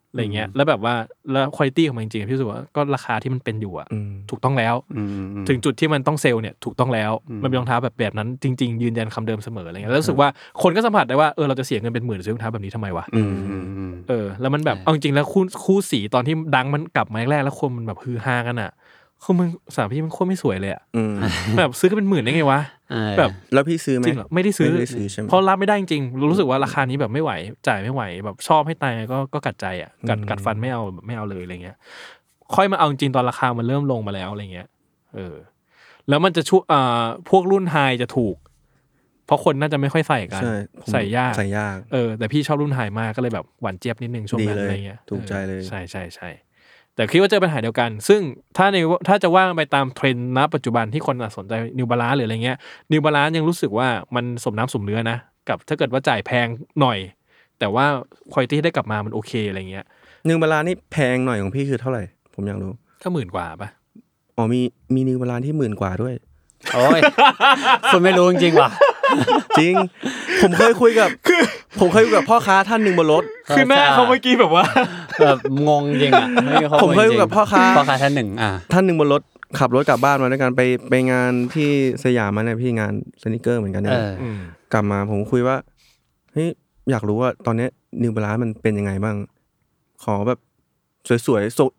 D: อะไรเงี้ย แล้วแบบว่าแล้วคุณภาพของมันจริงๆพี่รู้สึกว่าก็ราคาที่มันเป็นอยู่อ่ะ
E: อืม
D: ถูกต้องแล้ว
C: อืมอืม
D: ถึงจุดที่มันต้องเซลล์เนี่ยถูกต้องแล้ว
C: อืม
D: มันเป็นรองเท้าแบบแบบนั้นจริง ๆ ยืนยันคำเดิมเสมออะไรเงี้ยแล้วรู้สึกว่าคนก็สัมผัสได้ว่าเออเราจะเสียเงินเป็นหมื่นซื้อรองเท้าแบบนี้ทำไมวะ
E: อืม
C: อืมอืม
D: เออแล้วมันแบบ
C: ใช่
D: เอาจริงๆแล้วคู่คู่สีตอนที่ดังมันกลับมาแรกๆแล้วคนมันแบบฮือฮากันอ่ะคือมึงสามพี่มันโคตรไม่สวย เลยอ่ะ
E: อืม
D: แบบซื้อกันเป็นหมื่นได้ไงวะ
C: เออ
D: แบบ
E: แล้วพี่ซื้อไหม
D: จริงเหรอไม่ได้ซื้อ
E: ไม่ได้ซื้อใช่ไหม
D: เพราะรับไม่ได้จริงๆรู้สึกว่าราคานี้แบบไม่ไหว จ่ายไม่ไหว แบบชอบให้ตายก็ก็กัดใจอ่ะกัด
E: อืม
D: กัดฟันไม่เอาไม่เอาเลยอะไรเงี้ย ค่อยมาเอาจริงๆตอนราคามันเริ่มลงมาแล้วอะไรเงี้ย เออ แล้วมันจะช่วอ่าพวกรุ่นไฮจะถูก เพราะคนน่าจะไม่ค่อยใส่กัน
E: ใช่ผม
D: ใส่ยาก
E: ใส่ยาก
D: เออแต่พี่ชอบรุ่นไฮมากก็เลยแบบหวานเจี๊ยบนิดนึงช่วงนั้น
E: ดีเลย
D: อะไรเงี้ย
E: ถูกใจเล
D: อ
E: ย
D: อใช่ใช่ใช่แต่คิดว่าเจอปัญหาเดียวกัน ซึ่งถ้าในถ้าจะว่าไปตามเทรนด์ณปัจจุบันที่คนสนใจนิวบาลานหรืออะไรเงี้ยนิวบาลานยังรู้สึกว่ามันสมน้ำสมเนื้อนะกับถ้าเกิดว่าจ่ายแพงหน่อย แต่ว่าคุณภาพได้กลับมามันโอเคอะไรเงี้ย
E: นิวบาลานนี่แพงหน่อยของพี่คือเท่าไหร่ ผมอยากรู้
D: ก็หมื่นกว่าปะ
E: อ๋อมีมีนิวบาลานที่หมื่นกว่า ด้วย
C: โอ้ยคุณไม่รู้จริงๆว่ะ
E: จริง ผมเคยคุยกับ ผมเคยคุยกับพ่อค้าท่านหนึ่งบนรถ
D: คือหน้าเขาเมื่อกี้แบบว่า
C: แบบงงจริงอ่ะไข้อล
E: ผมเคยคุยกับ
C: จริง
E: พ่อค้า
C: พ่อค้าท่านหนึ่งอ่ะ
E: ท่านหนึ่งบนรถขับรถกลับบ้านมาด้วยกันไปไปงานที่สยามมาเนี่ยพี่งานสนิเกอร์เหมือนกันเนี่
C: เอย อ
D: อืม
E: กลับมาผมคุยว่าเฮ้ยอยากรู้ว่าตอนเนี้นิวบาลานมันเป็นยังไงบ้าง ขอแบบสวยๆส่ง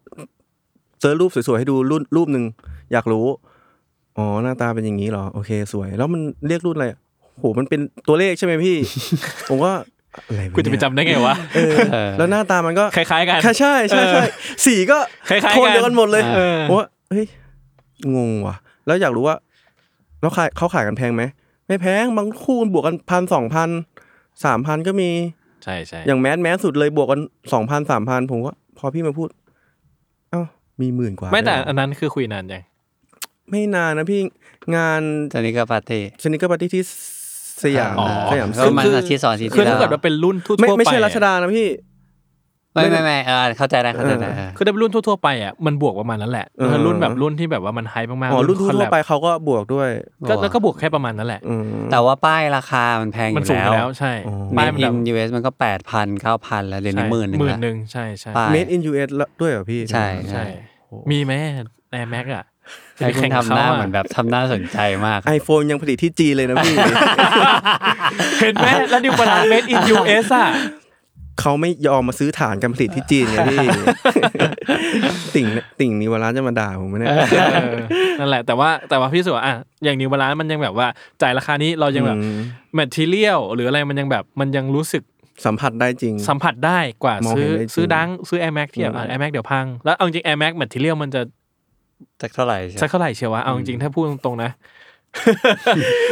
E: เจอรูปสวยๆให้ดูรุ่นรูปหนึ่งอยากรู้ อ๋อหน้าตาเป็นอย่างนี้เหรอโอเค สวย แล้วมันเรียกรุ่นอะไรโหมันเป็นตัวเลขใช่ไหม พี่ ผมก็อะไรว
D: กูจะไปจำได้ไงวะ
E: เออ
C: เออ
E: แล้วหน้าตามันก็
D: คล้ายๆกัน
E: ใช่ใช่ใช่ใช่สีก็
D: คล้ายๆกัน
E: โทนเดียวกันหมดเลย
D: เออ
E: ผมว่าเฮ้ยงงว่ะ แล้วอยากรู้ว่า แล้วขายเขาขายกันแพงไหมไม่แพงบางคู่บวกกันพันสองพันสามพันก็มี
D: ใช่ใช่
E: อย่างแมสแมสสุดเลยบวกกันสองพันสามพันผมว่าพอพี่มาพูด เอ้ามีหมื่นกว่า
D: ไม่แต่
E: ด้วยเหร
D: อั
E: อน
D: นั้นคือคุยนานยัง
E: ไม่นานนะพี่งาน
C: ตอนนี้ก็ปาร์ตี้
E: สนิเกอร์ปาร์ตี้ที่สยาม
C: อ๋อ
E: สยาม
C: ก็มันอาทิตย์สองอาทิตย์
D: คือ
C: ที่แล้
D: ถ้าว เกิดว่าเป็นรุ่นทั่วๆไป
E: ไม่ไม่ใช่รัช
D: อะ
E: ดานะพี่
C: ไม่ไม่ไม่เออเข้าใจได้เข้าใจได้เออ
D: คือถ้าเป็นรุ่นทั่วๆไปอ่ะมันบวกประมาณนั้นแหละ
E: เออ
D: ถ้ารุ่นแบบรุ่นที่แบบว่ามันไฮป์มากๆ
E: อ๋อรุ่นทั่
D: คอลแล
E: ว
D: บ
E: ๆไปเขาก็บวกด้วย
D: ก็
C: อ๋อ
D: แล้วก็บวกแค่ประมาณนั้นแหละ
E: อืม
C: แต่ว่าป้ายราคามันแพงอ
D: มัน
C: ยู่
D: สูงอยู่
C: แล้
D: แล้ว วใช่
E: อ๋อ
D: ป้า
C: ป้าย ยอิ
D: มันแบบ
C: นยูเอสมันก็แปดพันเก้าพันแล้วเดี๋ยวนี้หมื่นหนึ่ง
D: หมื่น
C: ละ
D: หนึ่งใช่ใช่
C: ป้าย
E: เมดอินยูเอสด้วยเหรอพี่
C: ใช่
D: ใช่
C: ใช่
D: มีไหมแอร์แม็กอ่ะ
C: ใช่คุณทำหน้าเหมือนแบบทำหน้าสนใจมาก
E: ไอโฟนยังผลิตที่จีนเลยนะพี่
D: เห็นไหมแล้วดิวบาลานเมดอินยูเอสอ่ะ
E: เขาไม่ยอมมาซื้อฐานการผลิตที่จีนไงพี่ ติ่งติ่งนิวร้านจะมาด่าผมไหมเนี่ย
D: นั่นแหละแต่ว่าแต่ว่าพี่รู้สุว่าอ่ะอย่างนิวบาลานมันยังแบบว่าจ่ายราคานี้เรายังแบบ
E: อืม
D: แมทเทียลหรืออะไรมันยังแบบมันยังรู้สึก
E: สัมผัสได้จริง
D: สัมผัสได้กว่าม
E: อง
D: ซื้อ
E: เห็
D: น
E: ได้จริง
D: ซื้อดังซื้อ Air Max ที่แบบ
E: อืม
D: แอร์แม็กเดี๋ยวพังแล้วเอาจริงแอร์แม็กแมทเทียลมันจะ
C: จากเท่าไหร่ใช่
D: สักเท่าไหร่เชียววะ เอาจริงๆ ถ้าพูด ตรงๆ นะ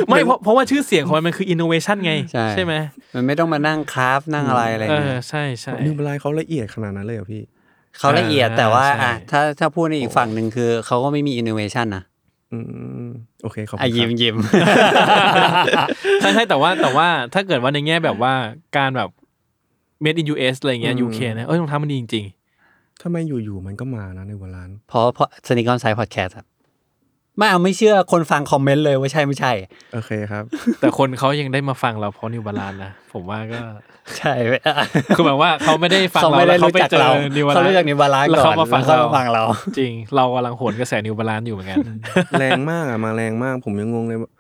D: ไม่เพราะเพราะว่าชื่อเสียงของมันมันคืออินโนเวชันไง ใช่ไหม
C: มันไม่ต้องมานั่งคราฟนั่งอะไรอะไร
D: เออ
C: เงี้ย
D: ใช่ใช่
E: นิวร้านเขาละเอียดขนาดนั้นเลยเหรอพี่
C: เขาละเอียด
D: อ่า
C: แต่ว่า
D: ใช่
C: อ่ะถ้าถ้าพูดในอีกฝั่งหนึ่งคือเขาก็ไม่มีอินโนเวชันนะ
E: อืมโอเคขอบคุณ
C: อ่ะ
E: ค
C: ยิ้
E: รั
C: ม
E: บ
C: ยิ้ ม
D: ใช่ใช่แต่ว่าแต่ว่าถ้าเกิดว่าในแง่แบบว่าการแบบ made in US อะไรเงี้ย
E: อืม
D: UK นะเอ้ยรองเท้ามันดีจริง
E: ทำไมอยู่ๆมันก็มานะนิวร้าน
C: เพราะเพราะสนิกอนไซด์พอดแคสต์ครับไม่เอาไม่เชื่อคนฟังคอมเมนต์เลยว่าใช่ไม่ใช่
E: โอเคครับ
D: ๆ แต่คนเขายังได้มาฟังเราเพราะนิวบาลานนะ ผมว่าก็
C: ใช่ไหม
D: คือแบบว่าเขาไม่ได้ฟัง
C: เขา
D: เรา
C: ไม่
D: แล้
C: ได้
D: วเขา
C: รู้
D: ไป
C: จัก
D: เจอ
C: เรา
D: นิวบาลาน
C: เขารู้จักนิวบาลาน
D: แล้วเขามาฟัง
C: ก่อนแล้วเขามาฟังเรา
D: จริง เรากำลังโหนกระแสนิวบาลานอยู่เหมือนกัน
E: แรงมากอ่ะมาแรงมาก ผมยังงงเลยว่า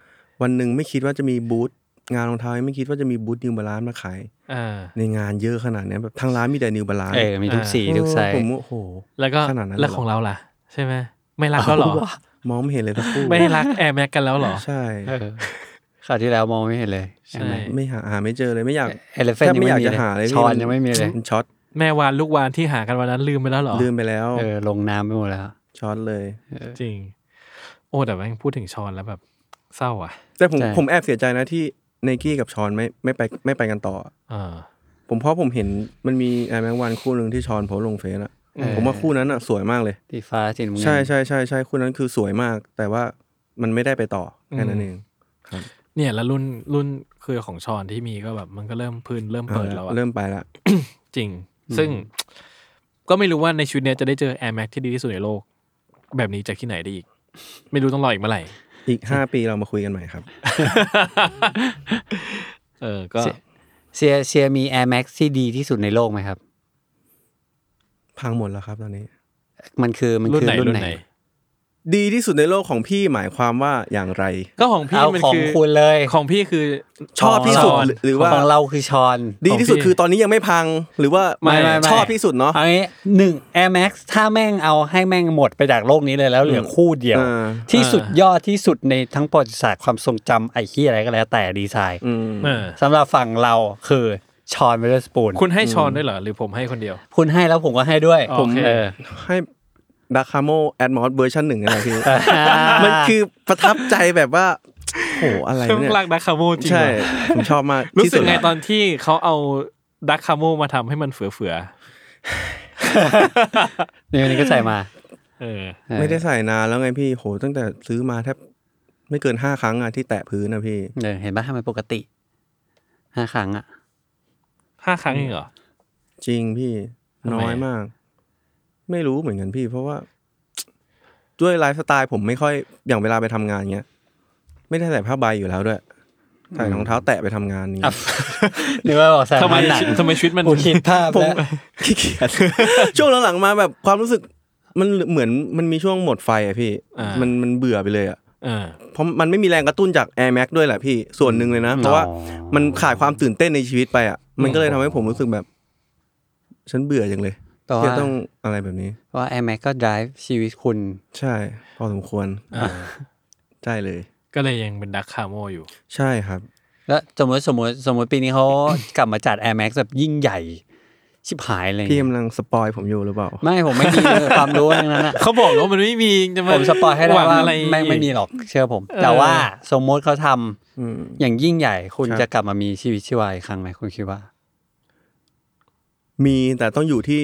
E: วันหนึ่งไม่คิดว่าจะมีบูธงานรองเท้าไม่คิดว่าจะมีบูธนิวบาลานมาขาย
D: อ่า
E: ในงานเยอะขนาดเนี้ยแบบทางร้านมีแต่นิวบาลาน
C: เออ มีทุกสีทุกไซส์
E: ผมว่าโอ้โห
D: แล้วก็
E: ขนาดนั้นเลยเหรอ
D: แล้วของเราล่ะ ใช่ไหมไม่รักแล้วเหรอ
E: มองไม่เห็นเลยสักคู่
D: ไม่รักแอร์แม็กกันแล้วเหรอ
E: ใช่
C: เออข่าวที่แล้วมองไม่เห็นเลย
D: ใช่
E: ไม่หาหาไม่เจอเลยไม่อยาก
C: เอลเฟน
E: แทบ
C: ยัง
E: ไม่
C: ไม่มี
E: อยากจะ
C: เลย
E: หาเลย
C: ช้อน
E: พี่
C: ยังไม่มีเลย
E: นช็อต
D: แม่วานลูกวานที่หากันวันนั้นลืมไปแล้วเหรอ
E: ลืมไปแล้ว
C: เออ ลงน้ำไปหมดแล้ว
E: ช็อตเลย
D: จริง โอ้แต่แม่งพูดถึงชอนแล้วแบบเศร้าอ่ะ
E: แต่ผม
C: ใช่
E: ผมแอบเสียใจนะที่ไนกี้กับช้อนไม่ไม่ไปไม่ไปกันต่อ
D: เออ
E: ผมเพราะผมเห็นมันมีไอแมงวันคู่หนึ่งที่ช้อนโพสต์ลงเฟซอะ
D: เออ
E: ผมว่าคู่นั้นอะสวยมากเลย
C: ที่ฟ้าสีน้ำเงิน
E: ใช่ใช่ใช่ใช่คู่นั้นคือสวยมาก แต่ว่ามันไม่ได้ไปต่ออ
D: ม
E: แค่นั้นเอง
D: เนี่ยแล้วรุ่นรุ่นเครือของชอนที่มีก็แบบ มันก็เริ่มพื้นเริ่มเปิด
E: อาละ
D: แล้วอะ
E: เริ่มไปละ
D: จริง ซึ่ง ก็ไม่รู้ว่าในชีวิตเนี้ยจะได้เจอ Air Max ที่ดีที่สุดในโลก แบบนี้จากที่ไหนได้อีก ไม่รู้ต้องรออีกเมื่อไหร่
E: อีกห้าปีเรามาคุยกันใหม่ครับ
D: เออก็
C: เสีย เซียเซียมี Air Max ที่ดีที่สุดในโลกไหมครับ
E: พังหมดแล้วครับตอนนี้
C: มันคือมัน
D: รุ่น
C: คือ
D: ไหน
C: รุ่
D: รุ่
C: นไห
D: นไห
C: น
D: น
E: ดีที่สุดในโลกของพี่หมายความว่าอย่างไร
D: ก็ของพี่
C: เอา
D: มัน
C: ของ
D: คือ
C: คุณเลย
D: ของพี่คือ
E: ชอบที่สุด
D: ชอน
E: หรือหรือว่า
C: ของเราคือชอน
E: ดีที่สุด
D: ของพี่
E: คือตอนนี้ยังไม่พังหรือว่า
D: ไม่ไม่ไม่
E: ชอบที่สุดเนาะ
C: เอางี้หนึ่ง Air Max ถ้าแม่งเอาให้แม่งหมดไปจากโลกนี้เลยแล้วเหลือคู่เดียว
E: อ่า
C: ที่สุดยอดที่สุดในทั้งประวัติศาสตร์ความทรงจำไอ้ขี้ยอะไรก็แล้วแต่ดีไซน์
E: อืม
D: เออ
C: สำหรับฝั่งเราคือชอนเวลสปูน
D: คุณให้ชอนด้วยเหรอ หรือผมให้คนเดียว
C: คุณให้แล้วผมก็ให้ด้วย
D: โอเค
C: ผมเออ
E: ให้ดาคาโมแอดมอสเวอร์ชันหนึ่งอะไรพี่ มันคือประทับใจแบบว่าโหอะไร
D: เครื่อง
E: เนี่ย
D: รักดักคาโมจริง
E: ใช่
D: เหรอ
E: ผมชอบมาก
D: รู้
E: ที่
D: สึก
E: ด
D: ไง
E: ละ
D: ตอนที่เขาเอาดักคาโมมาทำให้มันเฟื่อ
C: นี่วันนี้ก็ใส่มา
D: ๆเออ
C: เออ
E: ไม่ได้ใส่นานแล้วไงพี่โห ตั้งแต่ซื้อมาแทบไม่เกินห้าครั้งอะที่แตะพื้นนะพี่
C: เออเห็นปะทำไมปกติห้าครั้งอ่ะ
D: ห้าครั้งเองเหรอ
E: จริงพี่
D: ทำไม
E: น้อยมาก ไม่รู้เหมือนกันพี่ เพราะว่า ด้วยไลฟ์สไตล์ผมไม่ค่อยอย่างเวลาไปทำงานเงี้ย ไม่ได้ใส่ผ้าใบอยู่แล้วด้วยใส่รองเท้าแตะไปทำงานนี้
C: อ่ะ นึกว่าบอกใส่
D: ทำไม
C: มาหนัง
D: ทำไมชีวิตมัน
C: กูคิดภาพ
E: ผม
C: แล้ว
E: ขี้เกียจ ช่วงหลังๆมาแบบความรู้สึก มันเหมือนมันมีช่วงหมดไฟอะพี่
D: อ่ามั
E: มันมันเบื่อไปเลยอะ
D: เออ
E: เพราะมันไม่มีแรงกระตุ้นจาก Air Max ด้วยแหละพี่ส่วนหนึ่งเลยนะ เพราะว่ามันขาดความตื่นเต้นในชีวิตไปอะมันก็เลยทำให้ผมรู้สึกแบบ ฉันเบื่อจังเลย
C: แต่ว่า
E: ที่จะต้องอะไรแบบนี้
C: ว่า Air Max ก็ drive ชีวิตคุณ
E: ใช่ พอสมควร
D: อ่า
E: ใช่เลย
D: ก็เลยยังเป็นดักคาโมอยู่
E: ใช่ครับ
C: แล้วสมมติสมมติสมมติปีนี้เขา กลับมาจัด Air Max แบบยิ่งใหญ่ ชิบหายเลย
E: พี่กำลังสปอยผมอยู่หรือเปล่า
C: ไม่ผมไม่มี ความรู้ทั้งนั้นอะ
D: เขาบอกว่ามันไม่มีจะมา
C: ผมสปอยให้ได้
D: หวัง
C: ว่า
D: อะไร
C: ไม่งไม่มีหรอกเชื่อผม
D: เออ
C: แต่ว่าสมมติเขาทำ
E: อืม
C: อย่างยิ่งใหญ่ คุณ
E: ครับ
C: จะกลับมามีชีวิตชีวาอีกครั้งไหมคุณคิดว่า
E: มีแต่ต้องอยู่ที่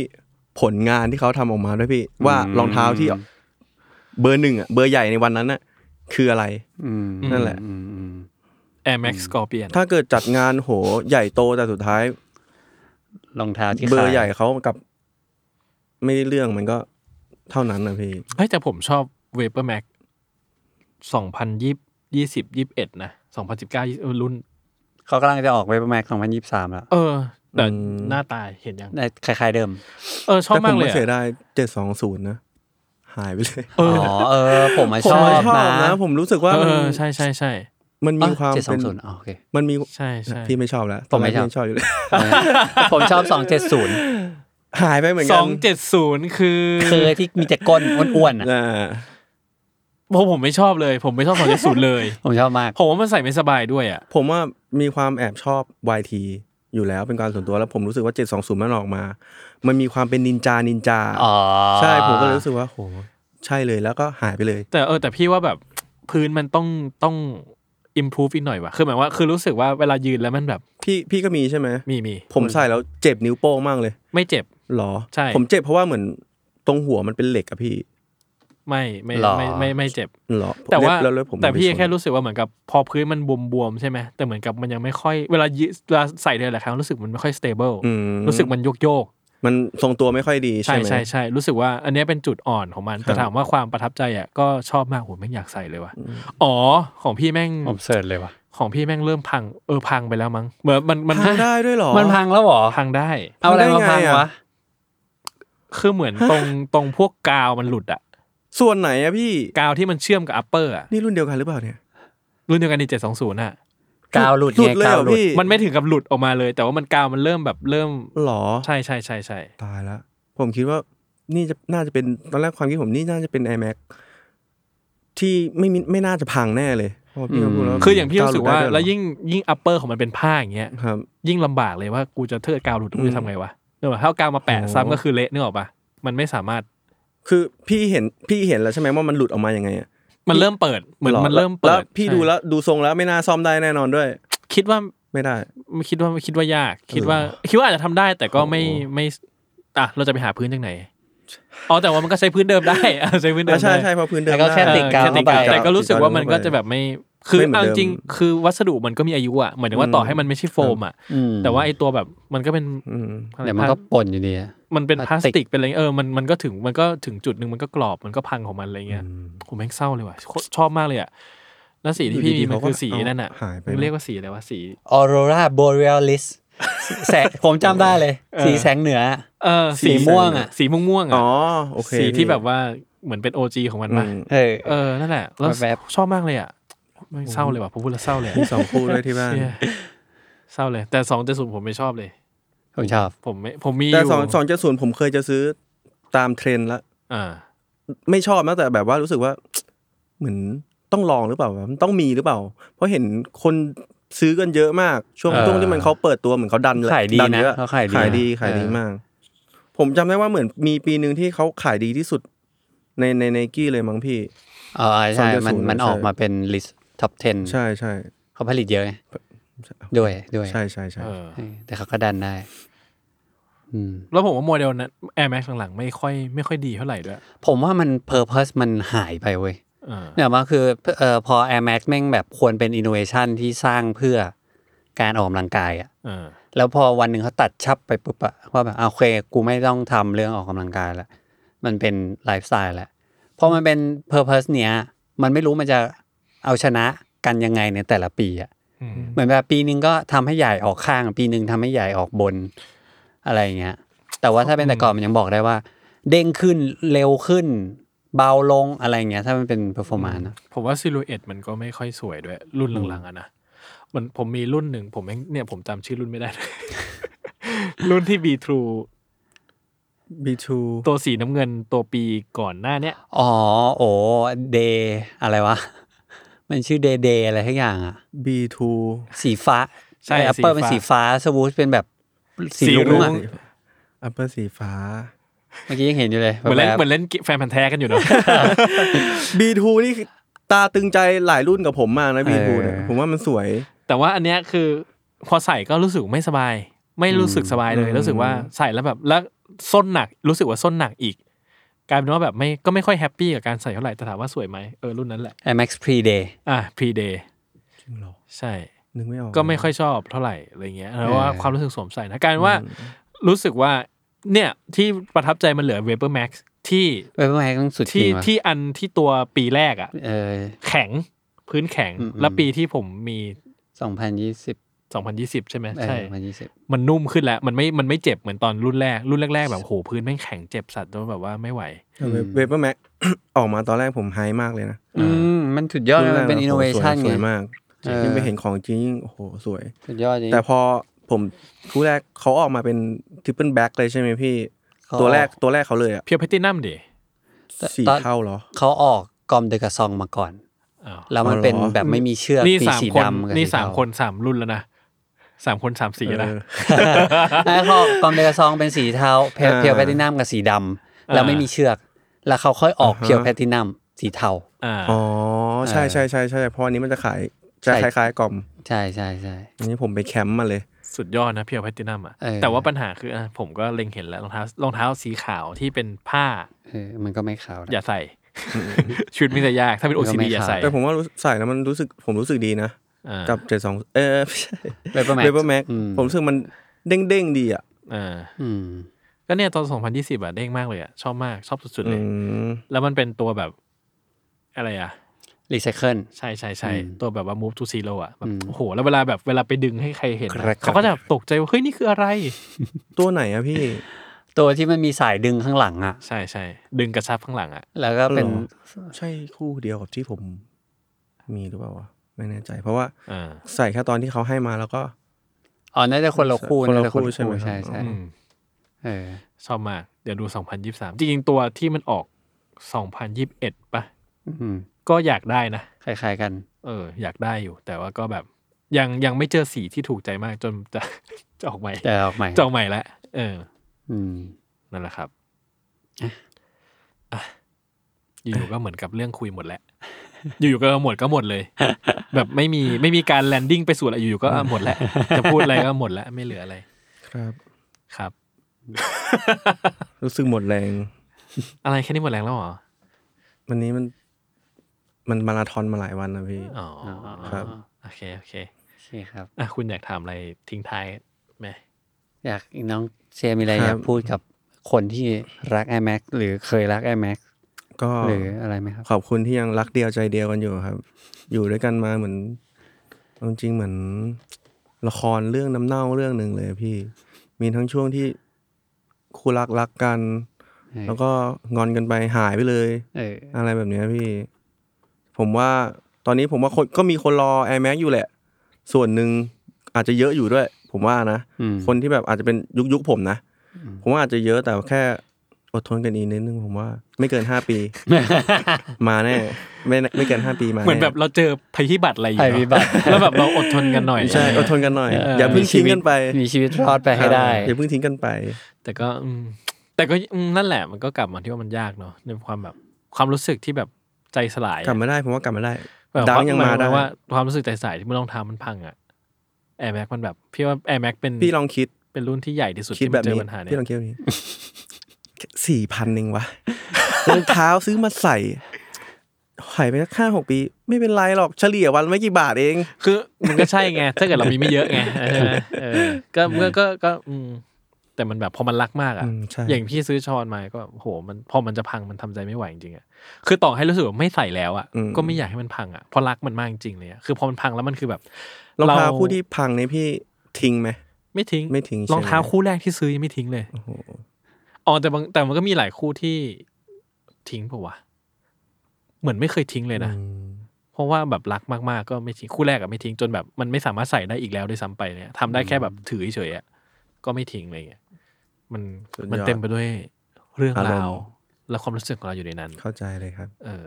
E: ผลงานที่เขาทำออกมาด้วยพี่ ว่ารองเท้าที่เบอร์หนึ่งอ่ะเบอร์ใหญ่ในวันนั้นน่ะคืออะไร
C: อืม
E: นั่นแหละ
C: อืมอืม
D: แอร์แม็กซ์กอร์เปียน
E: ถ้าเกิดจัดงานโหใหญ่โตแต่สุดท้าย
C: รองเท้าที่
E: เบอร์
C: ขาย
E: ใหญ่เขากับ ไม่ได้เรื่องมันก็เท่านั้นนะพี่
D: เฮ้ยแต่ผมชอบเวเปอร์แม็กสองพันยี่ยี่สิบยี่สิบเอ็ดนะสองพันสิบเก้ารุ่น
C: เขากำลังจะออกเว็บแม็กสองพันยี่สิบสามแล้ว
D: เออ แต่
E: อืม
D: หน้าตายเห็นยัง
C: ในคล้ายๆเดิม
D: เออ ชอ
E: แต่ผม
D: บาก
E: ม
D: เล
E: ก็
D: ยอะ
E: เสียดายเจ็ดสองศูนย์นะ หายไปเลย
C: อ๋อเออ ผมอะ
E: ผม
C: ชอ
E: ว่า
C: บ
E: ชอบ
C: นะ
E: นะ ผมรู้สึกว่า
D: เอ
E: มัน
D: อ ใช่ใช่ใช่
E: มันมีความ
C: เจ็ดสอ
E: เป็
C: ง
E: น
C: ศูนย์โอเค
E: มันมี
D: ใช่ใช่
E: พี่ไม่ชอบแล้ว
C: ผมไม่ชอบ
E: ตนแรกพี่ยังชอบอยู่เลย
C: ผมชอบสองเจ็ดศูนย์
E: หายไปเหมือน
D: ส
E: กั
D: องเจ็ดศูนย์คือ
C: เคยที่มีแต่ก้นอ้วนๆอะ
E: อ่า
D: เพราะผมไม่ชอบเลย ผมไม่ชอบสองเจ็ดศูนย์เลย
C: ผมชอบมาก
D: ผมว่ามันใส่ไม่สบายด้วยอ่ะ
E: ผมว่ามีความแอบชอบ YT อยู่แล้วเป็นการส่วนตัวแล้วผมรู้สึกว่า 720 มันออกมา มันมีความเป็นนินจานินจา
C: อ๋อ
E: ใช่ผมก็เลยรู้สึกว่าโหใช่เลยแล้วก็หายไปเลย
D: แต่เออแต่พี่ว่าแบบพื้นมันต้องต้อง improve อีกหน่อยว่ะ คือหมายว่าคือรู้สึกว่าเวลายืนแล้วมันแบบ
E: พี่พี่ก็มีใช่ไหม
D: มีมี
E: ผมใส่แล้วเจ็บนิ้วโป้งมากเลย
D: ไม่เจ็บ
E: หรอ
D: ใช่
E: ผมเจ็บเพราะว่าเหมือนตรงหัวมันเป็นเหล็กอะพี่
D: ไม่ไม่
C: หรอ
D: ไม่ไม่ไม่เจ็บ
E: หรอ
D: แต่ว่า
E: เล็บแล้วเล็บผม
D: แต่พี่
E: มันไปชน
D: แค่รู้สึกว่าเหมือนกับพอพื้นมันบวมๆใช่ไหมแต่เหมือนกับมันยังไม่ค่อยเวลายืดเวลาใส่เดือนละครั้งรู้สึกมันไม่ค่อย stable
E: อืม
D: รู้สึกมันโยกโยก
E: มันทรงตัวไม่ค่อยดี
D: ๆ
E: ใช่
D: ใช่
E: ไหม
D: ใช่ใช่รู้สึกว่าอันเนี้ยเป็นจุดอ่อนของมัน แต่
E: ครับ
D: ถามว่าความประทับใจอ่ะก็ชอบมากโหแม่งอยากใส่เลยว่ะอ๋อของพี่แม่ง
C: ผมเสิร์ชเลยว่ะ
D: ของพี่แม่งเริ่มพังเออพังไปแล้วมั้งเหมือนมันมัน
E: พังได้ด้วยหรอ
C: มันพังแล้วเหรอ
D: พังได้
C: เอาอะไรมาพัง
E: ได้ไง
C: วะ
E: อะ
D: คือเหมือนตรงตรงพวกกาวมันหลุดอะ
E: ส่วนไหนอะพี่
D: กาวที่มันเชื่อมกับอัปเปอร์อะ
E: นี่รุ่นเดียวกันหรือเปล่าเนี่ย
D: รุ่นเดียวกันในเจ็ดสองศูนย์อะ
C: กาวหลุด
E: สุด
C: ไง
E: เลย
C: กาว
E: เหรอ
C: หลุด
E: พี่
D: มันไม่ถึงกับหลุดออกมาเลย แต่ว่ามันกาวมันเริ่มแบบเริ่ม
E: หรอ
D: ใช่ใช่ใช่ใช่
E: ตายละผมคิดว่านี่จะน่าจะเป็นตอนแรกความคิดผมนี่น่าจะเป็น iMac ที่ไม่มีไม่น่าจะพังแน่เลยเพราะพี่ก็พูดแล้ว
D: คืออย่างพี่รู้สึกว่า
E: ได้ด้ยเหรอ
D: แล้วยิ่งยิ่งอัปเปอร์ของมันเป็นผ้าอย่างเงี้ย
E: ครับ
D: ยิ่งลำบากเลยว่ากูจะเทิดกาวหลุดกู
E: อืม
D: จะทำไงวะเนกอะถ้าเอากาวมาแปะ
E: โอ้
D: ซ้ำก็คือเละเนื้อออกปะมันไม่สามารถ
E: คือพี่เห็นพี่เห็นแล้วใช่ไหมว่ามันหลุดออกมายังไงอะ
D: มันเริ่มเปิดเหมือน
E: ห
D: มันเริ่มเปิ
E: แล้ว
D: ด
E: พี่
D: ใช่
E: ดูแล้วดูทรงแล้วไม่น่าซ่อมได้แน่นอนด้วย
D: คิดว่า
E: ไม่ได้
D: คิดว่าคิดว่ายาก คิดว่าคิดว่าอาจจะทำได้ แต่ก็ไม่ไม่อ่ะเราจะไปหาพื้นจากไหนอ๋อแต่ว่ามันก็ใช้พื้นเดิมได้อ่ะใช้พื้นเดิม
E: ใช่
D: ได้
E: ใช่เพราะพื้นเดิม
C: แล้วก็แค่
E: ได้
C: ติดกาว
D: ออแค่
C: เข้าไป
D: แต่ก็รู้สึกว่ามันก็จะแบบไม่ คือ
E: ไม่เหมือ
D: เอา
E: นเดิ
D: จ
E: ม
D: ริงๆคือวัสดุมันก็มีอายุอ่ะเหมือนถึงว่าต่อให้มันไม่ใช่โฟมอ่ะ
C: อืม
D: แต่ว่าไอตัวแบบมันก็เป็น
E: อืม
D: อะไร
C: เดี๋ยวมันก็ปนอยู่ดีอะ
D: มันเป็นพ
C: พลา
D: ลา
C: ส
D: ส
C: ติก
D: ติกเป็นอะไรเออมันมันก็ถึงมันก็ถึงจุดหนึ่งมันก็กรอบมันก็พังของมันอะไรเงี้ยผมแม่งเศร้าเลยว่ะโคตรชอบมากเลยอ่ะแล้วสีที่พี่มี
E: อยู่ดีๆ
D: มันคือสี
E: เขาก็
D: นั่นอ่ะ
E: หายไป
D: มันเรียกว่าสีอะไรวะสี
C: ออโรราโบเรีย ลิสแสงผมจำได้เลย
D: เออ
C: สีแสงเหนือ
D: เออ
C: สีม่วงอะ
D: สีม่วงๆอ่ะ
E: อ๋อโอเค
D: สีที่
E: พี่
D: แบบว่าเหมือนเป็นโอจีของมัน
E: อื
D: ปะ
E: ม
C: เออ
D: เออ นั่นแหละแล้ว
C: แวบ
D: ชอบมากเลยอ่ะไม่เศร้าเลยว่ะผมพูดแล้วเศร้าเลยอะ
E: มีสองคู่ด้วยที่บ้าน
D: เหี้ยเศร้าเลย แต่สองเจศูนย์ผมไม่ชอบเลย
C: ผมชอบ
D: ผมไม่ผมมี
E: แต่
D: ยู่
E: สองสองเจ็ดศูนย์ผมเคยจะซื้อตามเทรนด์ละ
D: อ่า
E: ไม่ชอบนะแต่แบบว่ารู้สึกว่า เหมือนต้องลองหรือเปล่าวะมันต้องมีหรือเปล่า เพราะเห็นคนซื้อกันเยอะมาก ช่วง
C: เออ
E: ช่วงที่มันเขาเปิดตัวเหมือนเขาดันเลย
C: ขายดีนะ
E: เยอ
C: เขาขายดีนะ
E: ขายดีขาย
C: เออ
E: ดีมาก ผมจำได้ว่าเหมือนมีปีหนึ่งที่เขาขายดีที่สุด ในในในกี้เลยมั้งพี่
C: เออใช่มัน
E: 270
C: มัน
E: ใช่
C: ออกมาเป็นลิสต์ท็อป
E: ใช่ใช่
C: 10 เขาผลิตเยอะไงด้วยด้วย
E: ใช่ใช่ใช่
D: เออ
C: เออแต่เขาก็ดันได้ อืม
D: แล้วผมว่าโมเดลนั้น Air Max หลังๆไม่ค่อยไม่ค่อยดีเท่าไหร่ด้วย
C: ผมว่ามันเพอร์เพสมันหายไปเว้ย
D: เออ
C: เนี่ยว่าคือเออพอ Air Max แม่งแบบควรเป็นอินโนเวชันที่สร้างเพื่อการออกกำลังกายอะ
D: เออ
C: แล้วพอวันหนึ่งเขาตัดชับไปปุ๊บอะว่าแบบอ่ะโอเค กูไม่ต้องทำเรื่องออกกำลังกายละมันเป็นไลฟ์สไตล์ละพอมันเป็นเพอร์เพสเนี้ยมันไม่รู้มันจะเอาชนะกันยังไงในแต่ละปีอะ
D: อืม
C: เหมือนแบบปีนึงก็ทำให้ใหญ่ออกข้าง ปีนึงทำให้ใหญ่ออกบนอะไรอย่างเงี้ย แต่ว่าถ้าเป็นแต่ก่อนมันยังบอกได้ว่า เด้งขึ้นเร็วขึ้น เบาลงอะไรอย่างเงี้ย ถ้ามันเป็นเพอร์ฟอร์มานซ์
D: ผมว่าซิลูเอตมันก็ไม่ค่อยสวยด้วย รุ่นหลังๆอะนะมันผมมีรุ่นหนึ่งผมแม่งเนี่ยผมจำชื่อรุ่นไม่ได้เลย รุ่นที่ B True
E: บีทู
D: ตัวสีน้ำเงินตัวปีก่อนหน้าเนี้ย
C: อ๋อโอ้เดอะไรวะ มันชื่อเดเดอะไรทั้งอย่างอะ
E: บีทู
C: สีฟ้า
D: ใช่
C: แอปเปิล
D: สีฟ้า
C: เป็นสีฟ้าสวูชเป็นแบบสีรุ้งอะ
E: อัปเปอร์สีฟ้า
C: เมื่อกี้ยังเห็นอยู่เลย
D: เหมือนเล่น
C: แบบ
D: เหมือนเล่นแฟนพันธ์แท้กันอยู่เนาะ
E: บีทูนี่ตาตึงใจหลายรุ่นกับผมมากนะบีทูเนี่ยผมว่ามันสวย
D: แต่ว่าอันเนี้ยคือพอใส่ก็รู้สึกไม่สบาย ไม่รู้สึกสบายเลย
E: อืม
D: รู้สึกว่าใส่แล้วแบบแล้วส้นหนักรู้สึกว่าส้นหนักอีกกลายเป็นว่าแบบไม่ก็ไม่ค่อยแฮปปี้กับการใส่เท่าไหร่แต่ถามว่าสวยไหมเออรุ่นนั้นแหละ
C: แอร์ Max Pre Day
D: อ่ะ pre day
E: จริงเหรอ
D: ใช่
E: นึกไม่ออก
D: ก็ไม่ค่อยชอบเท่าไหร่อะไรเงี้ยแล้วว่า
C: เออ
D: ความรู้สึกสวมใส่นะกลายเป็นว่ารู้สึกว่าเนี่ยที่ประทับใจมันเหลือ Vapor Max ที่
C: เว็บแม็กต้องสุดจริ
D: ที่
C: งว่ะ
D: ที่อันที่ตัวปีแรกอ่ะ
C: เออ
D: แข็งพื้นแข็ง
C: อืม
D: แล้วปีที่ผมมี
C: สองพันยี่สิบ
D: 2020 ใช่ไหม
C: เออ
D: ใช่
C: สองพันยี่สิบ
D: มันนุ่มขึ้นแล้ว มันไม่ มันไม่เจ็บเหมือนตอนรุ่นแรก รุ่นแรก ๆ แบบโหพื้นแม่งแข็งเจ็บสัตว์จนแบบว่าไม่ไหว
E: เวเปอร์แม็ก ออกมาตอนแรกผมไฮมากเลยนะ
C: อืม มันสุดยอดเลยมันเป็น
E: รุ่
C: อิน
E: แร
C: โน
E: กะ
C: เวชัน
E: โอ้
C: ไง
E: โหสวยสวยมาก
C: เออ
E: ยิ่งไปเห็นของจริงยิ่งโอ้โหสวย
C: สุดยอดจริง
E: แต่พอผมคู่แรกเขาออกมาเป็นทริปเปิลแบ็กเลยใช่ไหมพี่
C: เขา
E: ตัวแรก
C: ออ
E: ตัวแรกเขาเลยอ่ะ
D: เพียวแพตตินัมดิ
C: แต่
E: สี่
C: ตอน
E: เท่าเหรอ
C: เขาออกกอมเดกะซองมาก่อน
D: อ้าว
C: แล้วมัน
E: อ๋อเหรอ
C: เป็นแบบไม่มีเชือก
D: นี่
C: มี
D: สาม
C: สี
D: คน
C: ดำกับ
D: นี่สาม
C: เท
D: คนสามรุ่นแล้วนะสามคนสามสีนะ
E: เออ
C: แล้วเขาออกกอมเดกะซองเป็นสี เทาเพียว
E: อ่า
C: เพียวแพลตินัมกับสีดำแล้วไม่มีเชือก แล้วเขาค่อยออกเพียวแพลตินัมสีเทา
D: อ่า
E: อ๋อใช่ใช่ใช่ใช่เพราะอันนี้มันจะขายจะค
C: ใช่
E: ล้ายๆกล่อม
C: ใช่ใช่ใช่
E: อันนี้ผมไปแคมป์มาเลย
D: สุดยอดนะเพียวแพตตินัมอ่ะ
C: เออ
D: แต่ว่าปัญหาคืออ่ะผมก็เล็งเห็นแล้วรองเท้ารองเท้าสีขาวที่เป็นผ้า
C: เออมันก็ไม่ขาวนะ
D: อย่าใส่ ชุดมิแต่ยาก ถ้าเป็น
C: ก็
D: OCD
C: ไม่
D: อย่า
C: ขาว
D: ใส่
E: แต่ผมว่ารู้ใส่แล้วมันรู้สึกผมรู้สึกดีนะ
D: อ่า
E: กับเจ็ดสองเออไม่ใช่
C: เวเปอร์แม็ก
E: Vapor Max ผมรู้สึกมันเด้งเด้งๆดีอ่ะ
D: อ่า
C: อืม
D: ก็เนี่ยตอน 2020อ่ะเด้งมากเลยอ่ะชอบมากชอบสุดๆเลย
E: อืม
D: แล้วมันเป็นตัวแบบอะไรอ่ะ
C: รีไซเคิล
D: ใช่ใช่ใช่
C: อืม
D: ตัวแบบว่า move to zero อ่ะแบบ
C: อืม
D: โอ้โห แล้วเวลาแบบเวลาไปดึงให้ใครเห็นอะ
E: ครับ
D: เขาก็จะแบบตกใจว่า เฮ้ย นี่คืออะไร
E: ตัวไหนอะ พี่
C: ตัวที่มันมีสายดึงข้างหลังอะ
D: ใช่ใช่ดึงกระชับข้างหลังอ่ะ
C: แล้วก็เป็น
E: เหรอ ใช่คู่เดียวกับที่ผมมีหรือเปล่าวะไม่แน่ใจเพราะว่า
D: อ่า
E: ใส่แค่ตอนที่เขาให้มาแล้วก็
C: อ๋อน่าจะคนละคู่
E: คนละ
C: าจ
E: คู่ใช่ไหมครับ
C: ใช่ใช่
D: อืม
C: เออ
D: ชอบมาก เดี๋ยวดู 2023 จริงๆ ตัวที่มันออก 2021 ป่ะ
C: อืม
D: ก็อยากได้นะ
C: คล้ายๆกัน
D: เออ อยากได้อยู่ แต่ว่าก็แบบ ยังยังไม่เจอสีที่ถูกใจมากจนจะ จะออกใหม่
C: แต่ออกใหม่
D: จะออกใหม่แล้วเออ
C: อืม
D: นั่นแหละครับอ่ะอยู่ๆก็เหมือนกับเรื่องคุยหมดแล้ว อยู่ๆก็หมดก็หมด เลย แบบไม่มีไม่มีการแลนดิ้งไปสู่อะไรอยู่ๆก็อ่ะหมด แล้ว จะพูดอะไรก็หมดแล้ว ไม่เหลืออะไร
E: ครับ
D: ครับ
E: รู้สึกหมดแรง
D: อะไรแค่นี้หมดแรงแล้วเหรอ
E: วันนี้มัน มันมาราธอนมาหลายวันนะพี่
D: อ๋อ
E: ครับ
D: โอเคโอเค
C: โอเคครับ
D: อ่ะคุณอยากถามอะไรทิ้งท้ายไหม
C: อยากน้องเชียร์มีอะไร
E: ครับ
C: อยากพูดกับคนที่รัก i m a x หรือเคยรัก i m a x
E: ก็
C: หรืออะไรไหมครับ
E: ขอบคุณที่ยังรักเดียวใจเดียวกันอยู่ครับ อยู่ด้วยกันมาเหมือนเอาจริงๆเหมือน ละครเรื่องน้ำเน่าเรื่องหนึ่งเลยพี่ มีทั้งช่วงที่คู่รักรักกัน
C: เออ
E: แล้วก็งอนกันไปหายไปเลย
C: เออ
E: อะไรแบบเนี้ยพี่ ผมว่าตอนนี้ผมว่าคนก็มีคนรอ Air Max อยู่แหละ ส่วนหนึ่งอาจจะเยอะอยู่ด้วย ผมว่านะ
C: อืม
E: คนที่แบบอาจจะเป็นยุคยุคผมนะ ผมว่าอาจจะเยอะแต่แค่อดทนกันอีกนิดนึงผมว่า ไม่เกินห้า ปี มาแน่ไม่ไม่เกินห้าปีมา
D: เหมือนแบบ
E: แ
D: เราเจอภัยพิบัติอะไรอยู่
C: ภัยพิบัติ
D: เนอะ แล้วแบบเราอดทนกันหน่อย
E: ใช่ อดทนกันหน่อย
D: เอออ
E: อย่าเพิ่งทิ้งกันไป
C: มีชีวิตรอดไปให้ได้
E: เอออย่าเพิ่งทิ้งกันไป
D: แต่ก็อืมแต่ก็อืมนั่นแหละมันก็กลับมาที่ว่ามันยากเนาะในความแบบความรู้สึกที่แบบใจสลาย
E: กลับมาได้ผมว่ากลับมาได้
D: แบบ
E: ดัง
D: ว่
E: ยังมาได้
D: ว่าความรู้สึกใจสลายที่มันลองทำมันพังอะแอร์แม็กมันแบบพี่ว่าแอร์แม็กเป็น
E: พี่ลองคิด
D: เป็นรุ่นที่ใหญ่ที่สุด
E: คิด
D: ที่
E: แบ
D: มัน
E: บ
D: เจอ
E: นี้
D: ปัญหาเนี่ย
E: พี่ลองคิดแบบนี้สี่พันเอง วะรองเท้าซื้อมาใส่หายไปสักห้าหกปี ไม่เป็นไรหรอกเฉลี่ยวันไม่กี่บาทเอง
D: คือมันก็ใช่ไงถ้าเกิดเรามีไม่เยอะไงเออเออก็ก็ก็ก็อืมแต่มันแบบพอมันรักมากอะ
E: อืมใช่
D: อย่างพี่ซื้อช้อนมาก็โหมันพอมันจะพังมันทำใจไม่ไหวจริงๆอะคือต่อให้รู้สึกว่าไม่ใส่แล้วอะก็ไม่อยากให้มันพังอะเพราะรักมันมากจริงๆเลยอะคือพอมันพังแล้วมันคือแบบ
E: รองเท้าคู่ที่พังนี่พี่ทิ้งไหม
D: ไม่ทิ้ง
E: ไม่ทิ้งใช่ไหม
D: รองเท้าคู่แรกที่ซื้อยังไม่ทิ้งเลย
E: โอ้โห
D: อ๋อแต่บางแต่มันก็มีหลายคู่ที่ทิ้งเปล่าวะเหมือนไม่เคยทิ้งเลยนะ
E: อืม
D: เพราะว่าแบบรักมากๆก็ไม่ทิ้งคู่แรกอะไม่ทิ้งจนแบบมันไม่สามารถใส่ได้อีกแล้วด้วยซ้ำไปเนี่ยทำได้แค่แบบถือเฉยๆอะก็ไม่ทิ้งอะไรเงี้ยมันมันเต็มไปด้วยเรื่องราวและความรู้สึกของเราอยู่ในนั้น
E: เข้าใจเลยครับ
D: เออ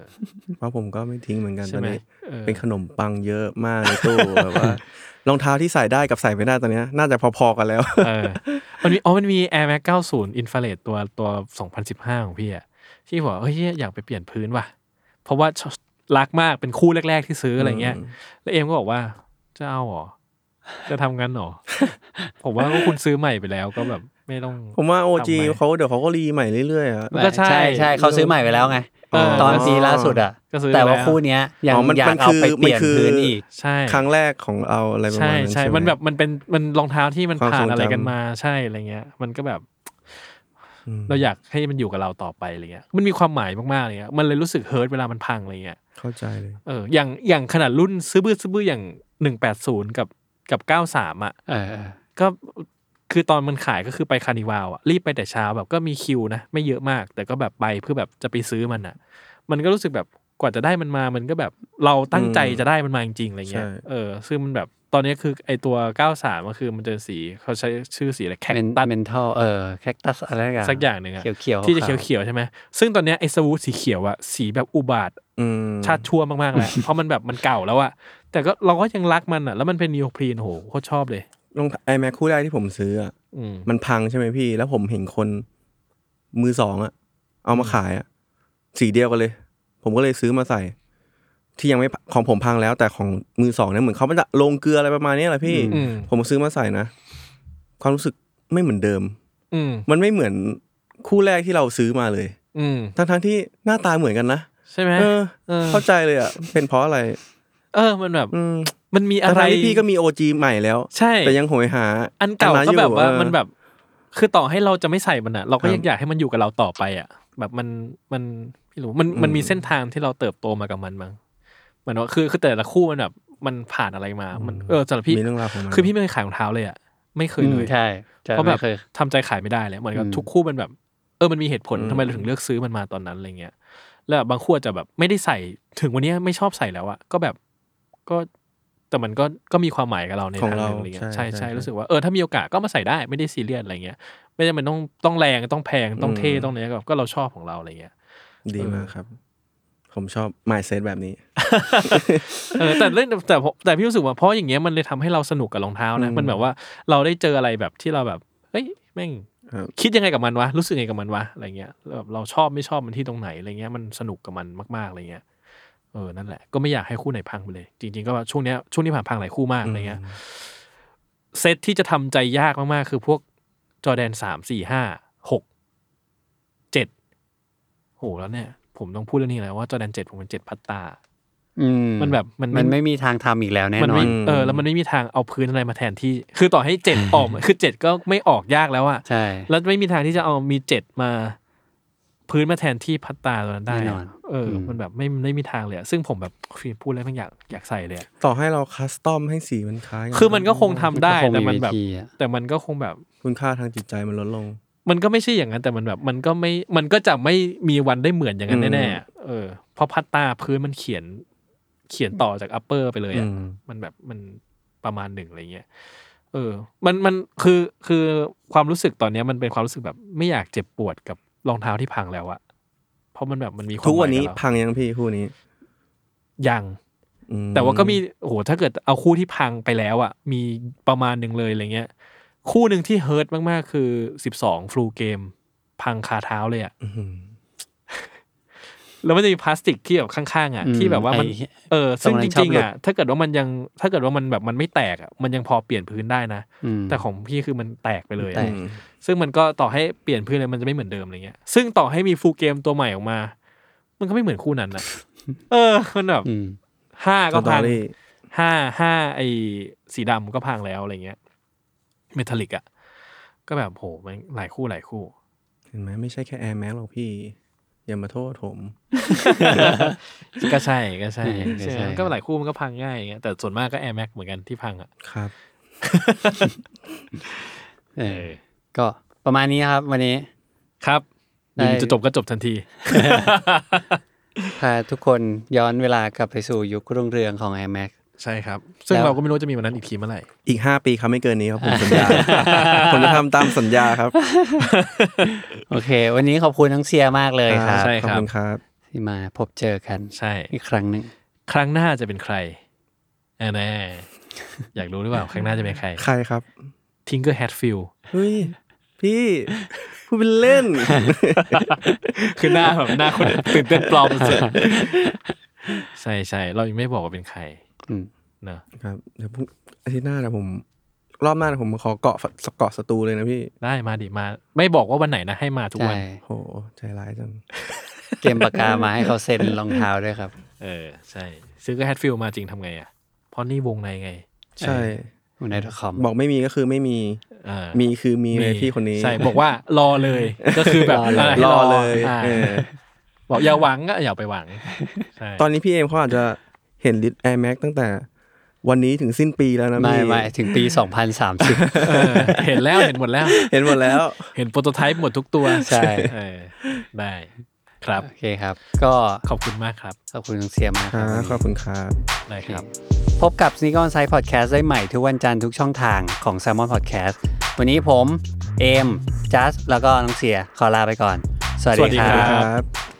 E: เพราะผมก็ไม่ทิ้งเหมือนกัน
D: ใช่
E: ตอน
D: ไหม
E: นี้
D: เออ
E: เป็นขนมปังเยอะมากในตู้ แบบ ว่ารองเท้าที่ใส่ได้กับใส่ไม่ได้ตอนเนี้ยน่าจะพอๆกันแล้ว
D: เออมันมีอ๋อมันมี Air Max 90 Infrared ตัวตัว 2015 ของพี่อะที่บอกว่าเฮ้ยอยากไปเปลี่ยนพื้นว่ะ เพราะว่าชอบรักมากเป็นคู่แรก ๆ ที่ซื้ออะไรเงี้ย แล้วเอ็มก็บอกว่าจะเอาเหรอ จะทำงั้นเหรอ ผมว่าก็คุณซื้อใหม่ไปแล้วก็แบบไม่ต้อง
E: ผมว่าโอจี
D: ทำไหม
E: เขาเดี๋ยวเขาก็รีใหม่เรื่อยๆอะ
D: มันก็ใช่
C: ใช่ใช่เขาซื้อใหม่ไปแล้วไง
D: เออ
C: ตอนปีล่าสุดอ่ะ
D: ก็ซื้อ
C: แต่ว่า
D: แล้ว
C: คู่เนี้ยยัง
E: อ๋อมัน
C: อยา
E: มั
C: ก
E: น
C: เอา
E: คือ
C: ไปเป
E: มัน
C: ลี่ยน
E: คือ
C: พื้นอีก
D: ใช่
E: ครั้งแรกของเราอะไรประมาณ
D: ใช่
E: นั้น
D: ใช่
E: ใช่ไหม
D: มันแบบมันเป็นมันรองเท้าที่มัน
E: ความ
D: ผ่า
E: ทร
D: น
E: งจำ
D: อะไรกันมาใช่อะไรเงี้ย มันก็แบบ
E: อืม
D: เราอยากให้มันอยู่กับเราต่อไปอะไรเงี้ย มันมีความหมายมากๆเลยอะมันเลยรู้สึกเฮิร์ตเวลามันพังอะไรเงี้ย
E: เข้าใจเลย
D: เอออย่างอย่างขนาดรุ่นซื้อบื้อซื้อบื้ออย่างหนึ่งแปดศูนย์กับกับเก้าสามอ่ะ
C: เออ
D: ก็คือตอนมันขายก็คือไปคาร์นิวาลอ่ะรีบไปแต่เช้าแบบก็มีคิวนะ ไม่เยอะมาก แต่ก็แบบไปเพื่อแบบจะไปซื้อมันอ่ะ มันก็รู้สึกแบบกว่าจะได้มันมา มันก็แบบเราตั้งใจ
E: อืม
D: จะได้มันมาจริงๆอะไรเงี้ย
E: ใช่
D: เออซึ่งมันแบบตอนนี้คือไอตัว 93ก็คือมันจะสีเขาใช้ชื่อสีอะไรแคค
C: เป็น
D: ตัส
C: เมนทัลเออแคคตัสอะไรกัน
D: สักอย่างหนึ่งอะ
C: เขียวๆ
D: ที่จะ
C: ขาวๆ
D: เขียวๆใช่ไหมซึ่งตอนเนี้ยไอสวูทสีเขียวอะสีแบบอุบาท
E: อืม
D: ชาติชั่วมาก ๆ แหละ เพราะมันแบบมันเก่าแล้วอะแต่ก็เราก็ยังรักมันอะแล้วมันเป็นนีโอพรีนโหโคตรชอบเลย
E: รองไอแม็กคู่แรกที่ผมซื้ออะ
D: อืม
E: มันพังใช่ไหมพี่ แล้วผมเห็นคนมือสองอะเอามาขายอะสีเดียวกันเลย ผมก็เลยซื้อมาใส่ ที่ยังไม่พังของผมพังแล้ว แต่ของมือสองเนี่ยเหมือนเขามันจะลงเกลืออะไรประมาณเนี้ยแหละพี่
D: อืม
E: ผมซื้อมาใส่นะ ความรู้สึกไม่เหมือนเดิม
D: อืม
E: มันไม่เหมือนคู่แรกที่เราซื้อมาเลย
D: อืม
E: ทั้งทั้งๆที่หน้าตาเหมือนกันนะ
D: ใช่ไหม
E: เออ
D: เออ
E: เข้าใจเลยอ่ะ เป็นเพราะอะไร
D: เออมันแบบ
E: อืม
D: มันมี
E: ทั้
D: อะ
E: ง
D: ไร
E: ๆที่พี่ก็มีโอจีใหม่แล้ว
D: ใช่
E: แต่ยังโหยหา
D: อันเก่า
E: ยู่
D: ก็แบบว่า
E: เออ
D: มันแบบ คือต่อให้เราจะไม่ใส่มันอะเราก็
E: ครับ
D: ยังอยากให้มันอยู่กับเราต่อไปอะแบบมันมันไม่รู้มันมันมีเส้นทางที่เราเติบโตมากับมันมั้งเหมือนว่าคือคือแต่ละคู่มันแบบมันผ่านอะไรมา มัน
E: อืม
D: เออสำหรับพี่
E: มีเรื่องราวของมัน
D: คือพี่ไม่เคยขายรองเท้าเลยอะไม่เคยเลย
C: อืมใช่ใช่
D: เพราะแบบ
C: ไม่เคย
D: ทำใจขายไม่ได้เลยเหมือนกับ
C: อืม
D: ทุกคู่มันแบบ เออมันมีเหตุผลทำไมเราถึงเลือกซื้อมันมาตอนนั้นอะไรเงี้ยแล้วบางคู่อาจจะแบบไม่ได้ใส่ถึงวันนี้ไม่ชอบใส่แล้วอะก็แบบก็แต่มันก็ก็มีความหมายกับเราในทางหนึ่งอะไรเงี้ยใช่ใช่รู้สึกว่าเออถ้ามีโอกาสก็มาใส่ได้ไม่ได้ซีเรียสอะไรเงี้ยไม่จำเป็นต้องต้องแรงต้องแพงต้องเท่ต้องเนี้ยก็ก็เราชอบของเราอะไรเงี้ย
E: ดีมากครับ ผมชอบ mindset แบบนี้
D: เออแต่เล่นแต่ผมแต่พี่รู้สึกว่าเพราะอย่างเงี้ยมันเลยทำให้เราสนุกกับรองเท้านะ
E: อืม
D: มันแบบว่าเราได้เจออะไรแบบที่เราแบบเฮ้ยแม่ง
E: ครับ
D: คิดยังไงกับมันวะ รู้สึกยังไงกับมันวะ อะไรเงี้ยแล้วแบบเราชอบไม่ชอบมันที่ตรงไหนอะไรเงี้ย มันสนุกกับมันมากๆอะไรเงี้ย เออ นั่นแหละ ก็ไม่อยากให้คู่ไหนพังไปเลย จริง ๆ ก็ว่าช่วงเนี้ย ช่วงนี้ผ่านพังหลายคู่มากอะไรเงี้ย เซตที่จะทำใจยากมากๆ คือพวกจอแดนสามสี่ห้าหกเจ็ดโหแล้วเนี่ย ผมต้องพูดเรื่องนี้แล้วว่าจอแดนเจ็ดผมเป็นเจ็ดพัตตา
C: อืม
D: มันแบบมัน
C: มันไม่มีทางทำอีกแล้วแน่
D: มัน
C: นอ
D: ไม่
C: น
E: ม
D: เออแล้วมันไม่มีทางเอาพื้นอะไรมาแทนที่ คือต่อให้เจ็ด ออกมาคือเจ็ดก็ไม่ออกยากแล้วอะ
C: ใช่
D: แล้วไม่มีทางที่จะเอามีเจ็ดมา พื้นมาแทนที่พัตตาตัวนั้นได้
C: แน่นอ
D: อะ
C: น
D: เอออ มันแบบไม่ไม่มีทางเลยอะซึ่งผมแบบฟิล์มพูดแล้วมันอยากอยากใส่เลยอะ
E: ต่อให้เราคัสตอมให้สีมันคล้ายกั
D: คือมันก็คงทำได้แต่มันแบบ
C: ก็คงมีวิธีอะ
D: แต่มันก็คงแบบ
E: คุณค่าทางจิตใจมันลดลง
D: มันก็ไม่ใช่อย่างนั้นแต่มันแบบ มันก็ไม่มันก็จะไม่มีวันได้เหมือนอย่างนั้นแน่ๆอะเออเพราะพัตตาพื้นมันเขียน เขียนต่อจากอัปเปอร์ไปเลยอะ
E: อืม
D: มันแบบมันประมาณหนึ่งอะไรเงี้ย เออ มันมันคือคือความรู้สึกตอนเนี้ยมันเป็นความรู้สึกแบบไม่อยากเจ็บปวดกับรองเท้าที่พังแล้วอะเพราะมันแบบมันมีความ
E: ทุกวันนี้
D: หมายบเรา
E: พังยังพี่คู่นี้
D: ยัง
E: อืม
D: แต่ว่าก็มีโอ้โหถ้าเกิดเอาคู่ที่พังไปแล้วอะมีประมาณหนึ่งเลยอะไรเงี้ย คู่หนึ่งที่เฮิร์ตมากๆ คือสิบสองฟลูเกม พังคาเท้าเลยอะ
E: อื้อหือ
D: แล้วมันจะมีพลาสติกที่แบบข้างๆอะ
C: อืม
D: ที่แบบว่ามัน
C: ไอ้
D: เออซึ่
C: ต
D: ง
C: รงนั้
D: จ
C: นชอบ
D: ริง
C: ห
D: ๆ
C: ลุด
D: อะถ้าเกิดว่ามันยังถ้าเกิดว่ามันแบบมันไม่แตกอะมันยังพอเปลี่ยนพื้นได้นะ
C: อืม
D: แต่ของพี่คือมันแตกไปเลยอะ
C: แตก
E: อืม
D: ซึ่งมันก็ต่อให้เปลี่ยนพื้นเลยมันจะไม่เหมือนเดิมอะไรเงี้ย ซึ่งต่อให้มีฟูลเกมตัวใหม่ออกมา มันก็ไม่เหมือนคู่นั้นนะเออ มันแบบ
C: อืม
D: ห้าก็
E: สต
D: พั
E: อง รี่
D: ห้าห้าไอ้สีดำก็พังแล้วอะไรเงี้ย เมทัลลิกอ่ะ ก็แบบโหมันหลายคู่หลายคู่
E: เห็นไหมไม่ใช่แค่แอร์แม็กหรอกพี่ อย่ามาโทษผม
D: ก็ใช่ก็ใช่
C: อืมก็
D: ใช่
C: ใช่
D: ไหมก็หลายคู่มันก็พังง่ายอย่างเงี้ยแต่ส่วนมากก็แอร์แม็กเหมือนกันที่พังอ่ะ
E: ครับ
C: เออ ก็ประมาณนี้ครับ วันนี้
D: ครับ
C: ได้
D: อยู่จะจบก็จบทันที
C: พาทุกคนย้อนเวลากลับไปสู่ยุครุ่งเรืองของ Air Max
D: ใช่ครับ ซึ่ง
C: แล้ว
D: เราก็ไม่รู้จะมีวันนั้นอีกทีเมื่อไหร่
E: อีกห้าปีครับไม่เกินนี้ครับผมสัญญา ผมจะทำตามสัญญาครับ
C: โอเค วันนี้ขอบคุณทั้องเซียมากเลยครับ
D: ใช่
E: ข
D: ค
E: อบ
D: รับ
E: คุณครับ
C: ที่มาพบเจอกัน
D: ใช่
C: อีกครั้งหนึ่ง
D: ครั้งหน้าจะเป็นใครแน่ อยากรู้หรือเปล่า ครั้งหน้าจะเป็นใคร
E: ใครครับ
D: ทิงเกอร์แฮตฟิล
E: เฮ้ย พี่พูดเป็นเล่น
D: คือหน้าแบบหน้าคน ตื่นเต้นปลอมสุดใช่ใช่เรายังไม่บอกว่าเป็นใคร
C: อืม
D: เนอะ
E: ครับเดี๋ยวพรุ่งอาทิตย์หน้านะผม รอบหน้านะผมมาขอเกาะสเกาะสตูเลยนะพี่
D: ได้มาดิมา ไม่บอกว่าวันไหนนะให้มาทุก
C: ใช่
D: วัน
E: โห ใจร้ายจัง
C: เกมปากกามาให้เขาเซ็น รองเท้าด้วยครับ
D: เออ ใช่ซื้อเกอร์แฮตฟิลมาจริงทำไงอ่ะ เพราะนี่วงในไง
E: ใช่
C: อยู่ในคอม
E: บอกไม่มีก็คือไม่มี
D: เออ
E: มีคือมีเลยพี่คนนี้
D: ใช่บอกว่ารอ เลยก็คือแบบ
C: รอเลย
D: ะไร
E: รอเลย
D: อ่า
E: เออ
D: บอกอย่าหวังก็อย่าไปหวังใช่
E: ตอนนี้พี่เอมเขาอาจจะเห็นลิทแอร์แม็กตั้งแต่ วันนี้ถึงสิ้นปีแล้วนะ
C: ไม่
E: พี่
C: ไม่ถึงปี 2030
D: เออเห็นแล้วเห็นหมดแล้ว
E: เห็นหมดแล้ว
D: เห็นโปรโตไทป์หมดทุกตัว
C: ใช่
D: เออได้ครับ
C: โอเคครับ ก็
D: ขอบคุณมากครับ
C: ขอบคุณทั้องเซียมาก
E: ค
C: ค
E: รั
C: รับบ วันนี้
E: ขอบคุณครับ
D: ได้ครับ
C: พบกับ s n e a k On Side Podcast ได้ใหม่ทุกวันจันทร์ทุกช่องทางของ s ซ l m o n Podcast วันนี้ผม เอมจัสแล้วก็น้องเสีย ขอลาไปก่อน สวัส
D: สวัสดี
C: ดีค
D: ครั
C: รับ
D: บ
E: ครับ